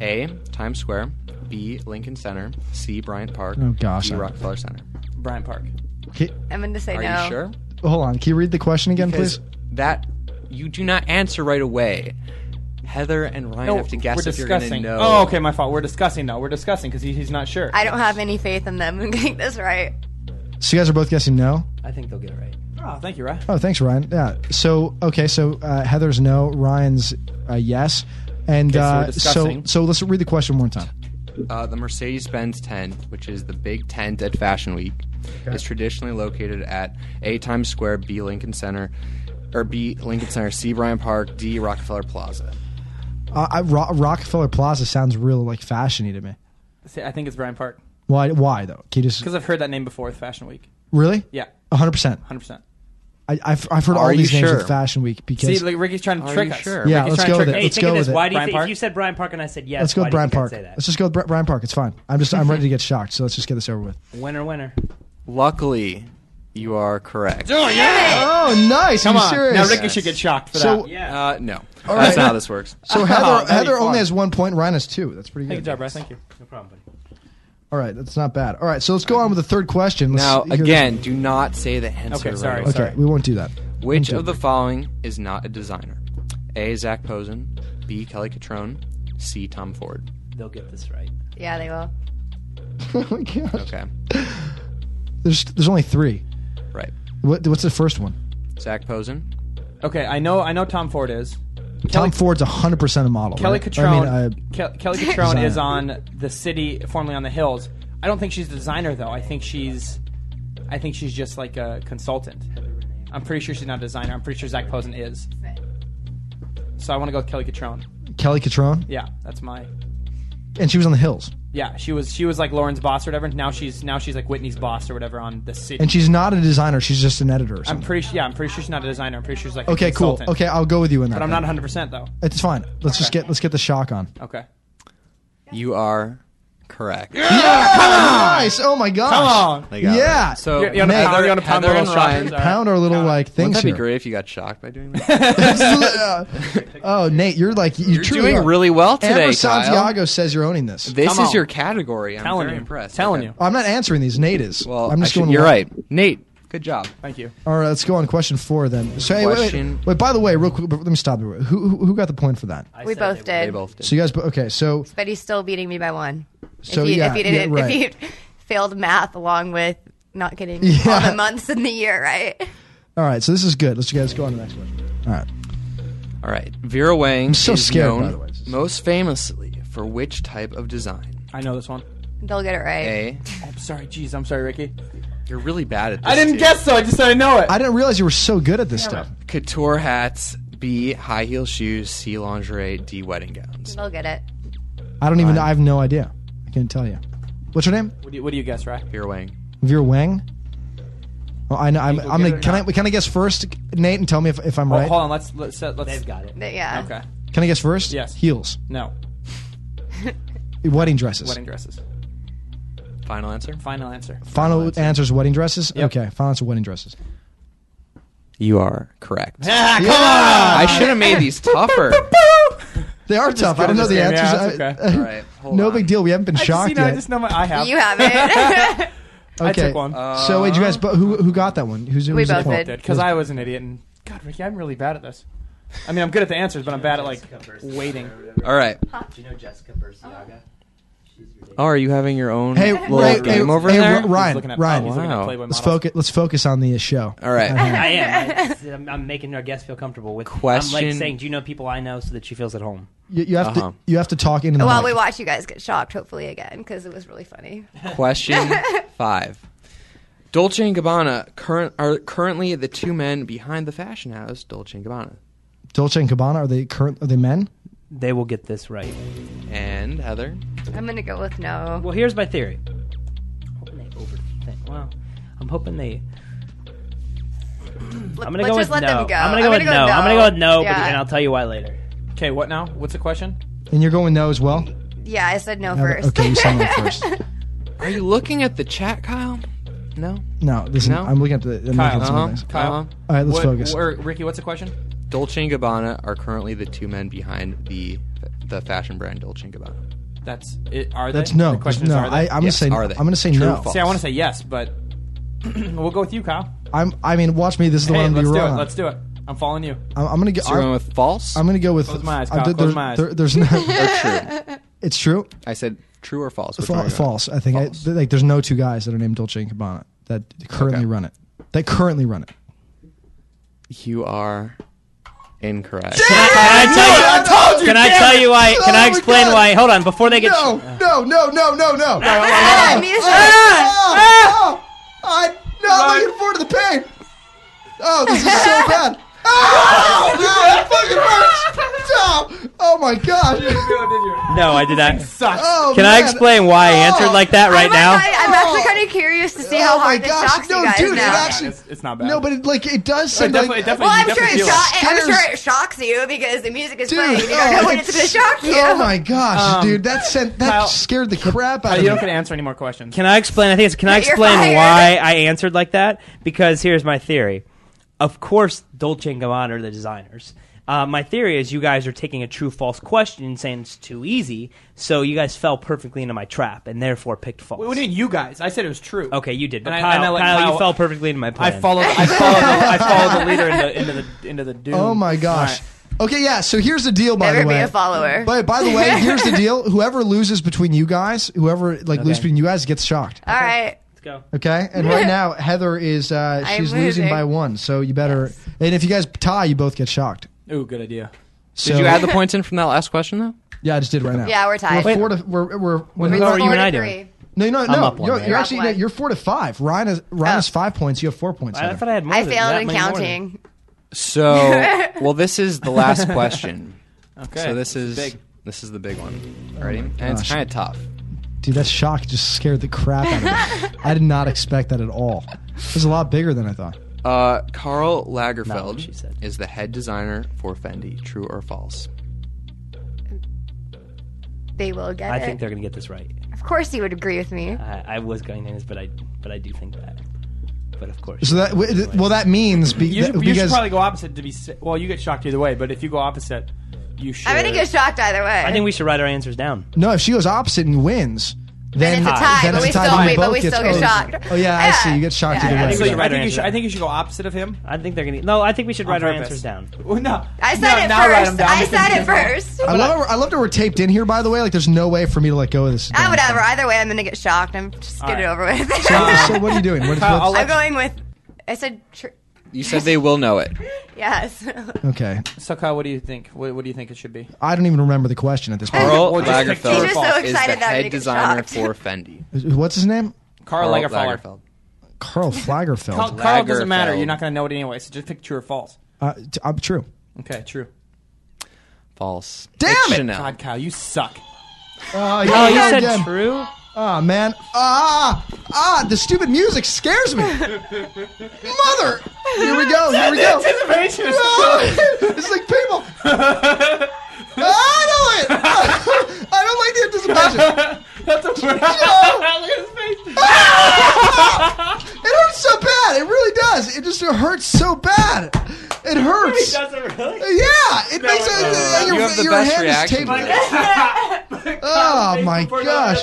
[SPEAKER 10] A. Times Square. B. Lincoln Center. C. Bryant Park.
[SPEAKER 2] Oh, gosh.
[SPEAKER 10] D. Rockefeller Center.
[SPEAKER 4] Bryant Park.
[SPEAKER 2] Ki-
[SPEAKER 3] I'm going to say
[SPEAKER 10] Are
[SPEAKER 3] no.
[SPEAKER 10] you sure?
[SPEAKER 2] hold on. Can you read the question again,
[SPEAKER 10] Because
[SPEAKER 2] please?
[SPEAKER 10] that you do not answer right away. Heather and Ryan have to guess
[SPEAKER 4] we're
[SPEAKER 10] if
[SPEAKER 4] discussing.
[SPEAKER 10] you're going to know.
[SPEAKER 4] Oh, okay, my fault. We're discussing now. We're discussing because he, he's not sure.
[SPEAKER 3] I don't have any faith in them getting this right.
[SPEAKER 2] So you guys are both guessing no.
[SPEAKER 5] I think they'll get it right.
[SPEAKER 4] oh, thank you, Ryan.
[SPEAKER 2] Oh, thanks, Ryan. Yeah. So okay. So uh, Heather's no. Ryan's uh, yes. And
[SPEAKER 10] so we're
[SPEAKER 2] uh, so
[SPEAKER 10] discussing.
[SPEAKER 2] so let's read the question one more time.
[SPEAKER 10] Uh, the Mercedes Benz tent, which is the big tent at Fashion Week, is traditionally located at A Times Square, B Lincoln Center, or B Lincoln Center, C Bryant Park, D Rockefeller Plaza.
[SPEAKER 2] Uh, I, Ro- Rockefeller Plaza sounds real like fashiony to me.
[SPEAKER 4] See, I think it's Bryant Park
[SPEAKER 2] Why? Why though? Can you just
[SPEAKER 4] because I've heard that name before with Fashion Week.
[SPEAKER 2] really?
[SPEAKER 4] Yeah,
[SPEAKER 2] hundred percent.
[SPEAKER 4] hundred percent.
[SPEAKER 2] I, I've, I've heard
[SPEAKER 10] Are
[SPEAKER 2] all these
[SPEAKER 10] you
[SPEAKER 2] names
[SPEAKER 10] sure?
[SPEAKER 2] with Fashion Week because
[SPEAKER 4] See, like, Ricky's trying to
[SPEAKER 10] Are
[SPEAKER 4] trick
[SPEAKER 10] you
[SPEAKER 4] us.
[SPEAKER 10] sure?
[SPEAKER 2] yeah,
[SPEAKER 4] Ricky's
[SPEAKER 2] let's
[SPEAKER 4] trying
[SPEAKER 2] go
[SPEAKER 4] to
[SPEAKER 2] with it.
[SPEAKER 4] trick us.
[SPEAKER 5] Hey,
[SPEAKER 2] Let's
[SPEAKER 5] think
[SPEAKER 2] go
[SPEAKER 5] of this.
[SPEAKER 2] with it.
[SPEAKER 5] Why do you
[SPEAKER 4] Brian
[SPEAKER 5] think
[SPEAKER 4] Park?
[SPEAKER 5] if you said Brian Park and I said yes?
[SPEAKER 2] Let's go
[SPEAKER 5] why
[SPEAKER 2] with
[SPEAKER 5] do you
[SPEAKER 2] Bryant
[SPEAKER 5] think I'd
[SPEAKER 2] Park.
[SPEAKER 5] Say that?
[SPEAKER 2] Let's just go with Br- Bryant Park. It's fine. I'm just I'm ready to get shocked. So let's just get this over with.
[SPEAKER 5] Winner, winner.
[SPEAKER 10] Luckily, you are correct.
[SPEAKER 2] Oh, nice.
[SPEAKER 4] Come
[SPEAKER 2] Are you
[SPEAKER 4] on,
[SPEAKER 2] serious?
[SPEAKER 4] now Ricky should get shocked for
[SPEAKER 2] So-
[SPEAKER 4] that.
[SPEAKER 10] Uh, no, that's
[SPEAKER 2] right.
[SPEAKER 10] not how this works.
[SPEAKER 2] So Heather
[SPEAKER 4] Oh, that'd be
[SPEAKER 2] Heather
[SPEAKER 4] fun.
[SPEAKER 2] only has one point. Ryan has two. That's pretty good.
[SPEAKER 4] Good job, Bryce. Thank you.
[SPEAKER 5] No problem, buddy.
[SPEAKER 2] All right, that's not bad. All right, so let's go on with the third question. Let's
[SPEAKER 10] Now,
[SPEAKER 2] hear this-
[SPEAKER 10] again, do not say the answer.
[SPEAKER 4] Okay,
[SPEAKER 10] right
[SPEAKER 4] sorry.
[SPEAKER 10] away.
[SPEAKER 2] okay, we won't do that.
[SPEAKER 10] Which
[SPEAKER 2] Okay.
[SPEAKER 10] of the following is not a designer? A. Zach Posen, B. Kelly Catrone, C. Tom Ford.
[SPEAKER 5] They'll get this right.
[SPEAKER 3] Yeah, they will.
[SPEAKER 2] oh my gosh.
[SPEAKER 10] Okay,
[SPEAKER 2] There's there's only three.
[SPEAKER 10] right.
[SPEAKER 2] What, what's the first one?
[SPEAKER 10] Zach Posen,
[SPEAKER 4] Okay, I know. I know Tom Ford is.
[SPEAKER 2] Tom Ford's 100 percent a model.
[SPEAKER 4] Kelly
[SPEAKER 2] right?
[SPEAKER 4] Catrone.
[SPEAKER 2] I mean, uh,
[SPEAKER 4] Ke- Kelly
[SPEAKER 2] Designer.
[SPEAKER 4] Catrone is on the city, formerly on the hills. I don't think she's a designer though. I think she's, I think she's just like a consultant. I'm pretty sure she's not a designer. I'm pretty sure Zach Posen is. So I want to go with Kelly Catrone.
[SPEAKER 2] uh, Kelly Catrone,
[SPEAKER 4] Yeah, that's my.
[SPEAKER 2] and she was on the Hills,
[SPEAKER 4] Yeah, she was she was like Lauren's boss or whatever. Now she's now she's like Whitney's boss or whatever on the city.
[SPEAKER 2] and she's not a designer. She's just an editor. Or
[SPEAKER 4] I'm
[SPEAKER 2] something.
[SPEAKER 4] pretty sure. Yeah, I'm pretty sure she's not a designer. I'm pretty sure she's like a
[SPEAKER 2] okay, cool.
[SPEAKER 4] consultant.
[SPEAKER 2] Okay, I'll go with you in that.
[SPEAKER 4] but I'm not 100 percent though.
[SPEAKER 2] It's fine. Let's just get let's get the shock on.
[SPEAKER 4] Okay.
[SPEAKER 10] you are correct.
[SPEAKER 2] Nice. Oh my gosh.
[SPEAKER 10] They got
[SPEAKER 2] Yeah.
[SPEAKER 10] it.
[SPEAKER 4] You-
[SPEAKER 10] So
[SPEAKER 4] you wanna
[SPEAKER 2] Nate,
[SPEAKER 4] pound- you wanna pound
[SPEAKER 10] Heather
[SPEAKER 4] the
[SPEAKER 10] and
[SPEAKER 4] little
[SPEAKER 10] Ryan.
[SPEAKER 4] shockers? All right.
[SPEAKER 2] Pound our little like
[SPEAKER 10] Wouldn't
[SPEAKER 2] things
[SPEAKER 10] that be
[SPEAKER 2] here.
[SPEAKER 10] great if you got shocked by doing that?
[SPEAKER 2] oh, Nate, you're like you
[SPEAKER 10] You're
[SPEAKER 2] truly
[SPEAKER 10] doing
[SPEAKER 2] are.
[SPEAKER 10] really well today,
[SPEAKER 2] Amber
[SPEAKER 10] Kyle.
[SPEAKER 2] Santiago says you're owning this.
[SPEAKER 10] This
[SPEAKER 4] Come
[SPEAKER 10] is
[SPEAKER 4] on.
[SPEAKER 10] your category. I'm
[SPEAKER 4] Telling
[SPEAKER 10] very
[SPEAKER 4] you.
[SPEAKER 10] impressed.
[SPEAKER 4] Telling
[SPEAKER 10] Okay.
[SPEAKER 4] you.
[SPEAKER 2] I'm not answering these. Nate is.
[SPEAKER 10] Well,
[SPEAKER 2] I'm just
[SPEAKER 10] I should-
[SPEAKER 2] going.
[SPEAKER 10] You're
[SPEAKER 2] along.
[SPEAKER 10] right, Nate. Good job.
[SPEAKER 4] Thank you.
[SPEAKER 2] All right, let's go on question four then. So, hey, wait, wait,
[SPEAKER 10] Question-
[SPEAKER 2] wait, By the way, real quick, let me stop you. Who, who who got the point for that?
[SPEAKER 3] We both did.
[SPEAKER 10] They both did.
[SPEAKER 2] So you guys, okay, so
[SPEAKER 3] But he's still beating me by one.
[SPEAKER 2] So,
[SPEAKER 3] if he,
[SPEAKER 2] yeah,
[SPEAKER 3] if he
[SPEAKER 2] yeah,
[SPEAKER 3] didn't,
[SPEAKER 2] right.
[SPEAKER 3] if he failed math along with not getting all
[SPEAKER 2] Yeah.
[SPEAKER 3] the months in the year right.
[SPEAKER 2] all right, so this is good. Let's you guys go on to the next question. All right,
[SPEAKER 10] All right. Vera Wang
[SPEAKER 2] so
[SPEAKER 10] is
[SPEAKER 2] scared,
[SPEAKER 10] known
[SPEAKER 2] by the way. This is-
[SPEAKER 10] most famously for which type of design?
[SPEAKER 4] I know this one.
[SPEAKER 3] They'll get it right.
[SPEAKER 10] A.
[SPEAKER 4] I'm sorry. Jeez, I'm sorry, Ricky.
[SPEAKER 10] You're really bad at this.
[SPEAKER 4] I didn't
[SPEAKER 10] dude.
[SPEAKER 4] guess though. I just said I know it.
[SPEAKER 2] I didn't realize you were so good at this stuff.
[SPEAKER 10] Couture hats. B. High heel shoes. C. Lingerie. D. Wedding gowns.
[SPEAKER 3] They'll get it.
[SPEAKER 2] I don't even. I have no idea. I can't tell you. What's your name?
[SPEAKER 4] What do you, what do you guess, Ryan?
[SPEAKER 10] Vera Wang.
[SPEAKER 2] Vera Wang. Oh, I know. I'm. I'm
[SPEAKER 4] get
[SPEAKER 2] gonna,
[SPEAKER 4] it or
[SPEAKER 2] can I?
[SPEAKER 4] not?
[SPEAKER 2] Can I guess first, Nate, and tell me if, if I'm
[SPEAKER 4] Oh,
[SPEAKER 2] right?
[SPEAKER 4] hold on. Let's let's let's.
[SPEAKER 5] They've got it.
[SPEAKER 3] But yeah.
[SPEAKER 4] Okay.
[SPEAKER 2] Can I guess first?
[SPEAKER 4] Yes.
[SPEAKER 2] Heels.
[SPEAKER 4] No.
[SPEAKER 2] Wedding dresses.
[SPEAKER 4] Wedding dresses.
[SPEAKER 10] Final answer.
[SPEAKER 4] Final answer.
[SPEAKER 2] Final answer is wedding dresses.
[SPEAKER 4] Yep.
[SPEAKER 2] Okay. Final answer wedding dresses.
[SPEAKER 10] You are correct.
[SPEAKER 2] Yeah,
[SPEAKER 10] I should have made these tougher.
[SPEAKER 2] they are tough. I don't know the
[SPEAKER 4] Yeah,
[SPEAKER 2] answers.
[SPEAKER 4] that's
[SPEAKER 2] I-
[SPEAKER 4] okay.
[SPEAKER 10] All right. Hold
[SPEAKER 2] no
[SPEAKER 10] on.
[SPEAKER 2] big deal. We haven't been shocked
[SPEAKER 4] See, now I
[SPEAKER 2] yet.
[SPEAKER 4] just know my. I have.
[SPEAKER 3] You have it.
[SPEAKER 2] okay.
[SPEAKER 4] I took one.
[SPEAKER 2] So wait, you
[SPEAKER 10] Uh,
[SPEAKER 2] guys, but who who got that one? Who's who's
[SPEAKER 3] We
[SPEAKER 2] the
[SPEAKER 3] both
[SPEAKER 2] point?
[SPEAKER 3] did.
[SPEAKER 4] because I was an idiot. And God, Ricky, I'm really bad at this. I mean, I'm good at the answers, but I'm bad at like waiting.
[SPEAKER 10] All right.
[SPEAKER 5] Do you know Jessica Bursiaga?
[SPEAKER 10] Oh, are you having your own
[SPEAKER 2] Hey,
[SPEAKER 10] little
[SPEAKER 2] Ray-
[SPEAKER 10] game
[SPEAKER 2] hey,
[SPEAKER 10] over
[SPEAKER 2] hey,
[SPEAKER 10] there?
[SPEAKER 2] Ro- Ryan,
[SPEAKER 4] looking at,
[SPEAKER 2] Ryan,
[SPEAKER 4] he's looking at
[SPEAKER 10] Wow.
[SPEAKER 4] Playboy
[SPEAKER 2] let's
[SPEAKER 4] models.
[SPEAKER 2] focus. Let's focus on the show. Uh-huh.
[SPEAKER 10] All right.
[SPEAKER 2] At hand.
[SPEAKER 5] I am. I, am I'm making her guest feel comfortable with. I'm
[SPEAKER 10] Question-
[SPEAKER 5] like saying, do you know people I know, so that she feels at home.
[SPEAKER 2] You, you have
[SPEAKER 10] Uh-huh.
[SPEAKER 2] to you have to talk into the
[SPEAKER 3] While we
[SPEAKER 2] mic.
[SPEAKER 3] watch you guys get shocked, hopefully again, because it was really funny.
[SPEAKER 10] Question five. Dolce and Gabbana current are currently the two men behind the fashion house Dolce and Gabbana.
[SPEAKER 2] Dolce and Gabbana are they current? Are they men?
[SPEAKER 5] They will get this right.
[SPEAKER 10] And Heather,
[SPEAKER 3] I'm gonna go with no.
[SPEAKER 5] Well, here's my theory. I'm hoping they overthink. Well, I'm hoping they.
[SPEAKER 3] Let-
[SPEAKER 5] I'm gonna
[SPEAKER 3] let's just
[SPEAKER 5] go with
[SPEAKER 3] let
[SPEAKER 5] no.
[SPEAKER 3] them go.
[SPEAKER 5] I'm gonna go with no. I'm gonna go with no, but,
[SPEAKER 3] Yeah.
[SPEAKER 5] and I'll tell you why later.
[SPEAKER 4] Okay, what now? What's the question?
[SPEAKER 2] And you're going no as well.
[SPEAKER 3] Yeah, I said no
[SPEAKER 2] No, but-
[SPEAKER 3] first.
[SPEAKER 2] Okay, you said that first.
[SPEAKER 10] Are you looking at the chat, Kyle? No.
[SPEAKER 2] No, listen,
[SPEAKER 10] No?
[SPEAKER 2] I'm looking at the. I'm looking
[SPEAKER 4] Kyle. uh-huh.
[SPEAKER 2] at some
[SPEAKER 10] Uh
[SPEAKER 2] other
[SPEAKER 10] huh.
[SPEAKER 2] things.
[SPEAKER 10] Kyle.
[SPEAKER 4] Kyle.
[SPEAKER 2] All right, let's
[SPEAKER 10] What-
[SPEAKER 2] focus.
[SPEAKER 4] Or Ricky, what's the question?
[SPEAKER 10] Dolce and Gabbana are currently the two men behind the the fashion brand Dolce and Gabbana.
[SPEAKER 4] That's it, are they?
[SPEAKER 2] That's no.
[SPEAKER 4] The question
[SPEAKER 2] no,
[SPEAKER 4] is, are they?
[SPEAKER 2] I, I'm
[SPEAKER 10] Yes,
[SPEAKER 2] gonna say.
[SPEAKER 10] are they?
[SPEAKER 2] I'm gonna say
[SPEAKER 10] True or
[SPEAKER 2] no.
[SPEAKER 10] false?
[SPEAKER 4] See, I want to say yes, but we'll go with you, Kyle.
[SPEAKER 2] I'm. I mean, watch me. This is the
[SPEAKER 4] Hey,
[SPEAKER 2] one I'm gonna
[SPEAKER 4] let's
[SPEAKER 2] be
[SPEAKER 4] do
[SPEAKER 2] wrong.
[SPEAKER 4] it.
[SPEAKER 2] on.
[SPEAKER 4] Let's do it. I'm following you.
[SPEAKER 2] I'm, I'm gonna go.
[SPEAKER 10] So you're going
[SPEAKER 2] I'm,
[SPEAKER 10] with false
[SPEAKER 2] I'm gonna go with.
[SPEAKER 4] Close my eyes,
[SPEAKER 2] I'm-
[SPEAKER 4] Kyle,
[SPEAKER 2] there-
[SPEAKER 4] close
[SPEAKER 2] there-
[SPEAKER 4] my eyes.
[SPEAKER 2] there- there's no.
[SPEAKER 10] or true?
[SPEAKER 2] it's true.
[SPEAKER 10] I said true or false. Which
[SPEAKER 2] Fa-
[SPEAKER 10] one are you going?
[SPEAKER 2] false. I think. I-
[SPEAKER 10] False.
[SPEAKER 2] th- like, there's no two guys that are named Dolce and Gabbana that currently
[SPEAKER 10] Okay.
[SPEAKER 2] run it. That currently run it.
[SPEAKER 10] You are incorrect.
[SPEAKER 5] Can I tell you?
[SPEAKER 2] I told you.
[SPEAKER 5] Can I tell you why? Can
[SPEAKER 2] Oh my
[SPEAKER 5] I explain
[SPEAKER 2] God.
[SPEAKER 5] why? Hold on, before they get.
[SPEAKER 2] No, no, no, no, no, no.
[SPEAKER 3] Ah, music.
[SPEAKER 4] Ah!
[SPEAKER 2] Oh, oh, I, no, I'm looking forward to the pain. Oh, this is so bad. Oh, no, that fucking hurts. Stop. Oh my gosh.
[SPEAKER 5] No, I did not.
[SPEAKER 2] Oh,
[SPEAKER 5] Can I
[SPEAKER 2] man.
[SPEAKER 5] explain why I answered
[SPEAKER 2] Oh.
[SPEAKER 5] like that right
[SPEAKER 3] I'm
[SPEAKER 5] now?
[SPEAKER 3] Actually, I'm actually kind of curious to see how
[SPEAKER 2] Oh my
[SPEAKER 3] hard this
[SPEAKER 2] gosh,
[SPEAKER 3] shocks
[SPEAKER 2] no,
[SPEAKER 3] you guys
[SPEAKER 2] dude, it
[SPEAKER 3] now.
[SPEAKER 2] actually-
[SPEAKER 4] It's, it's not bad.
[SPEAKER 2] No, but it, like it does
[SPEAKER 4] it
[SPEAKER 2] seem
[SPEAKER 4] definitely,
[SPEAKER 2] like.
[SPEAKER 4] it definitely,
[SPEAKER 3] Well, I'm
[SPEAKER 4] you
[SPEAKER 3] sure,
[SPEAKER 4] definitely
[SPEAKER 3] it
[SPEAKER 4] feel
[SPEAKER 3] shock- I'm sure
[SPEAKER 2] Scares-
[SPEAKER 3] it shocks you because the music is
[SPEAKER 2] Dude,
[SPEAKER 3] playing. You don't
[SPEAKER 2] oh,
[SPEAKER 3] know when it's going to shock you.
[SPEAKER 2] Oh my gosh,
[SPEAKER 4] Um,
[SPEAKER 2] dude, that sent that
[SPEAKER 4] Kyle-
[SPEAKER 2] scared the crap
[SPEAKER 4] Uh,
[SPEAKER 2] out of
[SPEAKER 4] you
[SPEAKER 2] me.
[SPEAKER 4] don't get to answer any more questions.
[SPEAKER 5] Can I explain? I think it's. Can I
[SPEAKER 3] You're
[SPEAKER 5] explain
[SPEAKER 3] fired.
[SPEAKER 5] why I answered like that? Because here's my theory. Of course, Dolce and Gabbana are the designers. Uh, my theory is you guys are taking a true-false question and saying it's too easy, so you guys fell perfectly into my trap and therefore picked false.
[SPEAKER 4] What do you mean, you guys? I said it was true.
[SPEAKER 5] Okay, you did. But
[SPEAKER 4] And I-
[SPEAKER 5] Kyle,
[SPEAKER 4] and I let
[SPEAKER 5] Kyle, you
[SPEAKER 4] Kyle-
[SPEAKER 5] fell perfectly into my plan.
[SPEAKER 4] I followed. I followed. The, I followed the leader into, into the into the doom.
[SPEAKER 2] Oh my gosh.
[SPEAKER 4] All
[SPEAKER 2] Okay, yeah. So here's the deal, by
[SPEAKER 3] Never
[SPEAKER 2] the way.
[SPEAKER 3] be a follower.
[SPEAKER 2] But by the way, here's the deal. Whoever loses between you guys, whoever like loses between you guys, gets shocked.
[SPEAKER 3] All right.
[SPEAKER 5] Let's go.
[SPEAKER 2] Okay, and right now Heather is uh,
[SPEAKER 3] I'm
[SPEAKER 2] she's losing
[SPEAKER 3] losing.
[SPEAKER 2] by one, so you better. And if you guys tie, you both get shocked.
[SPEAKER 4] right. Ooh, good idea.
[SPEAKER 2] So,
[SPEAKER 10] Did you add the points in from that last question though?
[SPEAKER 2] Yeah, I just did right now.
[SPEAKER 3] Yeah, we're tied.
[SPEAKER 2] We're four to we're, we're, we're
[SPEAKER 5] Who
[SPEAKER 3] Four
[SPEAKER 5] are you and
[SPEAKER 3] to
[SPEAKER 5] I
[SPEAKER 3] three.
[SPEAKER 5] doing?
[SPEAKER 2] no no no.
[SPEAKER 5] up one,
[SPEAKER 2] you're
[SPEAKER 5] man.
[SPEAKER 2] you're
[SPEAKER 3] I'm
[SPEAKER 2] actually
[SPEAKER 3] up one.
[SPEAKER 2] you're four to five. Ryan is Ryan
[SPEAKER 3] Oh.
[SPEAKER 2] has five points. You have four points.
[SPEAKER 5] I
[SPEAKER 2] Heather.
[SPEAKER 5] thought I had more.
[SPEAKER 3] I
[SPEAKER 5] than
[SPEAKER 3] failed
[SPEAKER 5] that
[SPEAKER 3] in
[SPEAKER 5] many more than-
[SPEAKER 3] counting.
[SPEAKER 10] So, well, this is the last question.
[SPEAKER 4] Okay.
[SPEAKER 10] So this is
[SPEAKER 4] big.
[SPEAKER 10] this is the big one. Ready? and
[SPEAKER 2] gosh.
[SPEAKER 10] it's kind of tough.
[SPEAKER 2] Dude, that shock just scared the crap out of me. I did not expect that at all. It was a lot bigger than I thought.
[SPEAKER 10] Uh, Karl
[SPEAKER 5] Not what
[SPEAKER 10] Lagerfeld
[SPEAKER 5] she said.
[SPEAKER 10] is the head designer for Fendi. True or false?
[SPEAKER 3] They will get
[SPEAKER 5] I
[SPEAKER 3] it.
[SPEAKER 5] think they're going to get this right.
[SPEAKER 3] of course, you would agree with me.
[SPEAKER 5] I, I was going to this, but I but I do think that. But of course.
[SPEAKER 2] So that well, that means be,
[SPEAKER 4] You, should- you should
[SPEAKER 2] because
[SPEAKER 4] probably go opposite to be. s- Well, you get shocked either way, but if you go opposite, you should.
[SPEAKER 3] I'm going to get shocked either way.
[SPEAKER 5] I think we should write our answers down.
[SPEAKER 2] no, if she goes opposite and wins, then,
[SPEAKER 3] Then it's a tie,
[SPEAKER 2] then
[SPEAKER 3] but
[SPEAKER 2] it's
[SPEAKER 3] we
[SPEAKER 2] a tie,
[SPEAKER 3] still-
[SPEAKER 2] you
[SPEAKER 3] wait, but
[SPEAKER 2] both
[SPEAKER 3] we still get
[SPEAKER 2] oh,
[SPEAKER 3] shocked.
[SPEAKER 2] Oh yeah, I
[SPEAKER 3] Yeah.
[SPEAKER 2] see. You get shocked
[SPEAKER 3] Yeah,
[SPEAKER 2] either
[SPEAKER 3] yeah,
[SPEAKER 2] way.
[SPEAKER 4] So
[SPEAKER 5] Right
[SPEAKER 4] you, I think you
[SPEAKER 5] answer.
[SPEAKER 4] should. I think you should go opposite of him.
[SPEAKER 5] I think they're going to. No, I think we should write our
[SPEAKER 4] purpose.
[SPEAKER 5] answers down.
[SPEAKER 4] Well, no.
[SPEAKER 3] I said
[SPEAKER 4] no,
[SPEAKER 3] it
[SPEAKER 4] now write
[SPEAKER 3] first.
[SPEAKER 4] 'em down.
[SPEAKER 3] I said it first.
[SPEAKER 2] I love, I love that we're taped in here, by the way. Like, there's no way for me to let go of this.
[SPEAKER 3] Ah, whatever. Either way, I'm going to get shocked. I'm just get
[SPEAKER 4] All
[SPEAKER 3] it
[SPEAKER 4] right.
[SPEAKER 3] over with.
[SPEAKER 2] so, what are you doing? What,
[SPEAKER 4] Kyle, I'll
[SPEAKER 2] what,
[SPEAKER 4] let
[SPEAKER 3] I'm going with. I said. Tr-
[SPEAKER 10] You said they will know it.
[SPEAKER 3] yes.
[SPEAKER 2] okay.
[SPEAKER 4] you- so Kyle, what do you think? What, what do you think it should be?
[SPEAKER 2] I don't even remember the question at this point.
[SPEAKER 10] Karl
[SPEAKER 4] Well, just take
[SPEAKER 10] Lagerfeld
[SPEAKER 4] He's just so
[SPEAKER 10] is the
[SPEAKER 3] excited that I'm gonna
[SPEAKER 10] head
[SPEAKER 3] get
[SPEAKER 10] designer
[SPEAKER 3] shocked.
[SPEAKER 10] for Fendi.
[SPEAKER 2] What's his name?
[SPEAKER 4] Carl Lagerfeld.
[SPEAKER 10] Lagerfeld.
[SPEAKER 2] Carl Flagerfeld.
[SPEAKER 4] Carl, Carl doesn't matter.
[SPEAKER 10] Lagerfeld.
[SPEAKER 4] You're not going to know it anyway. So just pick true or false.
[SPEAKER 2] Uh, t- I'm true.
[SPEAKER 4] Okay, true.
[SPEAKER 10] False.
[SPEAKER 2] Damn
[SPEAKER 10] It's
[SPEAKER 2] it!
[SPEAKER 10] Chanel.
[SPEAKER 4] God, Kyle, you suck.
[SPEAKER 2] Oh,
[SPEAKER 5] Oh, you said true?
[SPEAKER 2] Oh man. Ah ah. The stupid music scares me. Mother. Here we go. Here we go. Ah,
[SPEAKER 4] Anticipation.
[SPEAKER 2] it's like people. Ah, I know it. Ah, I don't like the anticipation.
[SPEAKER 4] That's a word. Look at his face.
[SPEAKER 2] Ah! It hurts so bad. It really does. It just hurts so bad. It hurts. Yeah,
[SPEAKER 4] Doesn't really.
[SPEAKER 2] it makes it, and your,
[SPEAKER 10] You have the
[SPEAKER 2] your
[SPEAKER 10] best
[SPEAKER 2] hand is
[SPEAKER 10] reaction
[SPEAKER 2] taped-
[SPEAKER 10] to this.
[SPEAKER 2] Oh my gosh.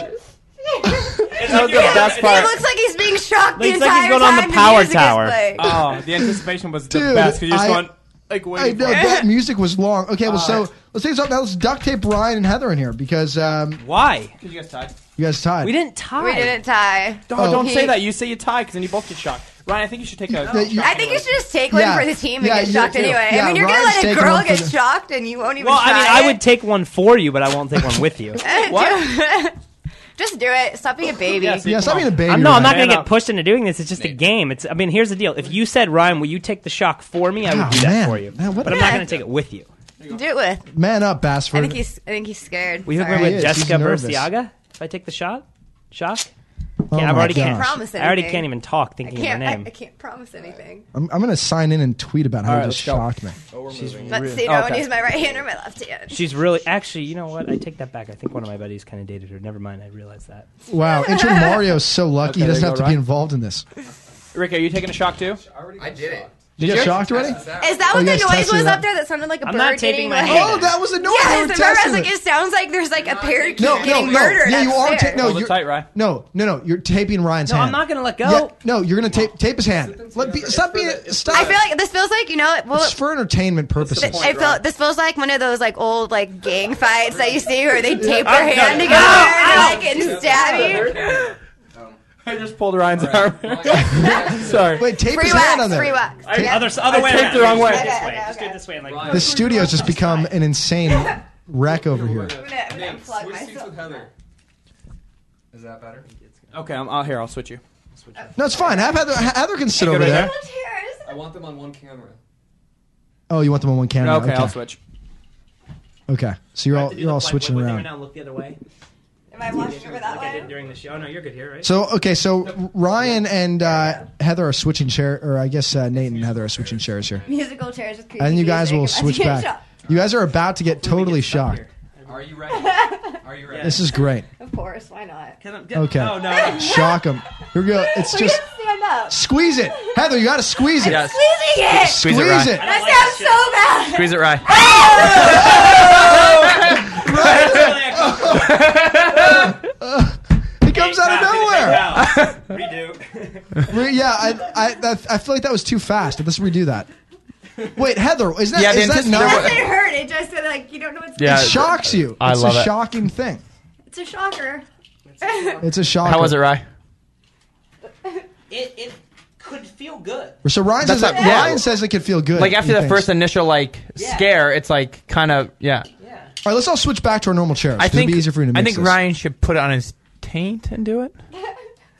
[SPEAKER 10] That was the best
[SPEAKER 3] he
[SPEAKER 10] part.
[SPEAKER 3] looks like he's being shocked the
[SPEAKER 5] Looks like
[SPEAKER 3] entire
[SPEAKER 5] he's going on the
[SPEAKER 3] time
[SPEAKER 5] power
[SPEAKER 3] music is
[SPEAKER 5] tower.
[SPEAKER 3] playing.
[SPEAKER 2] Uh,
[SPEAKER 4] Oh, the anticipation was the
[SPEAKER 2] Dude,
[SPEAKER 4] best. Cause you just
[SPEAKER 2] I-
[SPEAKER 4] going like waiting.
[SPEAKER 2] I know
[SPEAKER 4] for it.
[SPEAKER 2] that music was long. Okay, well, so let's take this up now. Let's duct tape Ryan and Heather in here because um,
[SPEAKER 5] Why?
[SPEAKER 4] Did you guys tie?
[SPEAKER 2] you guys tied.
[SPEAKER 5] We didn't tie.
[SPEAKER 3] we didn't tie.
[SPEAKER 4] No,
[SPEAKER 2] Oh.
[SPEAKER 4] don't say
[SPEAKER 3] He-
[SPEAKER 4] that. You say you tie because then you both get shocked. Ryan, I think you should take a.
[SPEAKER 2] Yeah, you-
[SPEAKER 3] I think you should just take one
[SPEAKER 2] Yeah.
[SPEAKER 3] for the team and
[SPEAKER 2] Yeah,
[SPEAKER 3] get
[SPEAKER 2] you-
[SPEAKER 3] shocked
[SPEAKER 2] you-
[SPEAKER 3] anyway.
[SPEAKER 2] yeah,
[SPEAKER 3] I mean, you're
[SPEAKER 2] Ryan's
[SPEAKER 3] gonna let a
[SPEAKER 2] taking
[SPEAKER 3] girl
[SPEAKER 2] one for
[SPEAKER 3] get
[SPEAKER 2] the-
[SPEAKER 3] shocked and you won't even.
[SPEAKER 5] Well, I mean,
[SPEAKER 3] try
[SPEAKER 5] I would
[SPEAKER 3] it.
[SPEAKER 5] take one for you, but I won't take one with you.
[SPEAKER 3] just do it. Stop being a baby.
[SPEAKER 4] Yes,
[SPEAKER 2] Yeah, stop being a baby.
[SPEAKER 5] I'm, no, I'm not
[SPEAKER 2] Ryan.
[SPEAKER 4] Man
[SPEAKER 5] going to get
[SPEAKER 4] up.
[SPEAKER 5] pushed into doing this. It's just a game. It's. I mean, here's the deal. If you said Ryan, will you take the shock for me? I would
[SPEAKER 2] Ah,
[SPEAKER 5] do that
[SPEAKER 2] man.
[SPEAKER 5] for you.
[SPEAKER 2] Man, what
[SPEAKER 5] but
[SPEAKER 2] a-
[SPEAKER 5] I'm not going to take it with you.
[SPEAKER 3] Do it with.
[SPEAKER 2] Man up, Bassford.
[SPEAKER 3] I think he's. I think he's scared.
[SPEAKER 5] We hook
[SPEAKER 3] Sorry.
[SPEAKER 2] He
[SPEAKER 5] me
[SPEAKER 2] is.
[SPEAKER 5] with
[SPEAKER 2] He's
[SPEAKER 5] Jessica
[SPEAKER 2] nervous.
[SPEAKER 5] Burstiaga. If I take the shot, shock.
[SPEAKER 2] Why
[SPEAKER 5] can't,
[SPEAKER 2] Oh
[SPEAKER 5] I've
[SPEAKER 2] my
[SPEAKER 5] already
[SPEAKER 2] gosh.
[SPEAKER 5] can't.
[SPEAKER 3] Promise
[SPEAKER 5] I already
[SPEAKER 3] anything.
[SPEAKER 5] can't even talk
[SPEAKER 3] I
[SPEAKER 5] thinking of her
[SPEAKER 3] can't. I,
[SPEAKER 5] name.
[SPEAKER 3] I can't promise anything.
[SPEAKER 2] I'm, I'm going to sign in and tweet about how
[SPEAKER 6] All
[SPEAKER 2] you
[SPEAKER 6] right,
[SPEAKER 2] just
[SPEAKER 6] let's go.
[SPEAKER 2] shocked me.
[SPEAKER 3] Let's see. No one
[SPEAKER 5] Oh, okay.
[SPEAKER 3] use my right hand or my left hand.
[SPEAKER 5] She's really actually. You know what? I take that back. I think one of my buddies kind of dated her. Never mind. I realized that.
[SPEAKER 2] Wow, Intro Mario's so lucky he
[SPEAKER 6] Okay, there
[SPEAKER 2] doesn't
[SPEAKER 6] you
[SPEAKER 2] have
[SPEAKER 6] go,
[SPEAKER 2] to be
[SPEAKER 6] Ryan.
[SPEAKER 2] involved in this. Did,
[SPEAKER 6] Rick, are you taking a shock too?
[SPEAKER 2] Oh,
[SPEAKER 10] I did it.
[SPEAKER 2] you get shocked already?
[SPEAKER 3] Is that
[SPEAKER 2] Oh,
[SPEAKER 3] what
[SPEAKER 2] yes,
[SPEAKER 3] the noise
[SPEAKER 2] Tessie,
[SPEAKER 3] was
[SPEAKER 2] that-
[SPEAKER 3] up there? That sounded like a
[SPEAKER 5] I'm
[SPEAKER 3] bird
[SPEAKER 5] not
[SPEAKER 3] getting
[SPEAKER 5] taping my
[SPEAKER 3] like,
[SPEAKER 5] hand.
[SPEAKER 2] Oh, that was annoying.
[SPEAKER 3] Yes,
[SPEAKER 2] we were
[SPEAKER 3] remember, I was
[SPEAKER 2] testing
[SPEAKER 3] like,
[SPEAKER 2] it.
[SPEAKER 3] it sounds like there's like a parakeet
[SPEAKER 2] no,
[SPEAKER 3] getting
[SPEAKER 2] no,
[SPEAKER 3] murdered.
[SPEAKER 2] No, yeah, you are.
[SPEAKER 3] upstairs.
[SPEAKER 2] Ta- no,
[SPEAKER 6] Hold it
[SPEAKER 2] you're,
[SPEAKER 6] tight, Ryan.
[SPEAKER 2] No, no, no. You're taping Ryan's
[SPEAKER 5] No,
[SPEAKER 2] hand.
[SPEAKER 5] I'm not gonna let go.
[SPEAKER 2] Yeah, no, you're gonna tape tape his hand. Let be, stop being. Stop.
[SPEAKER 3] I feel like this feels like you know. Well,
[SPEAKER 2] it's for entertainment purposes.
[SPEAKER 3] I feel this feels like one of those like old like gang fights that you see where they
[SPEAKER 2] Oh,
[SPEAKER 3] tape their
[SPEAKER 5] I'm
[SPEAKER 3] hand
[SPEAKER 5] done.
[SPEAKER 3] together
[SPEAKER 5] Ow,
[SPEAKER 3] and they're, like and stab you.
[SPEAKER 6] I just pulled Ryan's arm. Sorry.
[SPEAKER 2] Wait, tape
[SPEAKER 3] Free
[SPEAKER 2] his hand on
[SPEAKER 3] wax,
[SPEAKER 2] there.
[SPEAKER 3] free wax.
[SPEAKER 5] I, other other
[SPEAKER 6] I
[SPEAKER 5] way.
[SPEAKER 6] taped
[SPEAKER 5] around.
[SPEAKER 6] the wrong way.
[SPEAKER 5] Just do
[SPEAKER 3] Okay,
[SPEAKER 5] it this
[SPEAKER 3] okay,
[SPEAKER 5] way. Just do
[SPEAKER 3] okay.
[SPEAKER 5] it this way. And like,
[SPEAKER 2] The studio's just become an insane wreck over here.
[SPEAKER 3] I'm gonna, I'm gonna plug myself.
[SPEAKER 10] Heather. Is that better?
[SPEAKER 6] Okay, I'm out here. I'll switch you.
[SPEAKER 2] No, it's fine. Have Heather, Heather can sit over
[SPEAKER 6] right
[SPEAKER 2] there.
[SPEAKER 6] there.
[SPEAKER 10] I want them on one camera.
[SPEAKER 2] Oh, you want them on one camera?
[SPEAKER 6] Okay, I'll switch.
[SPEAKER 2] Okay, so you're all
[SPEAKER 5] Do
[SPEAKER 2] you're
[SPEAKER 5] the
[SPEAKER 2] all
[SPEAKER 5] flank
[SPEAKER 2] switching
[SPEAKER 5] one thing
[SPEAKER 2] around.
[SPEAKER 5] right now and Look the other way.
[SPEAKER 3] Am I watching over that
[SPEAKER 5] Like I did
[SPEAKER 3] way?
[SPEAKER 5] during the show. Oh no, you're good here, right?
[SPEAKER 2] So okay, so Ryan and uh, Heather are switching chair, or I guess uh, Nate and Heather are switching chairs here,
[SPEAKER 3] Musical chairs with creepy
[SPEAKER 2] and you guys will
[SPEAKER 3] music.
[SPEAKER 2] switch back. You guys are about to get totally
[SPEAKER 5] Get
[SPEAKER 2] shocked.
[SPEAKER 5] stuck here.
[SPEAKER 10] Are you ready? Are you ready?
[SPEAKER 2] This is great.
[SPEAKER 3] Of course, why not?
[SPEAKER 5] Get him- get-
[SPEAKER 2] Okay.
[SPEAKER 5] No, no.
[SPEAKER 2] Shock them. Here we go. It's
[SPEAKER 3] We
[SPEAKER 2] just
[SPEAKER 3] can stand up.
[SPEAKER 2] squeeze it, Heather. You got to squeeze it.
[SPEAKER 3] Squeezing it.
[SPEAKER 2] Squeeze
[SPEAKER 10] it, Ryan.
[SPEAKER 2] it.
[SPEAKER 3] That sounds so bad. Oh!
[SPEAKER 10] Squeeze it, Ryan.
[SPEAKER 2] It comes out of nowhere.
[SPEAKER 5] Redo.
[SPEAKER 2] Re- Yeah, I, I, that, I feel like that was too fast. Let's redo that. Wait, Heather, is that
[SPEAKER 10] Yeah, the
[SPEAKER 2] is that
[SPEAKER 10] antici-
[SPEAKER 2] not?
[SPEAKER 10] there
[SPEAKER 3] doesn't hurt. It just like you don't know what's.
[SPEAKER 2] It
[SPEAKER 10] Yeah.
[SPEAKER 2] shocks you.
[SPEAKER 10] I
[SPEAKER 2] it's
[SPEAKER 10] love
[SPEAKER 2] a
[SPEAKER 10] it.
[SPEAKER 2] shocking thing.
[SPEAKER 3] It's a shocker.
[SPEAKER 2] It's a shocker.
[SPEAKER 10] How was it, Ryan?
[SPEAKER 5] It it could feel good.
[SPEAKER 2] So Ryan
[SPEAKER 10] That's
[SPEAKER 2] says, that,
[SPEAKER 10] not- yeah.
[SPEAKER 2] Ryan says it could feel good.
[SPEAKER 7] Like after
[SPEAKER 2] he
[SPEAKER 7] the
[SPEAKER 2] thinks.
[SPEAKER 7] first initial like scare, it's like kind of yeah.
[SPEAKER 5] Yeah.
[SPEAKER 2] All right, let's all switch back to our normal chairs.
[SPEAKER 7] I think
[SPEAKER 2] it'd be easier for you to
[SPEAKER 7] I
[SPEAKER 2] mix
[SPEAKER 7] think
[SPEAKER 2] this.
[SPEAKER 7] Ryan should put it on his taint and do it.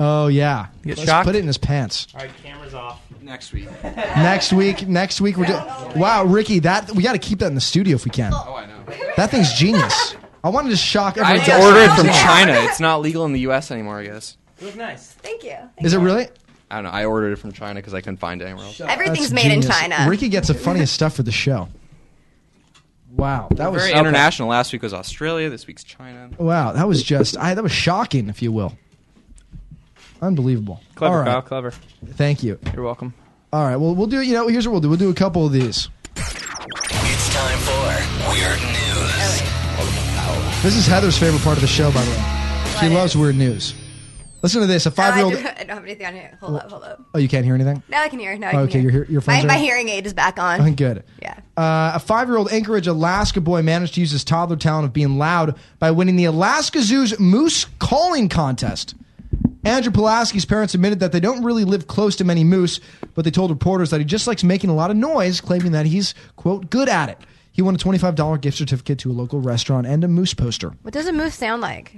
[SPEAKER 2] Oh yeah.
[SPEAKER 7] Get
[SPEAKER 2] let's
[SPEAKER 7] shocked?
[SPEAKER 2] put it in his pants.
[SPEAKER 5] All right, cameras off.
[SPEAKER 10] Next week.
[SPEAKER 2] Next week, next week we're doing. Wow, Ricky, that we got to keep that in the studio if we can.
[SPEAKER 10] Oh, I know.
[SPEAKER 2] That thing's genius. I wanted to shock everyone.
[SPEAKER 10] It's ordered from China. It's not legal in the U.S. anymore, I guess.
[SPEAKER 5] You look nice.
[SPEAKER 3] Thank you.
[SPEAKER 2] Is it really?
[SPEAKER 10] I don't know. I ordered it from China because I couldn't find it anywhere else.
[SPEAKER 3] Everything's
[SPEAKER 2] That's
[SPEAKER 3] made in
[SPEAKER 2] genius.
[SPEAKER 3] China.
[SPEAKER 2] Ricky gets the funniest stuff for the show. Wow, that was
[SPEAKER 10] Very international. Last week was Australia. This week's China.
[SPEAKER 2] Wow, that was just I, that was shocking, if you will. Unbelievable.
[SPEAKER 6] Clever,
[SPEAKER 2] All right,
[SPEAKER 6] Kyle. Clever.
[SPEAKER 2] thank you.
[SPEAKER 6] You're welcome.
[SPEAKER 2] All right, well we'll do you know here's what we'll do. We'll do a couple of these.
[SPEAKER 1] It's time for Weird News.
[SPEAKER 2] This is Heather's favorite part of the show, by the way. She loves weird news. Listen to this. A
[SPEAKER 3] No, I,
[SPEAKER 2] five year old.
[SPEAKER 3] don't, Uh, I don't have anything on here. Hold up, hold up.
[SPEAKER 2] Oh, you can't hear anything.
[SPEAKER 3] Now I can hear. Now I
[SPEAKER 2] Oh,
[SPEAKER 3] can
[SPEAKER 2] okay,
[SPEAKER 3] hear.
[SPEAKER 2] your hear- your phone's
[SPEAKER 3] my, my
[SPEAKER 2] on?
[SPEAKER 3] hearing aid is back on.
[SPEAKER 2] Good.
[SPEAKER 3] Yeah.
[SPEAKER 2] Uh, a five year old Anchorage, Alaska boy managed to use his toddler talent of being loud by winning the Alaska Zoo's moose calling contest. Andrew Pulaski's parents admitted that they don't really live close to many moose, but they told reporters that he just likes making a lot of noise, claiming that he's, quote, good at it. He won a $25 gift certificate to a local restaurant and a moose poster.
[SPEAKER 3] What does a moose sound like?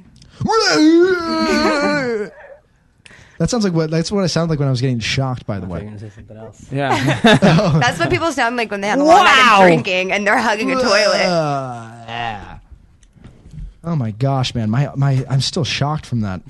[SPEAKER 2] that sounds like what that's what I sounded like when I was getting shocked, by the way.
[SPEAKER 5] Say something else.
[SPEAKER 6] Yeah.
[SPEAKER 3] That's what people sound like when they have a long night
[SPEAKER 5] Wow.
[SPEAKER 3] of drinking and they're hugging a toilet.
[SPEAKER 2] Uh, oh my gosh, man! My my, I'm still shocked from that.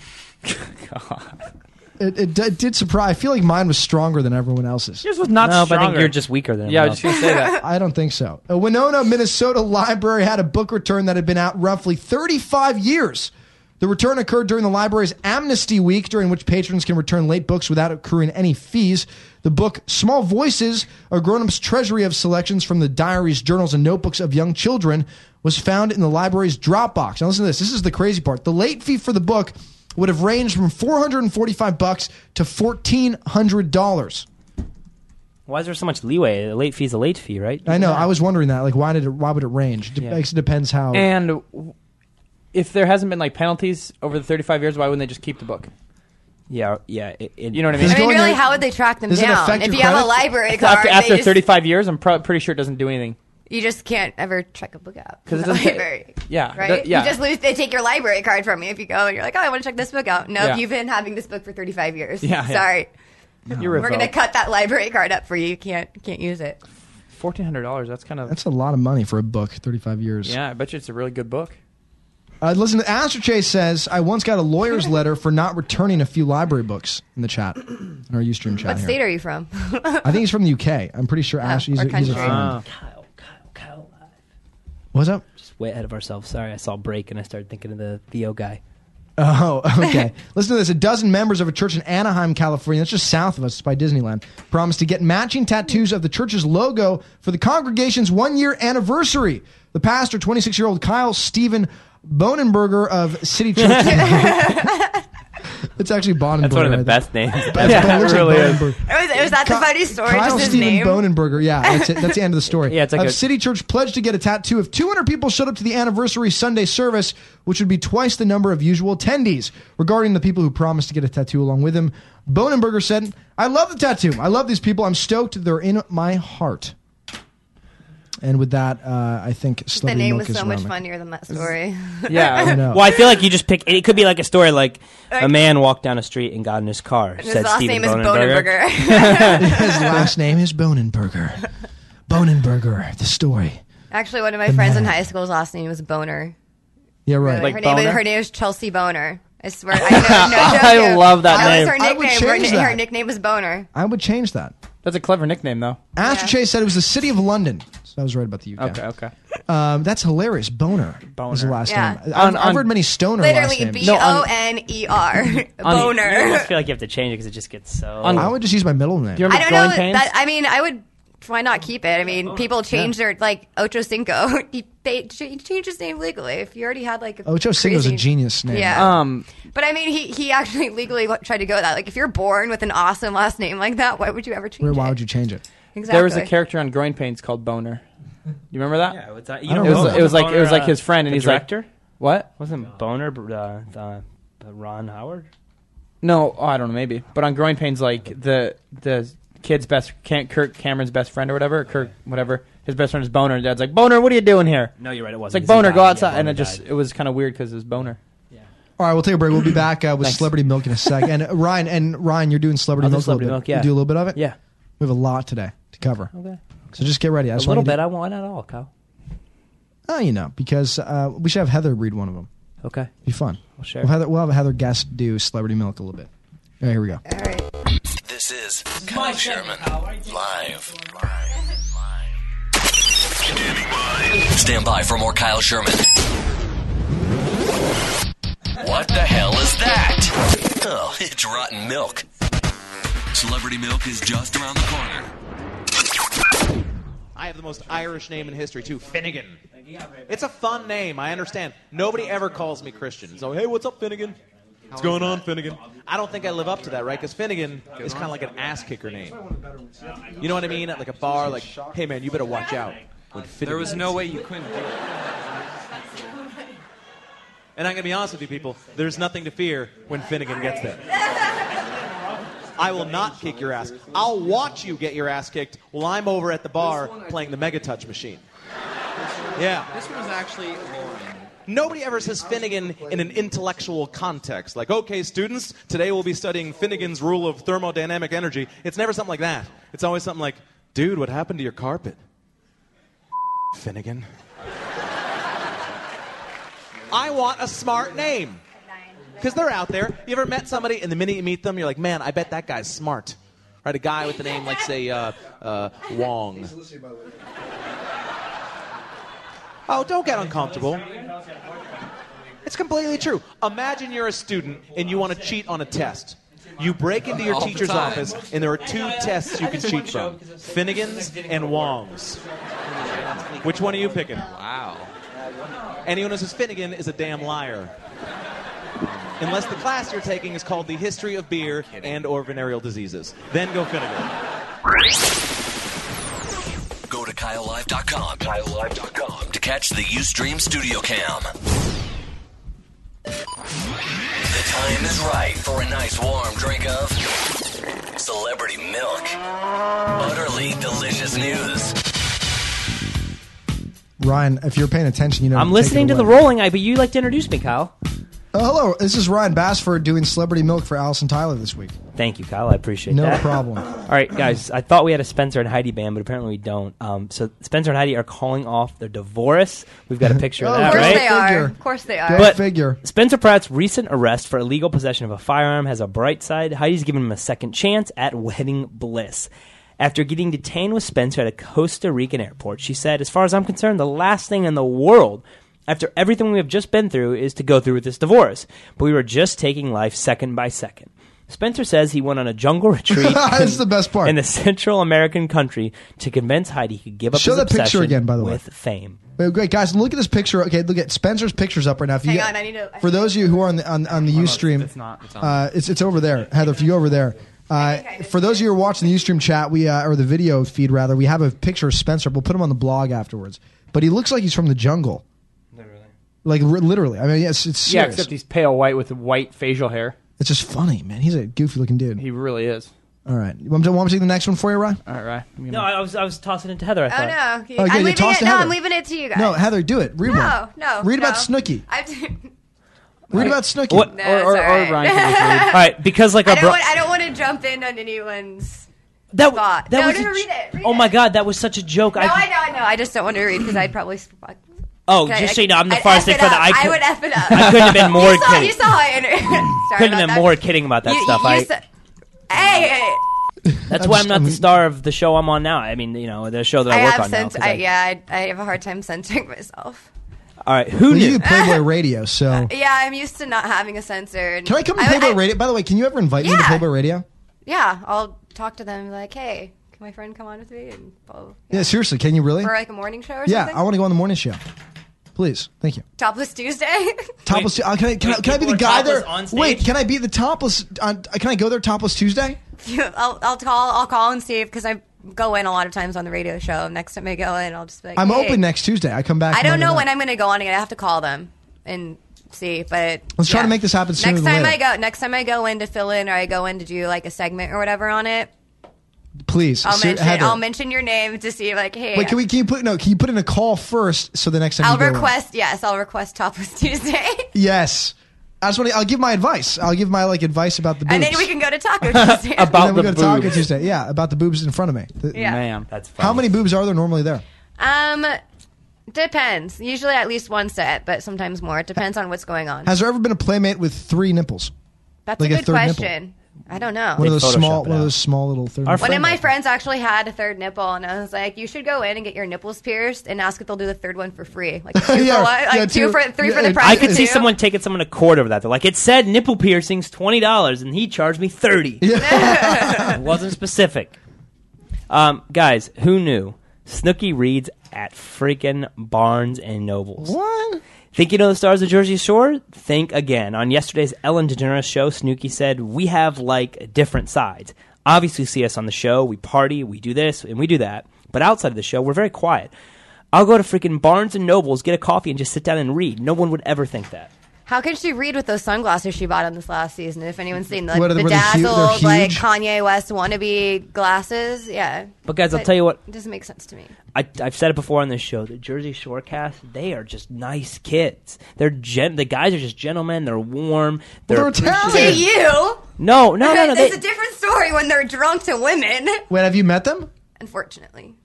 [SPEAKER 2] It, it, d- it did surprise. I feel like mine was stronger than everyone else's.
[SPEAKER 7] Yours was not
[SPEAKER 5] No, but I
[SPEAKER 7] stronger.
[SPEAKER 5] think you're just weaker than
[SPEAKER 6] yeah, I
[SPEAKER 5] everyone
[SPEAKER 6] was just gonna say that.
[SPEAKER 2] I don't think so. A Winona, Minnesota library had a book return that had been out roughly 35 years. The return occurred during the library's Amnesty Week, during which patrons can return late books without accruing any fees. The book Small Voices, a grown up's treasury of selections from the diaries, journals, and notebooks of young children, was found in the library's Dropbox. Now, listen to this. This is the crazy part. The late fee for the book would have ranged from 445 bucks to $1,400.
[SPEAKER 5] Why is there so much leeway? A late fee's a late fee, right?
[SPEAKER 2] I know. I was wondering that. Like, why did it? Why would it range? De- It depends how.
[SPEAKER 6] And w- if there hasn't been like penalties over the 35 years, why wouldn't they just keep the book?
[SPEAKER 5] Yeah, yeah. It, it,
[SPEAKER 6] You know what I mean?
[SPEAKER 2] Does it
[SPEAKER 3] I mean,
[SPEAKER 2] go in
[SPEAKER 3] really,
[SPEAKER 2] your-
[SPEAKER 3] how would they track them
[SPEAKER 2] Does it
[SPEAKER 3] down?
[SPEAKER 2] affect
[SPEAKER 3] If
[SPEAKER 2] your
[SPEAKER 3] you have a
[SPEAKER 2] credit?
[SPEAKER 3] library card,
[SPEAKER 6] after
[SPEAKER 3] they
[SPEAKER 6] after
[SPEAKER 3] just-
[SPEAKER 6] 35 years, I'm pro- pretty sure it doesn't do anything.
[SPEAKER 3] you just can't ever check a book out because
[SPEAKER 6] it
[SPEAKER 3] the
[SPEAKER 6] doesn't say-
[SPEAKER 3] library.
[SPEAKER 6] Yeah,
[SPEAKER 3] Right?
[SPEAKER 6] that- yeah.
[SPEAKER 3] You just lose. They take your library card from you if you go and you're like, oh, I want to check this book out. No,
[SPEAKER 6] Yeah.
[SPEAKER 3] you've been having this book for 35 years.
[SPEAKER 6] Yeah, yeah.
[SPEAKER 3] Sorry.
[SPEAKER 6] You're
[SPEAKER 3] We're gonna cut that library card up for you. You can't can't use it.
[SPEAKER 6] $1,400. That's kind of.
[SPEAKER 2] That's a lot of money for a book, 35 years.
[SPEAKER 6] yeah, I bet you it's a really good book.
[SPEAKER 2] Uh, listen, Astro Chase says, I once got a lawyer's letter for not returning a few library books in the chat, in our Ustream chat
[SPEAKER 3] What
[SPEAKER 2] here.
[SPEAKER 3] state are you from?
[SPEAKER 2] I think he's from the UK. I'm pretty sure Ash, he's,
[SPEAKER 3] or
[SPEAKER 2] a, he's a
[SPEAKER 3] country. Oh.
[SPEAKER 2] friend.
[SPEAKER 5] Ah. Kyle, Kyle, Kyle.
[SPEAKER 2] What's up?
[SPEAKER 5] Just way ahead of ourselves. Sorry, I saw break and I started thinking of the Theo guy.
[SPEAKER 2] Oh, okay. Listen to this. A dozen members of a church in Anaheim, California, that's just south of us, it's by Disneyland, promised to get matching tattoos of the church's logo for the congregation's one year anniversary. The pastor, 26 year old Kyle Steven Bonenberger of City Church. it's actually Bonenberger.
[SPEAKER 10] That's one of the
[SPEAKER 2] right
[SPEAKER 10] best names.
[SPEAKER 2] That's- it looks like Bonenberger.
[SPEAKER 3] It was, was that the funny story?
[SPEAKER 2] Kyle
[SPEAKER 3] just his
[SPEAKER 2] Steven
[SPEAKER 3] name.
[SPEAKER 2] Bonenberger. Yeah, that's, it. that's the end of the story.
[SPEAKER 5] Yeah, it's like
[SPEAKER 2] Of
[SPEAKER 5] a-
[SPEAKER 2] City Church pledged to get a tattoo if 200 people showed up to the anniversary Sunday service, which would be twice the number of usual attendees. Regarding the people who promised to get a tattoo along with him, Bonenberger said, "I love the tattoo. I love these people. I'm stoked. They're in my heart." And with that, uh, I think
[SPEAKER 3] The
[SPEAKER 2] Celebrity
[SPEAKER 3] name
[SPEAKER 2] Milk
[SPEAKER 3] was
[SPEAKER 2] is
[SPEAKER 3] so much
[SPEAKER 2] ramen.
[SPEAKER 3] funnier than that story.
[SPEAKER 5] Yeah.
[SPEAKER 2] know.
[SPEAKER 5] Well, I feel like you just pick. It could be like a story like a man walked down a street and got in his car.
[SPEAKER 3] His
[SPEAKER 5] said
[SPEAKER 3] last
[SPEAKER 5] Steven
[SPEAKER 3] name is
[SPEAKER 5] Bonenberger.
[SPEAKER 3] Bonenberger.
[SPEAKER 2] His last name is Bonenberger. Bonenberger. The story.
[SPEAKER 3] Actually, one of my
[SPEAKER 2] The
[SPEAKER 3] friends in
[SPEAKER 2] man.
[SPEAKER 3] high school's last name was Boner.
[SPEAKER 2] Yeah, right.
[SPEAKER 3] her name
[SPEAKER 5] Boner?
[SPEAKER 3] her name is Chelsea Boner. I swear, I, know, no,
[SPEAKER 5] I
[SPEAKER 3] joke.
[SPEAKER 5] love that name.
[SPEAKER 3] was her
[SPEAKER 2] I would
[SPEAKER 3] nickname. Her,
[SPEAKER 2] change
[SPEAKER 3] ni- her
[SPEAKER 2] that.
[SPEAKER 3] nickname was Boner.
[SPEAKER 2] I would change that.
[SPEAKER 9] That's a clever nickname, though.
[SPEAKER 2] Astro Chase said it was the city of London. So I was right about the UK.
[SPEAKER 9] Okay, okay.
[SPEAKER 2] Um, that's hilarious. Boner. Boner. Is the last
[SPEAKER 3] Yeah.
[SPEAKER 2] name. I've,
[SPEAKER 9] On-
[SPEAKER 2] I've
[SPEAKER 9] on-
[SPEAKER 2] heard many stoner last
[SPEAKER 3] Literally
[SPEAKER 2] names.
[SPEAKER 3] B O N E R.
[SPEAKER 5] I
[SPEAKER 3] Boner.
[SPEAKER 5] almost feel like you have to change it because it just gets so.
[SPEAKER 2] I would just use my middle name.
[SPEAKER 5] you
[SPEAKER 3] I don't know.
[SPEAKER 5] growing pains?
[SPEAKER 3] That, I mean, I would. Why not keep it? I
[SPEAKER 2] Oh,
[SPEAKER 3] mean, people change their like Ocho Cinco. you pay, ch- change his name legally if you already had like. A
[SPEAKER 2] Ocho Cinco's a
[SPEAKER 3] crazy-
[SPEAKER 2] genius name.
[SPEAKER 3] Yeah,
[SPEAKER 9] Um,
[SPEAKER 3] but I mean, he he actually legally wa- tried to go with that. Like, if you're born with an awesome last name like that, why would you ever change
[SPEAKER 2] Where-
[SPEAKER 3] it?
[SPEAKER 2] why would you change it?
[SPEAKER 3] Exactly.
[SPEAKER 9] there was a character on Growing Pains called Boner. You remember that?
[SPEAKER 5] Yeah, what's that? You
[SPEAKER 2] I don't
[SPEAKER 5] know
[SPEAKER 9] It was,
[SPEAKER 2] Boner.
[SPEAKER 9] it was like it was
[SPEAKER 5] Boner,
[SPEAKER 9] like his
[SPEAKER 5] uh,
[SPEAKER 9] friend, and
[SPEAKER 5] the
[SPEAKER 9] he's
[SPEAKER 5] director?
[SPEAKER 9] like, "What?
[SPEAKER 5] wasn't Boner uh, the, the Ron Howard?
[SPEAKER 9] No, oh, I don't know, maybe." But on Growing Pains, like the the kid's best, Cam- Kirk Cameron's best friend or whatever, Kirk whatever, his best friend is Boner. And Dad's like, "Boner, what are you doing here?"
[SPEAKER 5] No, you're right. It
[SPEAKER 9] It's
[SPEAKER 5] wasn't.
[SPEAKER 9] like Boner, go outside, and it just it was kind of weird because it was Boner.
[SPEAKER 2] All right, we'll take a break. We'll be back uh, with Celebrity Milk in a sec. And uh, Ryan, and Ryan, you're doing Celebrity
[SPEAKER 5] I'll
[SPEAKER 2] Milk. a
[SPEAKER 5] do
[SPEAKER 2] little
[SPEAKER 5] Celebrity
[SPEAKER 2] bit.
[SPEAKER 5] Milk, yeah.
[SPEAKER 2] You do a little bit of it.
[SPEAKER 5] Yeah,
[SPEAKER 2] We have a lot today to cover. Okay. So just get ready. I
[SPEAKER 5] a
[SPEAKER 2] just
[SPEAKER 5] little
[SPEAKER 2] want you
[SPEAKER 5] bit.
[SPEAKER 2] to-
[SPEAKER 5] I want not all, Kyle.
[SPEAKER 2] Oh, you know, because uh, we should have Heather read one of them.
[SPEAKER 5] Okay.
[SPEAKER 2] Be fun. We'll
[SPEAKER 5] share.
[SPEAKER 2] We'll, Heather, we'll have Heather guest do Celebrity Milk a little bit. All right, here we go.
[SPEAKER 3] All right.
[SPEAKER 1] This is Kyle Sherman. Live. Stand by for more Kyle Sherman. What the hell is that? Oh, it's rotten milk. Celebrity milk is just around the corner.
[SPEAKER 4] I have the most Irish name in history too, Finnegan. It's a fun name, I understand. Nobody ever calls me Christian. So hey, what's up, Finnegan? What's going on, Finnegan? I don't think I live up to that, right? Because Finnegan is kind of like an ass kicker name. You know what I mean? At like a bar, like, hey man, you better watch out. When Finnegan
[SPEAKER 10] There was no way you couldn't do it.
[SPEAKER 4] And I'm going to be honest with you people, there's nothing to fear when Finnegan gets there. I will not kick your ass. I'll watch you get your ass kicked while I'm over at the bar playing the Mega Touch machine. Yeah.
[SPEAKER 10] This was actually Lauren.
[SPEAKER 4] Nobody ever says Finnegan in an intellectual context. Like, okay, students, today we'll be studying Finnegan's rule of thermodynamic energy. It's never something like that. It's always something like, dude, what happened to your carpet? Finnegan. I want a smart name. Because they're out there. You ever met somebody, and the minute you meet them, you're like, man, I bet that guy's smart. Right? A guy with a name like, say, uh, uh, Wong. Oh, don't get uncomfortable. It's completely true. Imagine you're a student and you want to cheat on a test. You break into your
[SPEAKER 10] All the
[SPEAKER 4] teacher's
[SPEAKER 10] time.
[SPEAKER 4] office, and there are two tests you can cheat from Finnegan's and Wong's. Which one are you picking?
[SPEAKER 10] Wow.
[SPEAKER 4] Anyone who says Finnegan is a damn liar. Unless the class you're taking is called the History of Beer and or Venereal Diseases. Then go Finnegan.
[SPEAKER 1] Go to KyleLive.com. KyleLive.com to catch the Ustream Studio Cam. The time is right for a nice warm drink of celebrity milk. Utterly delicious news.
[SPEAKER 2] Ryan, if you're paying attention, you know.
[SPEAKER 5] I'm
[SPEAKER 2] take it
[SPEAKER 5] listening to the
[SPEAKER 2] away.
[SPEAKER 5] rolling eye, but you like to introduce me, Kyle.
[SPEAKER 2] Uh, hello, this is Ryan Bassford doing Celebrity Milk for Allison Tyler this week.
[SPEAKER 5] Thank you, Kyle. I appreciate
[SPEAKER 2] No
[SPEAKER 5] that.
[SPEAKER 2] problem.
[SPEAKER 5] All right, guys. I thought we had a Spencer and Heidi band, but apparently we don't. Um, so Spencer and Heidi are calling off their divorce. We've got a picture
[SPEAKER 3] Oh,
[SPEAKER 5] of
[SPEAKER 3] of
[SPEAKER 5] that,
[SPEAKER 3] course
[SPEAKER 5] right?
[SPEAKER 3] they are. Of course they are.
[SPEAKER 5] But Spencer Pratt's recent arrest for illegal possession of a firearm has a bright side. Heidi's given him a second chance at wedding bliss. After getting detained with Spencer at a Costa Rican airport, she said, As far as I'm concerned, the last thing in the world after everything we have just been through is to go through with this divorce. But we were just taking life second by second. Spencer says he went on a jungle retreat
[SPEAKER 2] That's the best part.
[SPEAKER 5] in the Central American country to convince Heidi he could give up
[SPEAKER 2] Show
[SPEAKER 5] his
[SPEAKER 2] that picture
[SPEAKER 5] obsession
[SPEAKER 2] again, by the way.
[SPEAKER 5] with fame.
[SPEAKER 2] Wait, great guys, look at this picture. Okay, look at Spencer's pictures up right now. If you
[SPEAKER 3] Hang
[SPEAKER 2] get-
[SPEAKER 3] on, I need to-
[SPEAKER 2] For those of you who are on the on, on the UStream,
[SPEAKER 3] it's not. It's on.
[SPEAKER 2] uh, it's it's over there, Heather. If you go over there. Uh, for those of you who are watching the UStream chat, we uh, or the video feed rather, we have a picture of Spencer. We'll put him on the blog afterwards. But he looks like he's from the jungle, like r- literally. I mean, yes, it's
[SPEAKER 6] yeah,
[SPEAKER 2] serious.
[SPEAKER 6] except he's pale white with white facial hair.
[SPEAKER 2] it's just funny, man. He's a goofy looking dude.
[SPEAKER 6] He really is.
[SPEAKER 2] All right, you want me to, want me to take the next one for you, Ryan?
[SPEAKER 6] All right, Ryan. I'm gonna-
[SPEAKER 5] No, I was I was tossing it to Heather. I
[SPEAKER 3] Oh no!
[SPEAKER 5] thought.
[SPEAKER 2] Oh, yeah,
[SPEAKER 3] I'm
[SPEAKER 2] you
[SPEAKER 3] leaving
[SPEAKER 2] tossed to
[SPEAKER 3] it. No,
[SPEAKER 2] Heather.
[SPEAKER 3] I'm leaving it to you guys.
[SPEAKER 2] No, Heather, do it. Read
[SPEAKER 3] No,
[SPEAKER 2] one.
[SPEAKER 3] no.
[SPEAKER 2] Read about
[SPEAKER 3] no. Uh,
[SPEAKER 2] Snooki.
[SPEAKER 3] I have to-
[SPEAKER 2] Read about Snooki.
[SPEAKER 5] What?
[SPEAKER 3] No, Or- it's or- all or right. Ryan can just read.
[SPEAKER 5] all right, because like
[SPEAKER 3] I
[SPEAKER 5] our
[SPEAKER 3] don't
[SPEAKER 5] bro-
[SPEAKER 3] want. I don't want to jump in on anyone's
[SPEAKER 5] that,
[SPEAKER 3] thought.
[SPEAKER 5] that
[SPEAKER 3] no,
[SPEAKER 5] was
[SPEAKER 3] no,
[SPEAKER 5] a
[SPEAKER 3] no, read
[SPEAKER 5] j-
[SPEAKER 3] it. Read
[SPEAKER 5] oh
[SPEAKER 3] it.
[SPEAKER 5] my god, that was such a joke.
[SPEAKER 3] No, I know, I know. I just don't want to read because I'd probably.
[SPEAKER 5] Oh,
[SPEAKER 3] Can I-
[SPEAKER 5] just so you know, I'm the
[SPEAKER 3] I'd
[SPEAKER 5] farthest
[SPEAKER 3] F
[SPEAKER 5] thing
[SPEAKER 3] it
[SPEAKER 5] for the
[SPEAKER 3] up.
[SPEAKER 5] I,
[SPEAKER 3] I
[SPEAKER 5] could,
[SPEAKER 3] would f it up.
[SPEAKER 5] I couldn't have been more
[SPEAKER 3] you saw,
[SPEAKER 5] kidding.
[SPEAKER 3] You saw how I inter- Sorry
[SPEAKER 5] couldn't
[SPEAKER 3] about
[SPEAKER 5] have been
[SPEAKER 3] that.
[SPEAKER 5] more kidding about that
[SPEAKER 3] You-
[SPEAKER 5] stuff.
[SPEAKER 3] you
[SPEAKER 5] I,
[SPEAKER 3] saw- hey, hey, hey.
[SPEAKER 5] that's why I'm not the star of the show I'm on now. I mean, you know, the show that
[SPEAKER 3] I
[SPEAKER 5] I, work
[SPEAKER 3] have
[SPEAKER 5] on now.
[SPEAKER 3] sense.
[SPEAKER 5] 'cause
[SPEAKER 3] I,
[SPEAKER 5] I-
[SPEAKER 3] yeah, I, I have a hard time censoring myself.
[SPEAKER 5] All right, who
[SPEAKER 2] Well,
[SPEAKER 5] knew?
[SPEAKER 2] you do Playboy Radio, so
[SPEAKER 3] Yeah, I'm used to not having a censor.
[SPEAKER 2] can I come to
[SPEAKER 3] Uh, I-
[SPEAKER 2] Playboy
[SPEAKER 3] I-
[SPEAKER 2] Radio? By the way, can you ever invite me to
[SPEAKER 3] Yeah.
[SPEAKER 2] Playboy Radio?
[SPEAKER 3] Yeah, I'll talk to them and be like, hey, can my friend come on with me? And blah,
[SPEAKER 2] Yeah, seriously, can you really?
[SPEAKER 3] For like a morning show or
[SPEAKER 2] yeah,
[SPEAKER 3] something?
[SPEAKER 2] I want to go on the morning show. Please, thank you.
[SPEAKER 3] Topless Tuesday?
[SPEAKER 2] Topless. uh, can I can, I,
[SPEAKER 5] wait,
[SPEAKER 2] can I be
[SPEAKER 5] people
[SPEAKER 2] the
[SPEAKER 5] are
[SPEAKER 2] guy
[SPEAKER 5] topless
[SPEAKER 2] there?
[SPEAKER 5] on stage?
[SPEAKER 2] Wait, can I be the topless? On, uh, can I go there topless Tuesday?
[SPEAKER 3] I'll, I'll call I'll call and see because I go in a lot of times on the radio show. Next time I go in, I'll just be like,
[SPEAKER 2] I'm
[SPEAKER 3] hey.
[SPEAKER 2] open next Tuesday. I come back.
[SPEAKER 3] I don't know when
[SPEAKER 2] I.
[SPEAKER 3] I'm going to go on again. I have to call them and see. But
[SPEAKER 2] Let's try
[SPEAKER 3] yeah.
[SPEAKER 2] to make this happen sooner
[SPEAKER 3] next
[SPEAKER 2] than
[SPEAKER 3] time
[SPEAKER 2] later.
[SPEAKER 3] I go, next time I go in to fill in or I go in to do like a segment or whatever on it,
[SPEAKER 2] Please,
[SPEAKER 3] I'll
[SPEAKER 2] ser-
[SPEAKER 3] mention
[SPEAKER 2] Heather.
[SPEAKER 3] I'll mention your name to see like, hey,
[SPEAKER 2] Wait, can we? Can you put no? Can you put in a call first so the next time
[SPEAKER 3] I'll
[SPEAKER 2] you go in-
[SPEAKER 3] request. Yes, I'll request Topless Tuesday,
[SPEAKER 2] Yes, I just want. to. I'll give my advice. I'll give my like advice about the boobs.
[SPEAKER 3] and then we can go to Taco Tuesday.
[SPEAKER 2] And then we go to Taco Tuesday. Yeah, about the boobs in front of me. The-
[SPEAKER 3] Yeah.
[SPEAKER 5] That's funny.
[SPEAKER 2] How many boobs are there normally there?
[SPEAKER 3] Um, depends. Usually at least one set, but sometimes more. It depends on what's going on.
[SPEAKER 2] Has there ever been a playmate with three nipples?
[SPEAKER 3] That's
[SPEAKER 2] like a
[SPEAKER 3] a good
[SPEAKER 2] third nipple?
[SPEAKER 3] question. I don't know.
[SPEAKER 2] One of
[SPEAKER 5] They
[SPEAKER 2] those small,
[SPEAKER 5] Photoshop it
[SPEAKER 2] one of
[SPEAKER 5] out.
[SPEAKER 2] those small little third.
[SPEAKER 5] Our
[SPEAKER 3] One of
[SPEAKER 5] friend-
[SPEAKER 3] my friends actually had a third nipple, and I was like, "You should go in and get your nipples pierced, and ask if they'll do the third one for free, like two
[SPEAKER 2] Yeah,
[SPEAKER 3] for one, like
[SPEAKER 2] yeah,
[SPEAKER 3] two,
[SPEAKER 2] two-
[SPEAKER 3] for three
[SPEAKER 2] yeah,
[SPEAKER 3] for the
[SPEAKER 2] and-
[SPEAKER 3] price."
[SPEAKER 5] I could
[SPEAKER 3] of
[SPEAKER 5] see
[SPEAKER 3] two.
[SPEAKER 5] someone taking someone a quarter of that. They're like, it said nipple piercings twenty dollars, and he charged me thirty. it wasn't specific. Um, guys, who knew? Snooky reads at freaking Barnes and Nobles.
[SPEAKER 2] What?
[SPEAKER 5] Think you know the stars of Jersey Shore? Think again. On yesterday's Ellen DeGeneres show, Snooki said, We have like different sides. Obviously, see us on the show. We party, we do this, and we do that. But outside of the show, we're very quiet. I'll go to freaking Barnes and Nobles, get a coffee, and just sit down and read. No one would ever think that.
[SPEAKER 3] How can she read with those sunglasses she bought on this last season? If anyone's seen like
[SPEAKER 2] What are
[SPEAKER 3] the
[SPEAKER 2] they- were they hu- they're
[SPEAKER 3] dazzled, like
[SPEAKER 2] huge?
[SPEAKER 3] Kanye West wannabe glasses, yeah.
[SPEAKER 5] But guys, I'll tell you what.
[SPEAKER 3] it doesn't make sense to me.
[SPEAKER 5] I, I've said it before on this show. The Jersey Shore cast, they are just nice kids. They're gen. The guys are just gentlemen. They're warm. They're,
[SPEAKER 2] They're
[SPEAKER 3] To
[SPEAKER 2] Italian.
[SPEAKER 3] Oh, you,
[SPEAKER 5] no, no, no, no. They,
[SPEAKER 3] it's a different story when they're drunk to women.
[SPEAKER 2] Wait, have you met them?
[SPEAKER 3] Unfortunately,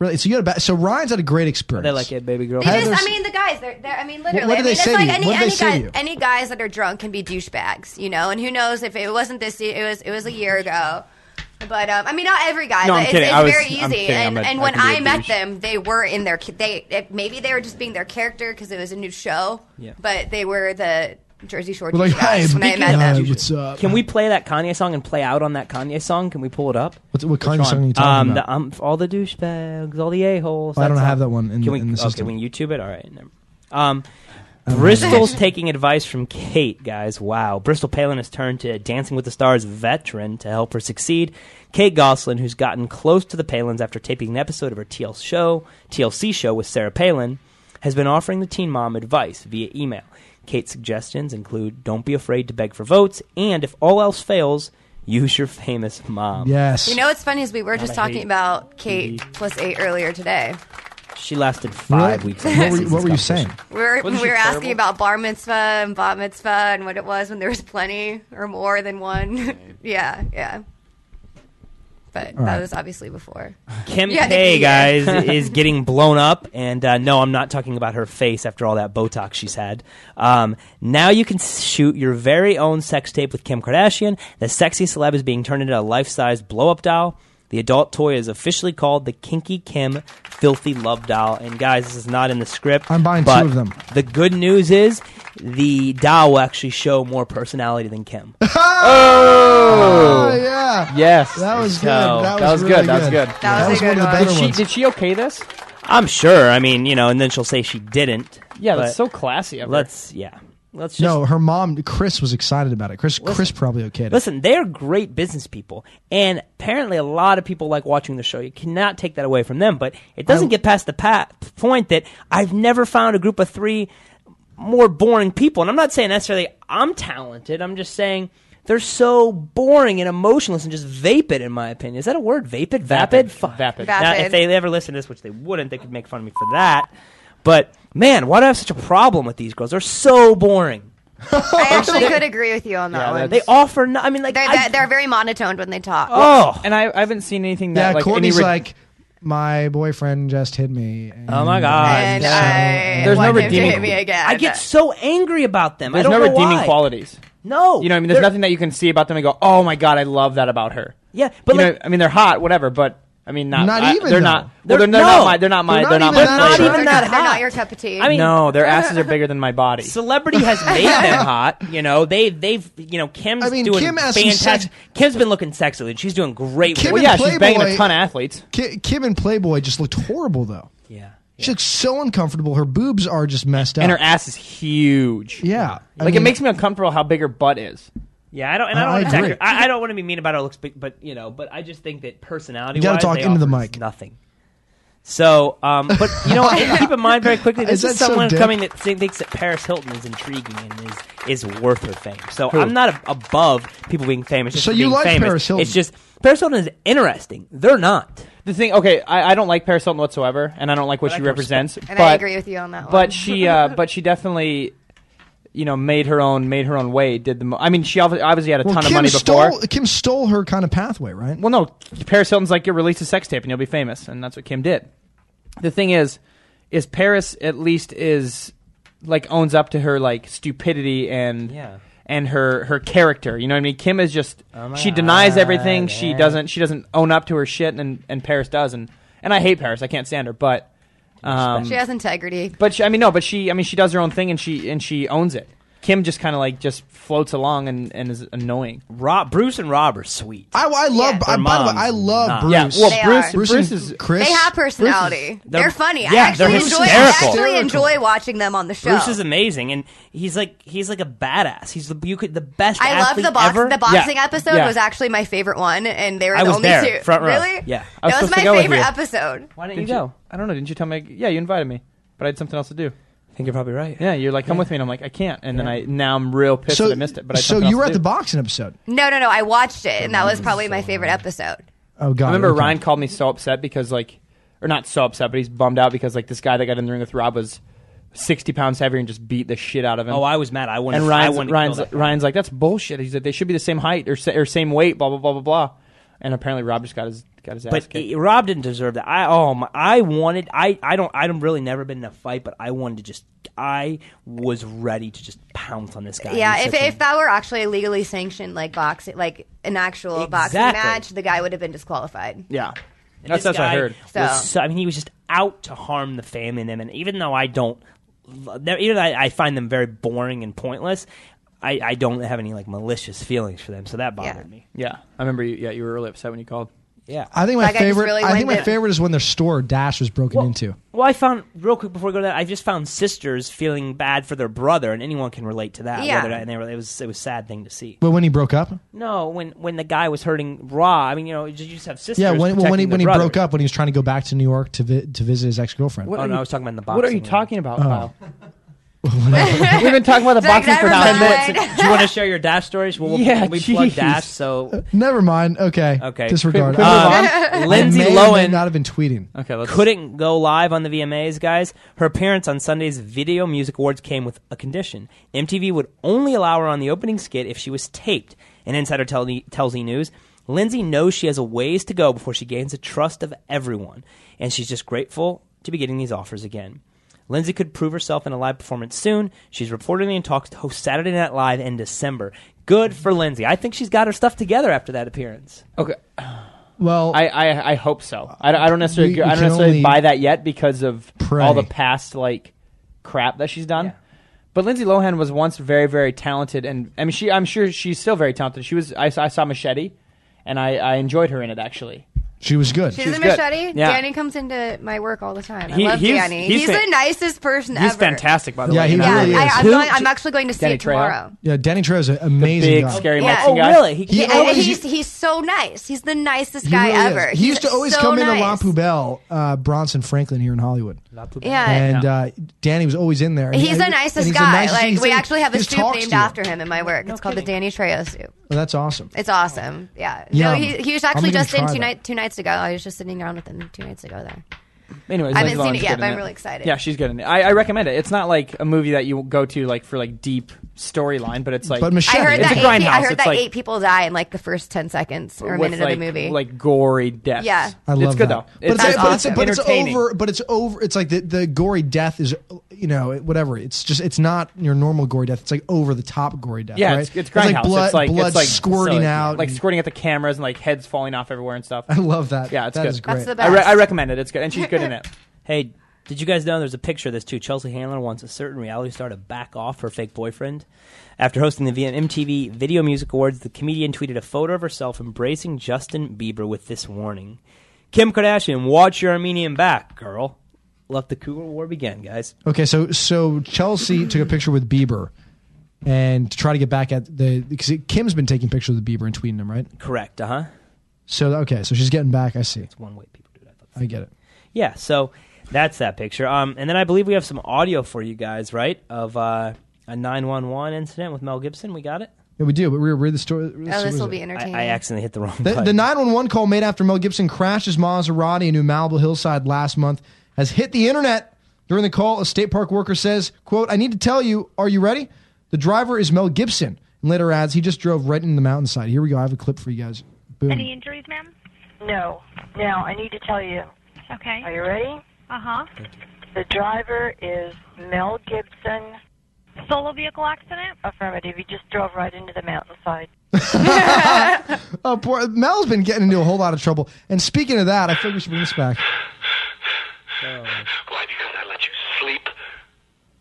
[SPEAKER 2] Really? So you got a ba- so Ryan's had a great experience.
[SPEAKER 5] they like it, baby girl.
[SPEAKER 3] they just,
[SPEAKER 2] Heather's-
[SPEAKER 3] I mean, the guys, they're, they're I mean, literally,
[SPEAKER 2] what
[SPEAKER 3] I
[SPEAKER 2] do they
[SPEAKER 3] mean, it's
[SPEAKER 2] say to
[SPEAKER 3] like
[SPEAKER 2] you?
[SPEAKER 3] any
[SPEAKER 2] What do they
[SPEAKER 3] any
[SPEAKER 2] say to
[SPEAKER 3] guys,
[SPEAKER 2] you?
[SPEAKER 3] any guys that are drunk can be douchebags, you know. And who knows if it wasn't this? It was it was a year ago. But um, I mean, not every guy.
[SPEAKER 6] No,
[SPEAKER 3] but
[SPEAKER 6] I'm
[SPEAKER 3] it's,
[SPEAKER 6] kidding.
[SPEAKER 3] it's
[SPEAKER 6] I was-
[SPEAKER 3] very
[SPEAKER 6] I'm
[SPEAKER 3] easy.
[SPEAKER 6] kidding. I'm
[SPEAKER 3] And,
[SPEAKER 6] a-
[SPEAKER 3] and
[SPEAKER 6] I
[SPEAKER 3] when
[SPEAKER 6] can be
[SPEAKER 3] I
[SPEAKER 6] a
[SPEAKER 3] met
[SPEAKER 6] douche.
[SPEAKER 3] them, they were in their ca- they it, maybe they were just being their character because it was a new show.
[SPEAKER 5] Yeah.
[SPEAKER 3] But they were the Jersey Shore
[SPEAKER 2] We're like,
[SPEAKER 3] douche guys
[SPEAKER 2] hey,
[SPEAKER 3] when I
[SPEAKER 2] big
[SPEAKER 3] met
[SPEAKER 2] guy,
[SPEAKER 3] them.
[SPEAKER 2] what's up?
[SPEAKER 5] Can we play that Kanye song and play out on that Kanye song? Can we pull it up?
[SPEAKER 2] What, what kind of song are you talking
[SPEAKER 5] Um,
[SPEAKER 2] about?
[SPEAKER 5] the, um, all the douchebags, all the a holes.
[SPEAKER 2] Oh, I don't have that one in
[SPEAKER 5] Can
[SPEAKER 2] the-
[SPEAKER 5] we?
[SPEAKER 2] in the
[SPEAKER 5] okay,
[SPEAKER 2] system.
[SPEAKER 5] we can YouTube it. All right. Never. Um, Bristol's taking advice from Kate, guys. Wow. Bristol Palin has turned to a Dancing with the Stars veteran to help her succeed. Kate Goslin, who's gotten close to the Palins after taping an episode of her TLC show, TLC show with Sarah Palin, has been offering the teen mom advice via email. Kate's suggestions include don't be afraid to beg for votes, and if all else fails, use your famous mom.
[SPEAKER 2] yes.
[SPEAKER 3] You know what's funny is we were just
[SPEAKER 5] I
[SPEAKER 3] talking
[SPEAKER 5] hate
[SPEAKER 3] about Kate plus eight earlier today.
[SPEAKER 5] She lasted five
[SPEAKER 2] Really?
[SPEAKER 5] weeks.
[SPEAKER 2] What were you- what were you saying?
[SPEAKER 3] We were, we
[SPEAKER 5] Wasn't she
[SPEAKER 3] were asking
[SPEAKER 5] terrible?
[SPEAKER 3] about bar mitzvah and bat mitzvah and what it was when there was plenty or more than one. yeah, yeah. But
[SPEAKER 5] All
[SPEAKER 3] that
[SPEAKER 5] right.
[SPEAKER 3] was obviously before.
[SPEAKER 5] Kim
[SPEAKER 3] Yeah,
[SPEAKER 5] K,
[SPEAKER 3] Nikki, yeah.
[SPEAKER 5] guys, is getting blown up, and uh, no, I'm not talking about her face after all that Botox she's had. Um, now you can s- shoot your very own sex tape with Kim Kardashian. The sexy celeb is being turned into a life-size blow-up doll. The adult toy is officially called the Kinky Kim Filthy Love Doll. And guys, this is not in the script. I'm
[SPEAKER 2] buying two of them.
[SPEAKER 5] The good news is the doll will actually show more personality than Kim.
[SPEAKER 2] Oh, yeah.
[SPEAKER 5] Yes.
[SPEAKER 2] That was good.
[SPEAKER 5] So-
[SPEAKER 2] That was, really good. That was one of the better
[SPEAKER 4] did she,
[SPEAKER 2] ones.
[SPEAKER 4] did she okay this?
[SPEAKER 5] I'm sure. I mean, you know, and then she'll say she didn't.
[SPEAKER 4] Yeah, that's so
[SPEAKER 5] but
[SPEAKER 4] classy of her.
[SPEAKER 5] Let's yeah. Let's just
[SPEAKER 2] no, her mom, Chris, was excited about it. Chris, Chris probably okayed it.
[SPEAKER 5] listen. They are great business people, and apparently, a lot of people like watching the show. You cannot take that away from them, but it doesn't get past the pa- point that I've never found a group of three more boring people. And I'm not saying necessarily I'm talented. I'm just saying. They're so boring and emotionless and just vapid, in my opinion. Is that a word? Vapid? Vapid? Fuck.
[SPEAKER 4] Vapid.
[SPEAKER 5] Now, if
[SPEAKER 4] Vapid.
[SPEAKER 5] they ever listen to this, which they wouldn't, they could make fun of me for that. But man, why do I have such a problem with these girls? They're so boring. Oh,
[SPEAKER 3] I actually could agree with you on that one.
[SPEAKER 5] They offer. No, I mean, like
[SPEAKER 3] they're,
[SPEAKER 5] I- Oh,
[SPEAKER 3] they're, they're very monotoned when they talk.
[SPEAKER 4] and I, I haven't seen anything
[SPEAKER 2] yeah,
[SPEAKER 4] that like
[SPEAKER 2] Courtney's
[SPEAKER 4] any re-
[SPEAKER 2] like, my boyfriend just hit me. Mm. and- uh,
[SPEAKER 5] Oh my god!
[SPEAKER 3] And I There's no want him to redeeming- hit me again.
[SPEAKER 5] I get so angry about them. I
[SPEAKER 4] There's
[SPEAKER 5] don't
[SPEAKER 4] no
[SPEAKER 5] know
[SPEAKER 4] redeeming
[SPEAKER 5] why.
[SPEAKER 4] qualities.
[SPEAKER 5] No,
[SPEAKER 4] You know, what I mean, there's nothing that you can see about them and go, "Oh my god, I love that about her."
[SPEAKER 5] Yeah, but
[SPEAKER 4] You know,
[SPEAKER 5] like-
[SPEAKER 4] I mean, they're hot, whatever. But I mean, not,
[SPEAKER 2] Not
[SPEAKER 4] I-
[SPEAKER 2] even,
[SPEAKER 4] They're
[SPEAKER 2] though.
[SPEAKER 4] not. Well, they're,
[SPEAKER 5] They're-
[SPEAKER 4] they're
[SPEAKER 5] no.
[SPEAKER 4] not my. They're not my.
[SPEAKER 2] They're
[SPEAKER 4] They're
[SPEAKER 2] not
[SPEAKER 4] not,
[SPEAKER 2] even
[SPEAKER 4] my
[SPEAKER 2] that
[SPEAKER 4] flavor.
[SPEAKER 2] hot.
[SPEAKER 5] even that
[SPEAKER 3] they're
[SPEAKER 5] hot.
[SPEAKER 3] not your cup of tea.
[SPEAKER 5] I mean,
[SPEAKER 4] no, their asses are bigger than my body.
[SPEAKER 5] Celebrity has made them hot. You know, they they've you know Kim's
[SPEAKER 2] I mean,
[SPEAKER 5] doing
[SPEAKER 2] Kim has some sex-
[SPEAKER 5] fantastic. Kim's been looking sexy, and she's doing great.
[SPEAKER 2] Kim
[SPEAKER 5] with
[SPEAKER 2] and
[SPEAKER 5] it.
[SPEAKER 4] yeah, she's banging
[SPEAKER 2] Playboy-
[SPEAKER 4] a ton of athletes.
[SPEAKER 2] Ki- Kim and Playboy just looked horrible, though.
[SPEAKER 5] yeah.
[SPEAKER 2] She looks so uncomfortable. Her boobs are just messed up.
[SPEAKER 4] and her ass is huge.
[SPEAKER 2] Yeah. I
[SPEAKER 4] like
[SPEAKER 2] mean-
[SPEAKER 4] it makes me uncomfortable how big her butt is.
[SPEAKER 5] Yeah, I don't, and I
[SPEAKER 2] I-
[SPEAKER 5] don't
[SPEAKER 2] I
[SPEAKER 5] want to attack
[SPEAKER 2] agree.
[SPEAKER 5] her. I, I don't want to be mean about her looks, but, but you know, but I just think that personality.
[SPEAKER 2] You gotta
[SPEAKER 5] wise,
[SPEAKER 2] talk
[SPEAKER 5] they
[SPEAKER 2] into the
[SPEAKER 5] offer
[SPEAKER 2] mic.
[SPEAKER 5] Nothing. So, um, but you know, what? keep in mind very quickly, this
[SPEAKER 2] Is
[SPEAKER 5] is,
[SPEAKER 2] that so
[SPEAKER 5] someone
[SPEAKER 2] dick?
[SPEAKER 5] coming that thi- thinks that Paris Hilton is intriguing and is is worth her fame. So I'm not a, above people being famous. just
[SPEAKER 2] So
[SPEAKER 5] for
[SPEAKER 2] you
[SPEAKER 5] being
[SPEAKER 2] like
[SPEAKER 5] famous.
[SPEAKER 2] Paris Hilton?
[SPEAKER 5] It's just Paris Hilton is interesting. They're not.
[SPEAKER 4] The thing, okay, I, I don't like Paris Hilton whatsoever, and I don't like what
[SPEAKER 5] But I
[SPEAKER 4] she
[SPEAKER 5] can
[SPEAKER 4] represents.
[SPEAKER 3] and
[SPEAKER 4] but,
[SPEAKER 3] I agree with you on that one.
[SPEAKER 4] But she, uh, but she definitely, you know, made her own, made her own way. Did the, mo- I mean, she obvi- obviously had a
[SPEAKER 2] well,
[SPEAKER 4] ton
[SPEAKER 2] Kim,
[SPEAKER 4] of money before.
[SPEAKER 2] stole, Kim stole her kind of pathway, right?
[SPEAKER 4] Well, no, Paris Hilton's like, you release a sex tape and you'll be famous, and that's what Kim did. The thing is, is Paris at least is like owns up to her like stupidity and
[SPEAKER 5] Yeah. Oh
[SPEAKER 4] and her her character. You know what I mean? Kim is just
[SPEAKER 5] my
[SPEAKER 4] she denies
[SPEAKER 5] God,
[SPEAKER 4] everything. She
[SPEAKER 5] man.
[SPEAKER 4] doesn't she doesn't own up to her shit, and and Paris does, and and I hate Paris. I can't stand her, but um,
[SPEAKER 3] she has integrity.
[SPEAKER 4] but she, I mean no, but she I mean she does her own thing and she and she owns it. Kim just kind of like just floats along and, and is annoying.
[SPEAKER 5] Rob, Bruce and Rob are sweet.
[SPEAKER 2] I, I love.
[SPEAKER 3] Yeah.
[SPEAKER 2] I, by the way,
[SPEAKER 5] Their
[SPEAKER 2] I love
[SPEAKER 5] moms
[SPEAKER 4] Yeah,
[SPEAKER 2] Bruce.
[SPEAKER 4] well,
[SPEAKER 3] They
[SPEAKER 4] Bruce,
[SPEAKER 3] are.
[SPEAKER 4] Bruce,
[SPEAKER 2] and
[SPEAKER 4] is
[SPEAKER 2] Chris.
[SPEAKER 3] they have personality.
[SPEAKER 5] they're-
[SPEAKER 3] they're, funny. I
[SPEAKER 5] yeah,
[SPEAKER 3] actually
[SPEAKER 5] they're
[SPEAKER 3] enjoy.
[SPEAKER 5] hysterical.
[SPEAKER 3] I actually
[SPEAKER 2] Hysterical.
[SPEAKER 3] enjoy watching them on the show.
[SPEAKER 5] Bruce is amazing, and he's like he's like a badass. He's the you could the best.
[SPEAKER 3] I love
[SPEAKER 5] athlete
[SPEAKER 3] the box.
[SPEAKER 5] ever.
[SPEAKER 3] The boxing episode
[SPEAKER 4] Yeah.
[SPEAKER 3] was actually my favorite one, and they were
[SPEAKER 5] I
[SPEAKER 3] the
[SPEAKER 5] was
[SPEAKER 3] only
[SPEAKER 5] there,
[SPEAKER 3] two.
[SPEAKER 5] front row.
[SPEAKER 3] Really?
[SPEAKER 4] I
[SPEAKER 5] Yeah.
[SPEAKER 4] was
[SPEAKER 3] that was
[SPEAKER 4] supposed to
[SPEAKER 3] my
[SPEAKER 4] go with
[SPEAKER 3] favorite
[SPEAKER 4] you.
[SPEAKER 3] episode.
[SPEAKER 5] Why didn't
[SPEAKER 4] Did
[SPEAKER 5] you go?
[SPEAKER 4] I don't know. Didn't you tell me? Yeah, you invited me, but I had something else to do.
[SPEAKER 5] I think you're probably right.
[SPEAKER 4] Yeah, you're like, come with me, and I'm like, I can't. And then I now I'm real pissed
[SPEAKER 2] So
[SPEAKER 4] that I missed it. But I had
[SPEAKER 2] so
[SPEAKER 4] something
[SPEAKER 2] you
[SPEAKER 4] else
[SPEAKER 2] were
[SPEAKER 4] to
[SPEAKER 2] at the
[SPEAKER 4] do.
[SPEAKER 2] boxing episode.
[SPEAKER 3] No, no, no. I watched it, and that was probably my favorite episode.
[SPEAKER 2] Oh God!
[SPEAKER 4] I remember
[SPEAKER 2] okay.
[SPEAKER 4] Ryan called me so upset because like, or not so upset, but he's bummed out because like this guy that got in the ring with Rob was 60 pounds heavier and just beat the shit out of him.
[SPEAKER 5] Oh, I was mad. I wanted.
[SPEAKER 4] and
[SPEAKER 5] I
[SPEAKER 4] Ryan's
[SPEAKER 5] wanted
[SPEAKER 4] Ryan's
[SPEAKER 5] to kill that.
[SPEAKER 4] Ryan's like, that's bullshit. He's like, they should be the same height or sa- or same weight. Blah blah blah blah blah. And apparently Rob just got his got his ass
[SPEAKER 5] But
[SPEAKER 4] kicked.
[SPEAKER 5] it- Rob didn't deserve that. I oh my, I wanted. I I don't. I've really never been in a fight, but I wanted to just. I was ready to just pounce on this guy.
[SPEAKER 3] Yeah,
[SPEAKER 5] He's
[SPEAKER 3] if,
[SPEAKER 5] such a-
[SPEAKER 3] if that were actually a legally sanctioned, like boxing, like an actual boxing
[SPEAKER 5] Exactly.
[SPEAKER 3] match, the guy would have been disqualified.
[SPEAKER 4] yeah,
[SPEAKER 5] and
[SPEAKER 4] that's
[SPEAKER 5] this
[SPEAKER 4] that's what I
[SPEAKER 5] guy
[SPEAKER 4] heard.
[SPEAKER 3] So-
[SPEAKER 5] was so- I mean, he was just out to harm the fam in them, and even though I don't, there- even though I, I find them very boring and pointless. I, I don't have any like malicious feelings for them, so that bothered
[SPEAKER 3] Yeah.
[SPEAKER 5] me.
[SPEAKER 4] Yeah, I remember. you Yeah, you were really upset when you called.
[SPEAKER 5] Yeah,
[SPEAKER 2] I think my
[SPEAKER 3] That guy just
[SPEAKER 2] favorite.
[SPEAKER 3] really
[SPEAKER 2] I think my
[SPEAKER 3] went in.
[SPEAKER 2] favorite is when their store Dash was broken into.
[SPEAKER 5] Well, I found real quick before we go to that, I just found sisters feeling bad for their brother, and anyone can relate to that.
[SPEAKER 3] Yeah.
[SPEAKER 5] whether- and they were, it was it was a sad thing to see.
[SPEAKER 2] But when he broke up,
[SPEAKER 5] No, when when the guy was hurting Raw, I mean, you know, you just you just have sisters.
[SPEAKER 2] yeah, when, well, when he
[SPEAKER 5] protecting
[SPEAKER 2] when he
[SPEAKER 5] their brother.
[SPEAKER 2] broke up, when he was trying to go back to New York to vi- to visit his ex girlfriend.
[SPEAKER 5] Oh no, I was talking about in the boxing.
[SPEAKER 4] What are you
[SPEAKER 5] ring.
[SPEAKER 4] talking about, Kyle?
[SPEAKER 2] Oh.
[SPEAKER 5] We've been talking about the
[SPEAKER 3] It's like,
[SPEAKER 5] boxing for
[SPEAKER 3] never
[SPEAKER 5] ten
[SPEAKER 3] mind.
[SPEAKER 5] minutes. Do you want to share your dash stories? Well, we'll
[SPEAKER 2] Yeah,
[SPEAKER 5] we plug
[SPEAKER 2] jeez.
[SPEAKER 5] dash. So
[SPEAKER 2] Uh, Never mind. Okay.
[SPEAKER 5] Okay.
[SPEAKER 2] Disregard.
[SPEAKER 5] Could- could
[SPEAKER 2] Uh,
[SPEAKER 5] we move on?
[SPEAKER 2] I
[SPEAKER 5] Lindsay
[SPEAKER 2] may or may
[SPEAKER 5] Lohan-
[SPEAKER 2] not have been tweeting.
[SPEAKER 5] Okay, couldn't go live on the VMAs, guys. Her appearance on Sunday's Video Music Awards came with a condition: MTV would only allow her on the opening skit if she was taped. An insider tell tells E News, Lindsay knows she has a ways to go before she gains the trust of everyone, and she's just grateful to be getting these offers again. Lindsay could prove herself in a live performance soon. She's reportedly in talks to host Saturday Night Live in December. Good for Lindsay. I think she's got her stuff together after that appearance.
[SPEAKER 4] Okay.
[SPEAKER 2] Well,
[SPEAKER 4] I, I, I hope so. I, don't- I don't necessarily
[SPEAKER 5] We-
[SPEAKER 4] agree-
[SPEAKER 5] we
[SPEAKER 4] I don't
[SPEAKER 5] can
[SPEAKER 4] necessarily
[SPEAKER 5] only
[SPEAKER 4] buy that yet because of
[SPEAKER 5] pray.
[SPEAKER 4] all the past like crap that she's done. But Lindsay Lohan was once very very talented, and I mean she I'm sure she's still very talented. She was I, saw- I saw Machete, and I, I enjoyed her in it actually.
[SPEAKER 2] She was good.
[SPEAKER 3] She's, a machete.
[SPEAKER 4] Yeah.
[SPEAKER 3] Danny comes into my work all the time. I
[SPEAKER 4] He-
[SPEAKER 3] love
[SPEAKER 4] he's-
[SPEAKER 3] Danny.
[SPEAKER 4] he's
[SPEAKER 3] He's,
[SPEAKER 4] fan-
[SPEAKER 3] the nicest person ever.
[SPEAKER 4] fantastic, by the
[SPEAKER 2] Yeah,
[SPEAKER 4] way.
[SPEAKER 2] he
[SPEAKER 4] and I
[SPEAKER 2] really
[SPEAKER 4] love
[SPEAKER 2] is.
[SPEAKER 4] him.
[SPEAKER 3] I, I'm,
[SPEAKER 2] Who?
[SPEAKER 3] going, I'm actually going to see
[SPEAKER 4] Danny
[SPEAKER 3] it
[SPEAKER 4] Trejo?
[SPEAKER 3] tomorrow.
[SPEAKER 2] Yeah, Danny Trejo's an amazing
[SPEAKER 4] big,
[SPEAKER 2] guy.
[SPEAKER 4] scary
[SPEAKER 3] Yeah.
[SPEAKER 4] Mexican
[SPEAKER 3] Oh,
[SPEAKER 4] guy.
[SPEAKER 5] really? He-
[SPEAKER 3] He,
[SPEAKER 2] He
[SPEAKER 3] I-
[SPEAKER 2] always-
[SPEAKER 3] he's, he's so nice. He's the nicest
[SPEAKER 2] He
[SPEAKER 3] guy
[SPEAKER 2] really is.
[SPEAKER 3] ever.
[SPEAKER 2] He used
[SPEAKER 3] He's
[SPEAKER 2] to always
[SPEAKER 3] so
[SPEAKER 2] come into La
[SPEAKER 3] nice.
[SPEAKER 2] Poubelle, uh, Bronson Franklin here in Hollywood.
[SPEAKER 3] Yeah.
[SPEAKER 2] And uh, Danny was always in there. And
[SPEAKER 3] He's
[SPEAKER 2] he-
[SPEAKER 3] the
[SPEAKER 2] and
[SPEAKER 3] nicest
[SPEAKER 2] he's the
[SPEAKER 3] guy.
[SPEAKER 2] nicest-
[SPEAKER 3] like
[SPEAKER 2] he's
[SPEAKER 3] we
[SPEAKER 2] in-
[SPEAKER 3] actually have a
[SPEAKER 2] his
[SPEAKER 3] soup
[SPEAKER 2] talks
[SPEAKER 3] named
[SPEAKER 2] to you.
[SPEAKER 3] after him in my work. it's called the Danny Trejo soup.
[SPEAKER 2] Oh, that's awesome.
[SPEAKER 3] It's awesome. Yeah. No,
[SPEAKER 2] Yum.
[SPEAKER 3] he, he was
[SPEAKER 2] I'm
[SPEAKER 3] actually
[SPEAKER 2] gonna
[SPEAKER 3] just in
[SPEAKER 2] try
[SPEAKER 3] two,
[SPEAKER 2] that.
[SPEAKER 3] night, two nights ago. I was just sitting around with him two nights ago there.
[SPEAKER 4] Anyways,
[SPEAKER 3] I
[SPEAKER 4] Lindsay
[SPEAKER 3] haven't seen
[SPEAKER 4] Lohan's
[SPEAKER 3] it yet,
[SPEAKER 4] good
[SPEAKER 3] but
[SPEAKER 4] in
[SPEAKER 3] I'm really excited.
[SPEAKER 4] Yeah, she's good in it. I, I recommend it. It's not like a movie that you go to like for like deep storyline, but it's like
[SPEAKER 3] I heard
[SPEAKER 4] it's
[SPEAKER 3] that,
[SPEAKER 4] a
[SPEAKER 3] eight,
[SPEAKER 4] grindhouse.
[SPEAKER 3] pe- I heard
[SPEAKER 4] it's
[SPEAKER 3] that
[SPEAKER 4] like,
[SPEAKER 3] eight people die in like the first 10 seconds or a
[SPEAKER 4] with,
[SPEAKER 3] minute
[SPEAKER 4] like,
[SPEAKER 3] of the movie.
[SPEAKER 4] Like gory deaths.
[SPEAKER 3] Yeah. I
[SPEAKER 4] it's
[SPEAKER 2] that.
[SPEAKER 4] good though.
[SPEAKER 2] But it's,
[SPEAKER 4] it's,
[SPEAKER 2] but, it's, but it's
[SPEAKER 4] entertaining.
[SPEAKER 2] over. But it's over. It's like the, the gory death is, you know, it- whatever. It's just it's not your normal gory death. It's like over the top gory death.
[SPEAKER 4] Yeah,
[SPEAKER 2] right?
[SPEAKER 4] it's, it's grindhouse.
[SPEAKER 2] like blood,
[SPEAKER 4] it's like
[SPEAKER 2] blood
[SPEAKER 4] it's like
[SPEAKER 2] squirting
[SPEAKER 4] silly.
[SPEAKER 2] out.
[SPEAKER 4] like
[SPEAKER 2] and-
[SPEAKER 4] squirting at the cameras and like heads falling off everywhere and stuff.
[SPEAKER 2] I love that.
[SPEAKER 4] Yeah, it's
[SPEAKER 2] That
[SPEAKER 4] good.
[SPEAKER 2] is That's great. the
[SPEAKER 4] I, re-
[SPEAKER 2] best.
[SPEAKER 4] I recommend it. It's good, and she's good in it.
[SPEAKER 5] Hey, did you guys know there's a picture of this too? Chelsea Handler wants a certain reality star to back off her fake boyfriend. After hosting the VM MTV Video Music Awards, the comedian tweeted a photo of herself embracing Justin Bieber with this warning Kim Kardashian, watch your Armenian back, girl. Let the Cougar War begin, guys.
[SPEAKER 2] Okay, so so Chelsea took a picture with Bieber, and to try to get back at the because Kim's been taking pictures with Bieber and tweeting him, right?
[SPEAKER 5] Correct, uh huh.
[SPEAKER 2] So okay, so she's getting back. I see. It's
[SPEAKER 5] one way
[SPEAKER 2] people do that. I get it.
[SPEAKER 5] Yeah, so that's that picture. Um, and then I believe we have some audio for you guys, right? Of uh, a 911 incident with Mel Gibson. We got it?
[SPEAKER 2] Yeah, we do. But we read the story.
[SPEAKER 3] oh, this will be
[SPEAKER 5] I,
[SPEAKER 3] entertaining.
[SPEAKER 5] I accidentally hit the wrong
[SPEAKER 2] The,
[SPEAKER 5] button.
[SPEAKER 2] the 911 call made after Mel Gibson crashed his Maserati into Malibu hillside last month has hit the internet. During the call, a state park worker says, quote, I need to tell you, are you ready? The driver is Mel Gibson. And later adds, he just drove right into the mountainside. Here we go. I have a clip for you guys. Boom.
[SPEAKER 11] Any injuries, ma'am? No. Now, I need to tell you. Okay. Are you ready? Uh huh. The driver is Mel Gibson. Solo vehicle accident? Affirmative. He just drove right into the mountainside.
[SPEAKER 2] Oh, poor, Mel's been getting into a whole lot of trouble. And speaking of that, I think we should bring this back.
[SPEAKER 9] Why? Because I let you sleep?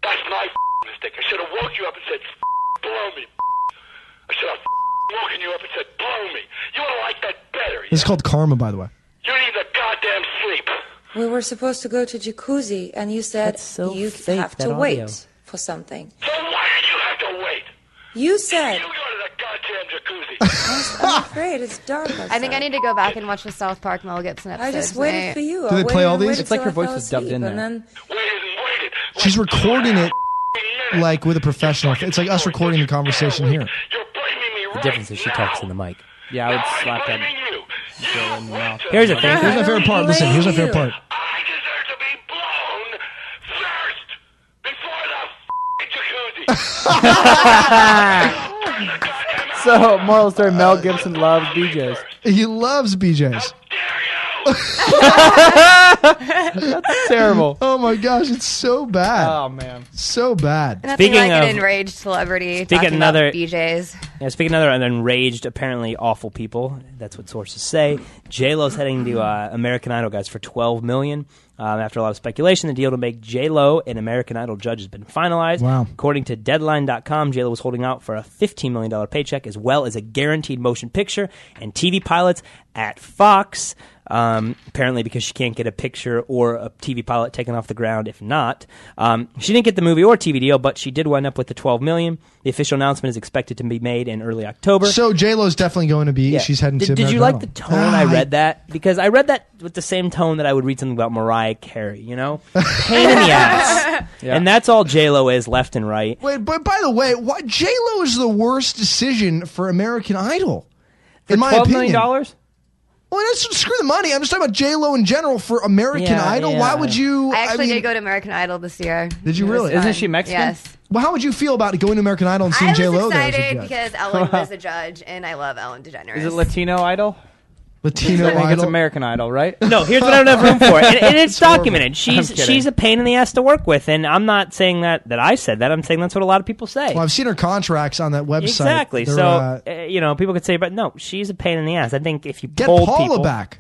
[SPEAKER 9] That's my f***ing mistake. I should have woke you up and said, "F- blow me. f-." I should have f***ing woken you up and said, blow me. You would have liked that better.
[SPEAKER 2] This is called karma, by the way.
[SPEAKER 9] You need the goddamn sleep.
[SPEAKER 12] We were supposed to go to jacuzzi, and you said you have
[SPEAKER 9] that
[SPEAKER 12] to
[SPEAKER 9] audio.
[SPEAKER 12] wait for something.
[SPEAKER 9] So why did you have to wait?
[SPEAKER 12] You said.
[SPEAKER 9] You go to the goddamn jacuzzi.
[SPEAKER 12] I'm afraid it's dark.
[SPEAKER 3] I think I need to go back and watch the South Park Mel Gibson episode.
[SPEAKER 12] I just waited
[SPEAKER 3] tonight.
[SPEAKER 12] for you. Do they I play waited all and these? waited
[SPEAKER 4] It's like her
[SPEAKER 12] till I fell
[SPEAKER 4] voice was dubbed in
[SPEAKER 12] asleep, and
[SPEAKER 4] there.
[SPEAKER 2] She's recording it like with a professional. It's like us recording the conversation here.
[SPEAKER 5] The difference is she talks in the mic.
[SPEAKER 4] Yeah, I would slap that.
[SPEAKER 5] girl in the mouth. Here's the thing.
[SPEAKER 2] Here's my favorite part. Listen, here's my favorite part.
[SPEAKER 4] so moral story: Mel Gibson loves BJ's.
[SPEAKER 2] He loves BJ's.
[SPEAKER 4] That's terrible.
[SPEAKER 2] Oh my gosh, it's so bad.
[SPEAKER 4] Oh, man.
[SPEAKER 2] So bad.
[SPEAKER 3] Nothing
[SPEAKER 5] Speaking
[SPEAKER 3] like
[SPEAKER 5] of-
[SPEAKER 3] an enraged celebrity
[SPEAKER 5] Speaking
[SPEAKER 3] talking
[SPEAKER 5] another-
[SPEAKER 3] about BJ's.
[SPEAKER 5] Yeah, speaking of other enraged, apparently awful people, that's what sources say. J Lo's heading to uh, American Idol, guys, for twelve million. Um, after a lot of speculation, the deal to make J Lo an American Idol judge has been finalized.
[SPEAKER 2] Wow.
[SPEAKER 5] According to Deadline.com, J Lo was holding out for a fifteen million dollar paycheck, as well as a guaranteed motion picture and TV pilots at Fox. Um, apparently, because she can't get a picture or a TV pilot taken off the ground. If not, um, she didn't get the movie or TV deal, but she did wind up with the twelve million. The official announcement is expected to be made in early October.
[SPEAKER 2] So J Lo's definitely going to be. She's heading
[SPEAKER 5] did,
[SPEAKER 2] to. Ah,
[SPEAKER 5] did you
[SPEAKER 2] American
[SPEAKER 5] like
[SPEAKER 2] Idol.
[SPEAKER 5] the tone I read that? Because I read that with the same tone that I would read something about Mariah like Harry, you know? Pain in the ass. And that's all J-Lo is left and right.
[SPEAKER 2] Wait, but by the way, why J Lo is the worst decision for American Idol? in my
[SPEAKER 5] $12 million
[SPEAKER 2] opinion, dollars. Well, that's, screw the money. I'm just talking about J Lo in general for American
[SPEAKER 3] Yeah,
[SPEAKER 2] Idol. Why
[SPEAKER 3] yeah.
[SPEAKER 2] would you?
[SPEAKER 3] I actually
[SPEAKER 2] mean,
[SPEAKER 3] did go to American Idol this year.
[SPEAKER 2] Did you
[SPEAKER 3] It was
[SPEAKER 2] really?
[SPEAKER 3] fun. Yes.
[SPEAKER 2] Well, how would you feel about going to American Idol and
[SPEAKER 3] I
[SPEAKER 2] seeing
[SPEAKER 3] was
[SPEAKER 2] J Lo there? as a
[SPEAKER 3] excited
[SPEAKER 2] judge?
[SPEAKER 3] because Ellen was a judge, and I love Ellen DeGeneres.
[SPEAKER 6] Is it Latino Idol?
[SPEAKER 2] Latino
[SPEAKER 6] I think it's
[SPEAKER 2] Idol?
[SPEAKER 6] American Idol, right?
[SPEAKER 5] No, here's what I don't have room for, and, and it's
[SPEAKER 6] It's horrible.
[SPEAKER 5] documented. She's
[SPEAKER 6] I'm kidding.
[SPEAKER 5] she's a pain in the ass to work with, and I'm not saying that that I said that. I'm saying that's what a lot of people say.
[SPEAKER 2] Well, I've seen her contracts on that website.
[SPEAKER 5] exactly.
[SPEAKER 2] They're,
[SPEAKER 5] So
[SPEAKER 2] uh,
[SPEAKER 5] uh, you know, people could say, but no, she's a pain in the ass. I think if you
[SPEAKER 2] get
[SPEAKER 5] polled
[SPEAKER 2] Paula
[SPEAKER 5] people,
[SPEAKER 2] back.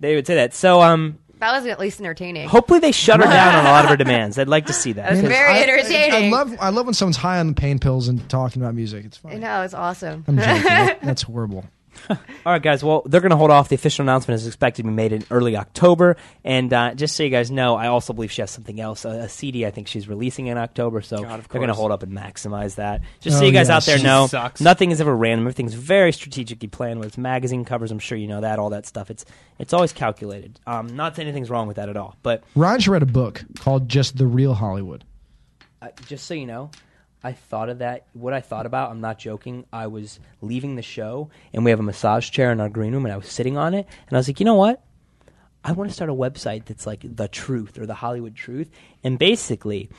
[SPEAKER 5] they would say that. So um,
[SPEAKER 3] That was at least entertaining.
[SPEAKER 5] hopefully they shut her down on a lot of her demands. I'd like to see that.
[SPEAKER 3] That's very entertaining.
[SPEAKER 2] I love I love when someone's high on pain pills and talking about music. It's fun.
[SPEAKER 3] No, it's awesome.
[SPEAKER 2] I'm joking. That- That's horrible.
[SPEAKER 5] All right, guys. Well, they're going to hold off. The official announcement is expected to be made in early October. And uh, just so you guys know, I also believe she has something else, a, a CD I think she's releasing in October. So they're going to
[SPEAKER 6] course.
[SPEAKER 5] hold up and maximize that. Just so
[SPEAKER 6] Oh,
[SPEAKER 5] you guys
[SPEAKER 6] yeah,
[SPEAKER 5] out there
[SPEAKER 6] she
[SPEAKER 5] know,
[SPEAKER 6] sucks.
[SPEAKER 5] nothing is ever random. Everything's very strategically planned. With its magazine covers, I'm sure you know that. All that stuff. It's it's always calculated. Um, not that anything's wrong with that at all. But
[SPEAKER 2] Ryan should read a book called "Just the Real Hollywood."
[SPEAKER 5] uh, just so you know, I thought of that. What I thought about, I'm not joking. I was leaving the show, and we have a massage chair in our green room, and I was sitting on it, and I was like, you know what? I want to start a website that's like the truth or the Hollywood truth. And basically,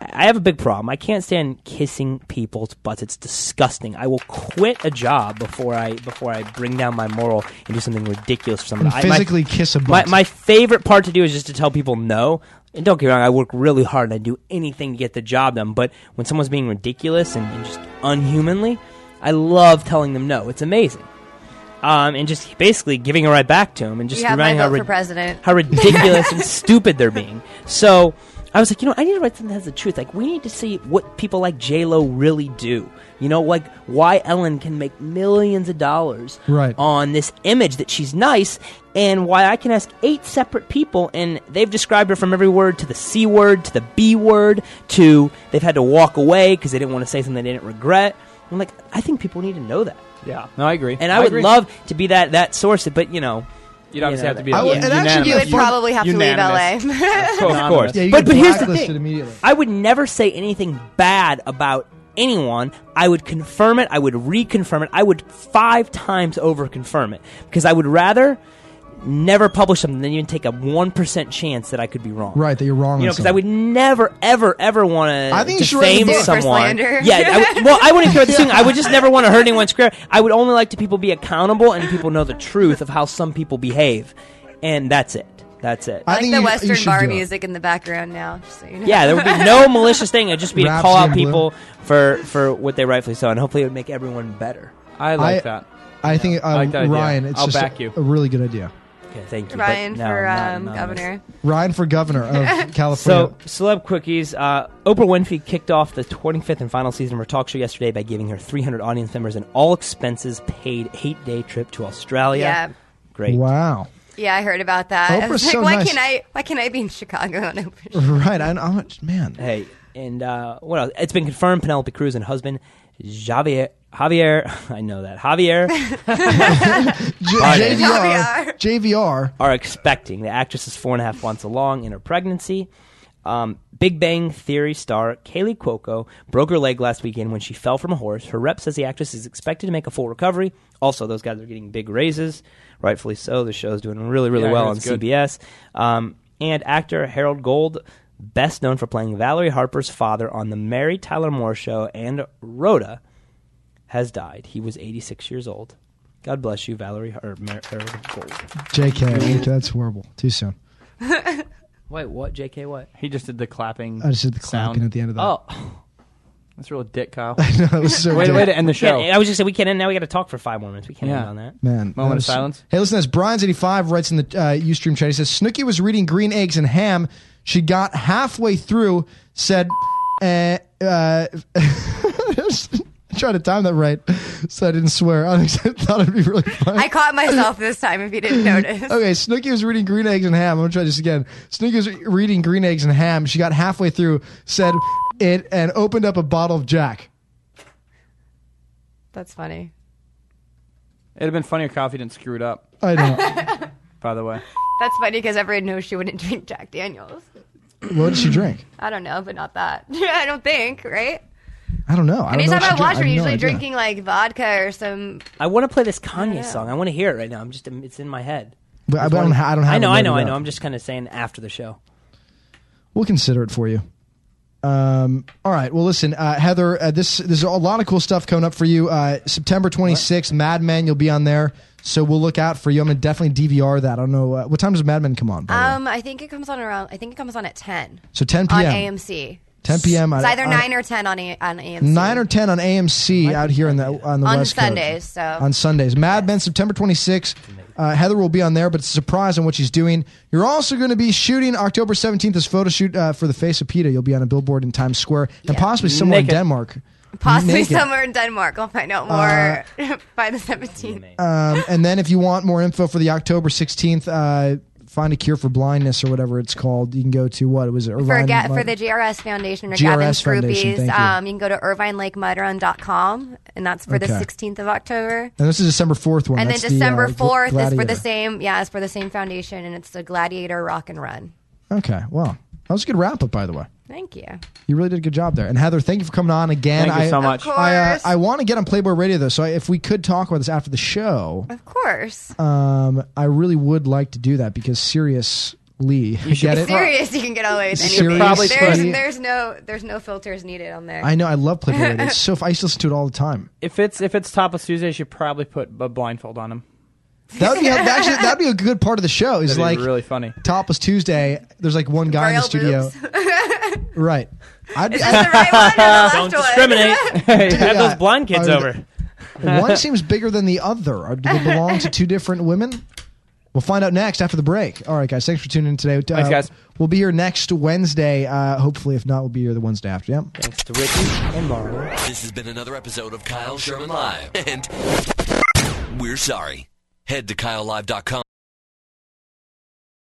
[SPEAKER 5] I have a big problem. I can't stand kissing people's butts. It's disgusting. I will quit a job before I before I bring down my moral and do something ridiculous for someone.
[SPEAKER 2] And
[SPEAKER 5] I- my-
[SPEAKER 2] physically kiss a
[SPEAKER 5] my,
[SPEAKER 2] butt.
[SPEAKER 5] my favorite part to do is just to tell people no. And don't get me wrong, I work really hard and I do anything to get the job done. But when someone's being ridiculous and, and just unhumanly, I love telling them no. It's amazing. Um, and just basically giving it right back to them and just
[SPEAKER 3] you have my
[SPEAKER 5] reminding
[SPEAKER 3] vote
[SPEAKER 5] how, rid-
[SPEAKER 3] for president.
[SPEAKER 5] how ridiculous and stupid they're being. So I was like, you know, I need to write something that has the truth. Like, we need to see what people like J Lo really do. You know, like why Ellen can make millions of dollars
[SPEAKER 2] Right.
[SPEAKER 5] on this image that she's nice, and why I can ask eight separate people, and they've described her from every word to the C word to the B word to they've had to walk away because they didn't want to say something they didn't regret. I'm like, I think people need to know that.
[SPEAKER 6] Yeah. No, I agree.
[SPEAKER 5] And I, would
[SPEAKER 6] agree.
[SPEAKER 5] love to be that that source, but you know,
[SPEAKER 6] You'd obviously have to be
[SPEAKER 5] that-
[SPEAKER 6] I would- and actually,
[SPEAKER 3] You would probably have to leave LA.
[SPEAKER 5] of course.
[SPEAKER 2] Yeah, you
[SPEAKER 5] but
[SPEAKER 2] get
[SPEAKER 5] but here's the
[SPEAKER 2] blacklisted
[SPEAKER 5] thing:
[SPEAKER 2] immediately.
[SPEAKER 5] I would never say anything bad about anyone. I would confirm it. I would reconfirm it. I would five times over confirm it because I would rather never publish something than even take a one percent chance that I could be wrong.
[SPEAKER 2] Right, that you're wrong.
[SPEAKER 5] You know,
[SPEAKER 2] on
[SPEAKER 5] because I would never, ever, ever want to.
[SPEAKER 2] I think you should write a
[SPEAKER 5] defame
[SPEAKER 2] book for
[SPEAKER 5] someone.
[SPEAKER 2] slander.
[SPEAKER 5] Yeah, I would- well, I wouldn't care about the thing. I would just never want to hurt anyone's career. I would only like to people be accountable and people know the truth of how some people behave, and that's it. That's it.
[SPEAKER 3] I like the Western bar music in the background now. Just so you know.
[SPEAKER 5] Yeah, there would be no malicious thing. It'd just be to
[SPEAKER 2] Rhapsody
[SPEAKER 5] call out
[SPEAKER 2] in Blue.
[SPEAKER 5] people for for what they rightfully so, and hopefully it would make everyone better.
[SPEAKER 6] I
[SPEAKER 2] like I- that. I think uh,
[SPEAKER 6] I like that idea.
[SPEAKER 2] Ryan. It's
[SPEAKER 6] I'll
[SPEAKER 2] just
[SPEAKER 6] back
[SPEAKER 2] a,
[SPEAKER 6] you.
[SPEAKER 2] a really good idea.
[SPEAKER 5] Okay, thank you. but
[SPEAKER 3] Ryan
[SPEAKER 5] no,
[SPEAKER 3] for
[SPEAKER 5] not
[SPEAKER 3] um,
[SPEAKER 5] anonymous.
[SPEAKER 3] governor.
[SPEAKER 2] Ryan for governor of California.
[SPEAKER 5] So, celeb quickies. Uh, Oprah Winfrey kicked off the 25th and final season of her talk show yesterday by giving her 300 audience members an all expenses paid eight day trip to Australia.
[SPEAKER 3] Yeah.
[SPEAKER 5] Great.
[SPEAKER 2] Wow.
[SPEAKER 3] Yeah, I heard about that. I was
[SPEAKER 2] Oprah's
[SPEAKER 3] like,
[SPEAKER 2] so
[SPEAKER 3] why
[SPEAKER 2] nice.
[SPEAKER 3] can't I? Why can't I be in Chicago on Oprah?
[SPEAKER 2] Right. I, I'm, man.
[SPEAKER 5] Hey, and uh, what else? It's been confirmed Penelope Cruz and husband Javier. Javier, I know that. Javier
[SPEAKER 2] J-
[SPEAKER 5] Pardon.
[SPEAKER 2] JVR. JVR.
[SPEAKER 5] are expecting. The actress is four and a half months along in her pregnancy. Um, Big Bang Theory star Kaylee Cuoco broke her leg last weekend when she fell from a horse. Her rep says the actress is expected to make a full recovery. Also, those guys are getting big raises, rightfully so. The show's doing really, really
[SPEAKER 6] Yeah, I
[SPEAKER 5] well
[SPEAKER 6] heard
[SPEAKER 5] on
[SPEAKER 6] it's good.
[SPEAKER 5] CBS. Um, and actor Harold Gold, best known for playing Valerie Harper's father on The Mary Tyler Moore Show and Rhoda, has died. He was 86 years old. God bless you, Valerie Har- or Mar- Harold Gold.
[SPEAKER 2] JK. okay, that's horrible. Too soon.
[SPEAKER 5] Wait, what? JK, what?
[SPEAKER 6] He just did the clapping.
[SPEAKER 2] I just did the
[SPEAKER 6] sound.
[SPEAKER 2] clapping at the end of that.
[SPEAKER 5] Oh.
[SPEAKER 6] That's real dick, Kyle.
[SPEAKER 2] know, that was so
[SPEAKER 6] way,
[SPEAKER 2] dick.
[SPEAKER 6] way to end the
[SPEAKER 2] We can't-
[SPEAKER 6] show.
[SPEAKER 5] I was just saying we can't end now. We got to talk for five more minutes. We can't
[SPEAKER 6] Yeah.
[SPEAKER 5] end on that.
[SPEAKER 2] Man,
[SPEAKER 6] Moment
[SPEAKER 2] that
[SPEAKER 6] of
[SPEAKER 2] was-
[SPEAKER 6] silence.
[SPEAKER 2] Hey, listen to this. Brian's85 writes in the uh, Ustream chat. He says, Snooki was reading Green Eggs and Ham. She got halfway through, said, eh, uh, I tried to time that right, so I didn't swear. I thought it'd be really funny.
[SPEAKER 3] I caught myself this time. If you didn't notice.
[SPEAKER 2] Okay, Snooki was reading Green Eggs and Ham. I'm gonna try this again. Snooki was reading Green Eggs and Ham. She got halfway through, said it, and opened up a bottle of Jack.
[SPEAKER 3] That's funny.
[SPEAKER 6] It'd have been funnier, Kyle, if you didn't screw it up.
[SPEAKER 2] I know.
[SPEAKER 6] By the way,
[SPEAKER 3] That's funny because everyone knows she wouldn't drink Jack Daniels.
[SPEAKER 2] What did she drink?
[SPEAKER 3] I don't know, but not that. I don't think, right?
[SPEAKER 2] I don't know. I don't know
[SPEAKER 3] Anytime
[SPEAKER 2] what she
[SPEAKER 3] I watch,
[SPEAKER 2] drank.
[SPEAKER 3] we're
[SPEAKER 2] have no
[SPEAKER 3] usually
[SPEAKER 2] idea.
[SPEAKER 3] drinking like vodka or some.
[SPEAKER 5] I want to play this Kanye
[SPEAKER 3] know.
[SPEAKER 5] song. I want to hear it right now. I'm just it's in my head.
[SPEAKER 2] But I, but I don't, ha- I don't have.
[SPEAKER 5] I know,
[SPEAKER 2] it
[SPEAKER 5] I know,
[SPEAKER 2] loaded
[SPEAKER 5] I know.
[SPEAKER 2] up.
[SPEAKER 5] I'm just kind of saying after the show.
[SPEAKER 2] We'll consider it for you. Um, all right. Well, listen, uh, Heather. Uh, this there's a lot of cool stuff coming up for you. Uh, September 26th, Mad Men. You'll be on there, so we'll look out for you. I'm gonna definitely DVR that. I don't know uh, what time does Mad Men come on.
[SPEAKER 3] Um, I think it comes on around. I think it comes on at ten.
[SPEAKER 2] So 10
[SPEAKER 3] on
[SPEAKER 2] p.m.
[SPEAKER 3] AMC.
[SPEAKER 2] 10 p.m.
[SPEAKER 3] It's
[SPEAKER 2] on-
[SPEAKER 3] either
[SPEAKER 2] on-
[SPEAKER 3] nine or ten on a, on AMC.
[SPEAKER 2] Nine or ten on AMC out here on the on the
[SPEAKER 3] on
[SPEAKER 2] West Coast.
[SPEAKER 3] Sundays. So
[SPEAKER 2] on Sundays. Mad Men, September 26th. Uh, Heather will be on there, but it's a surprise on what she's doing. You're also going to be shooting October 17th as photo shoot uh, for the face of PETA. You'll be on a billboard in Times Square and possibly somewhere
[SPEAKER 3] Naked.
[SPEAKER 2] in Denmark.
[SPEAKER 3] possibly
[SPEAKER 2] Naked.
[SPEAKER 3] somewhere in Denmark. I'll find
[SPEAKER 2] Uh,
[SPEAKER 3] out more by the seventeenth.
[SPEAKER 2] Um, and then if you want more info for the October 16th, uh, Find a Cure for Blindness or whatever it's called, you can go to what was it?
[SPEAKER 3] For,
[SPEAKER 2] Irvine
[SPEAKER 3] Ga-
[SPEAKER 2] Mud-
[SPEAKER 3] for the GRS Foundation or
[SPEAKER 2] GRS
[SPEAKER 3] Gavin's
[SPEAKER 2] Foundation,
[SPEAKER 3] Groupies,
[SPEAKER 2] thank you.
[SPEAKER 3] um, you can go to irvinelakemudrun.com, and that's for the
[SPEAKER 2] Okay.
[SPEAKER 3] 16th of October.
[SPEAKER 2] and this is December 4th one.
[SPEAKER 3] and then
[SPEAKER 2] That's the, uh,
[SPEAKER 3] December
[SPEAKER 2] Gl-
[SPEAKER 3] 4th is for
[SPEAKER 2] Gladiator.
[SPEAKER 3] the same, yeah, it's for the same foundation, and it's the Gladiator Rock and Run.
[SPEAKER 2] Okay, well, that was a good wrap up, by the way.
[SPEAKER 3] Thank you.
[SPEAKER 2] You really did a good job there. And Heather, thank you for coming on again.
[SPEAKER 3] Thank you
[SPEAKER 2] I,
[SPEAKER 3] so much. Of course.
[SPEAKER 2] I, uh, I want to get on Playboy Radio though, so I, if we could talk about this after the show,
[SPEAKER 3] Of course.
[SPEAKER 2] um, I really would like to do that because seriously, you get it.
[SPEAKER 3] serious, you can get away with
[SPEAKER 2] Serious
[SPEAKER 3] anything.
[SPEAKER 2] Probably
[SPEAKER 3] there's,
[SPEAKER 2] put-
[SPEAKER 3] there's no there's no filters needed on there.
[SPEAKER 2] I know. I love Playboy Radio. It's so. f- I used to listen to it all the time.
[SPEAKER 6] If it's if it's Top of Tuesday, you should probably put a blindfold on him.
[SPEAKER 2] That would be actually that'd be a good part of the show. Is
[SPEAKER 6] That'd be
[SPEAKER 2] like
[SPEAKER 6] really funny.
[SPEAKER 2] Top was Tuesday. There's like one guy in the
[SPEAKER 6] Braille
[SPEAKER 2] studio. right. I'd,
[SPEAKER 6] Is this the right
[SPEAKER 5] one or the last Don't one? discriminate.
[SPEAKER 2] Dude,
[SPEAKER 5] Have those
[SPEAKER 2] uh,
[SPEAKER 5] blind kids
[SPEAKER 2] are
[SPEAKER 5] over.
[SPEAKER 2] the- one seems bigger than the other. Are, do they belong to two different women? We'll find out next after the break. All right, guys. Thanks for tuning in today. Uh,
[SPEAKER 6] Thanks, guys.
[SPEAKER 2] We'll be here next Wednesday. Uh, hopefully, if not, we'll be here the Wednesday after. Yep.
[SPEAKER 5] Thanks to Ricky and Marvel.
[SPEAKER 1] This has been another episode of Kyle Sherman Live, and we're sorry. Head to KyleLive.com.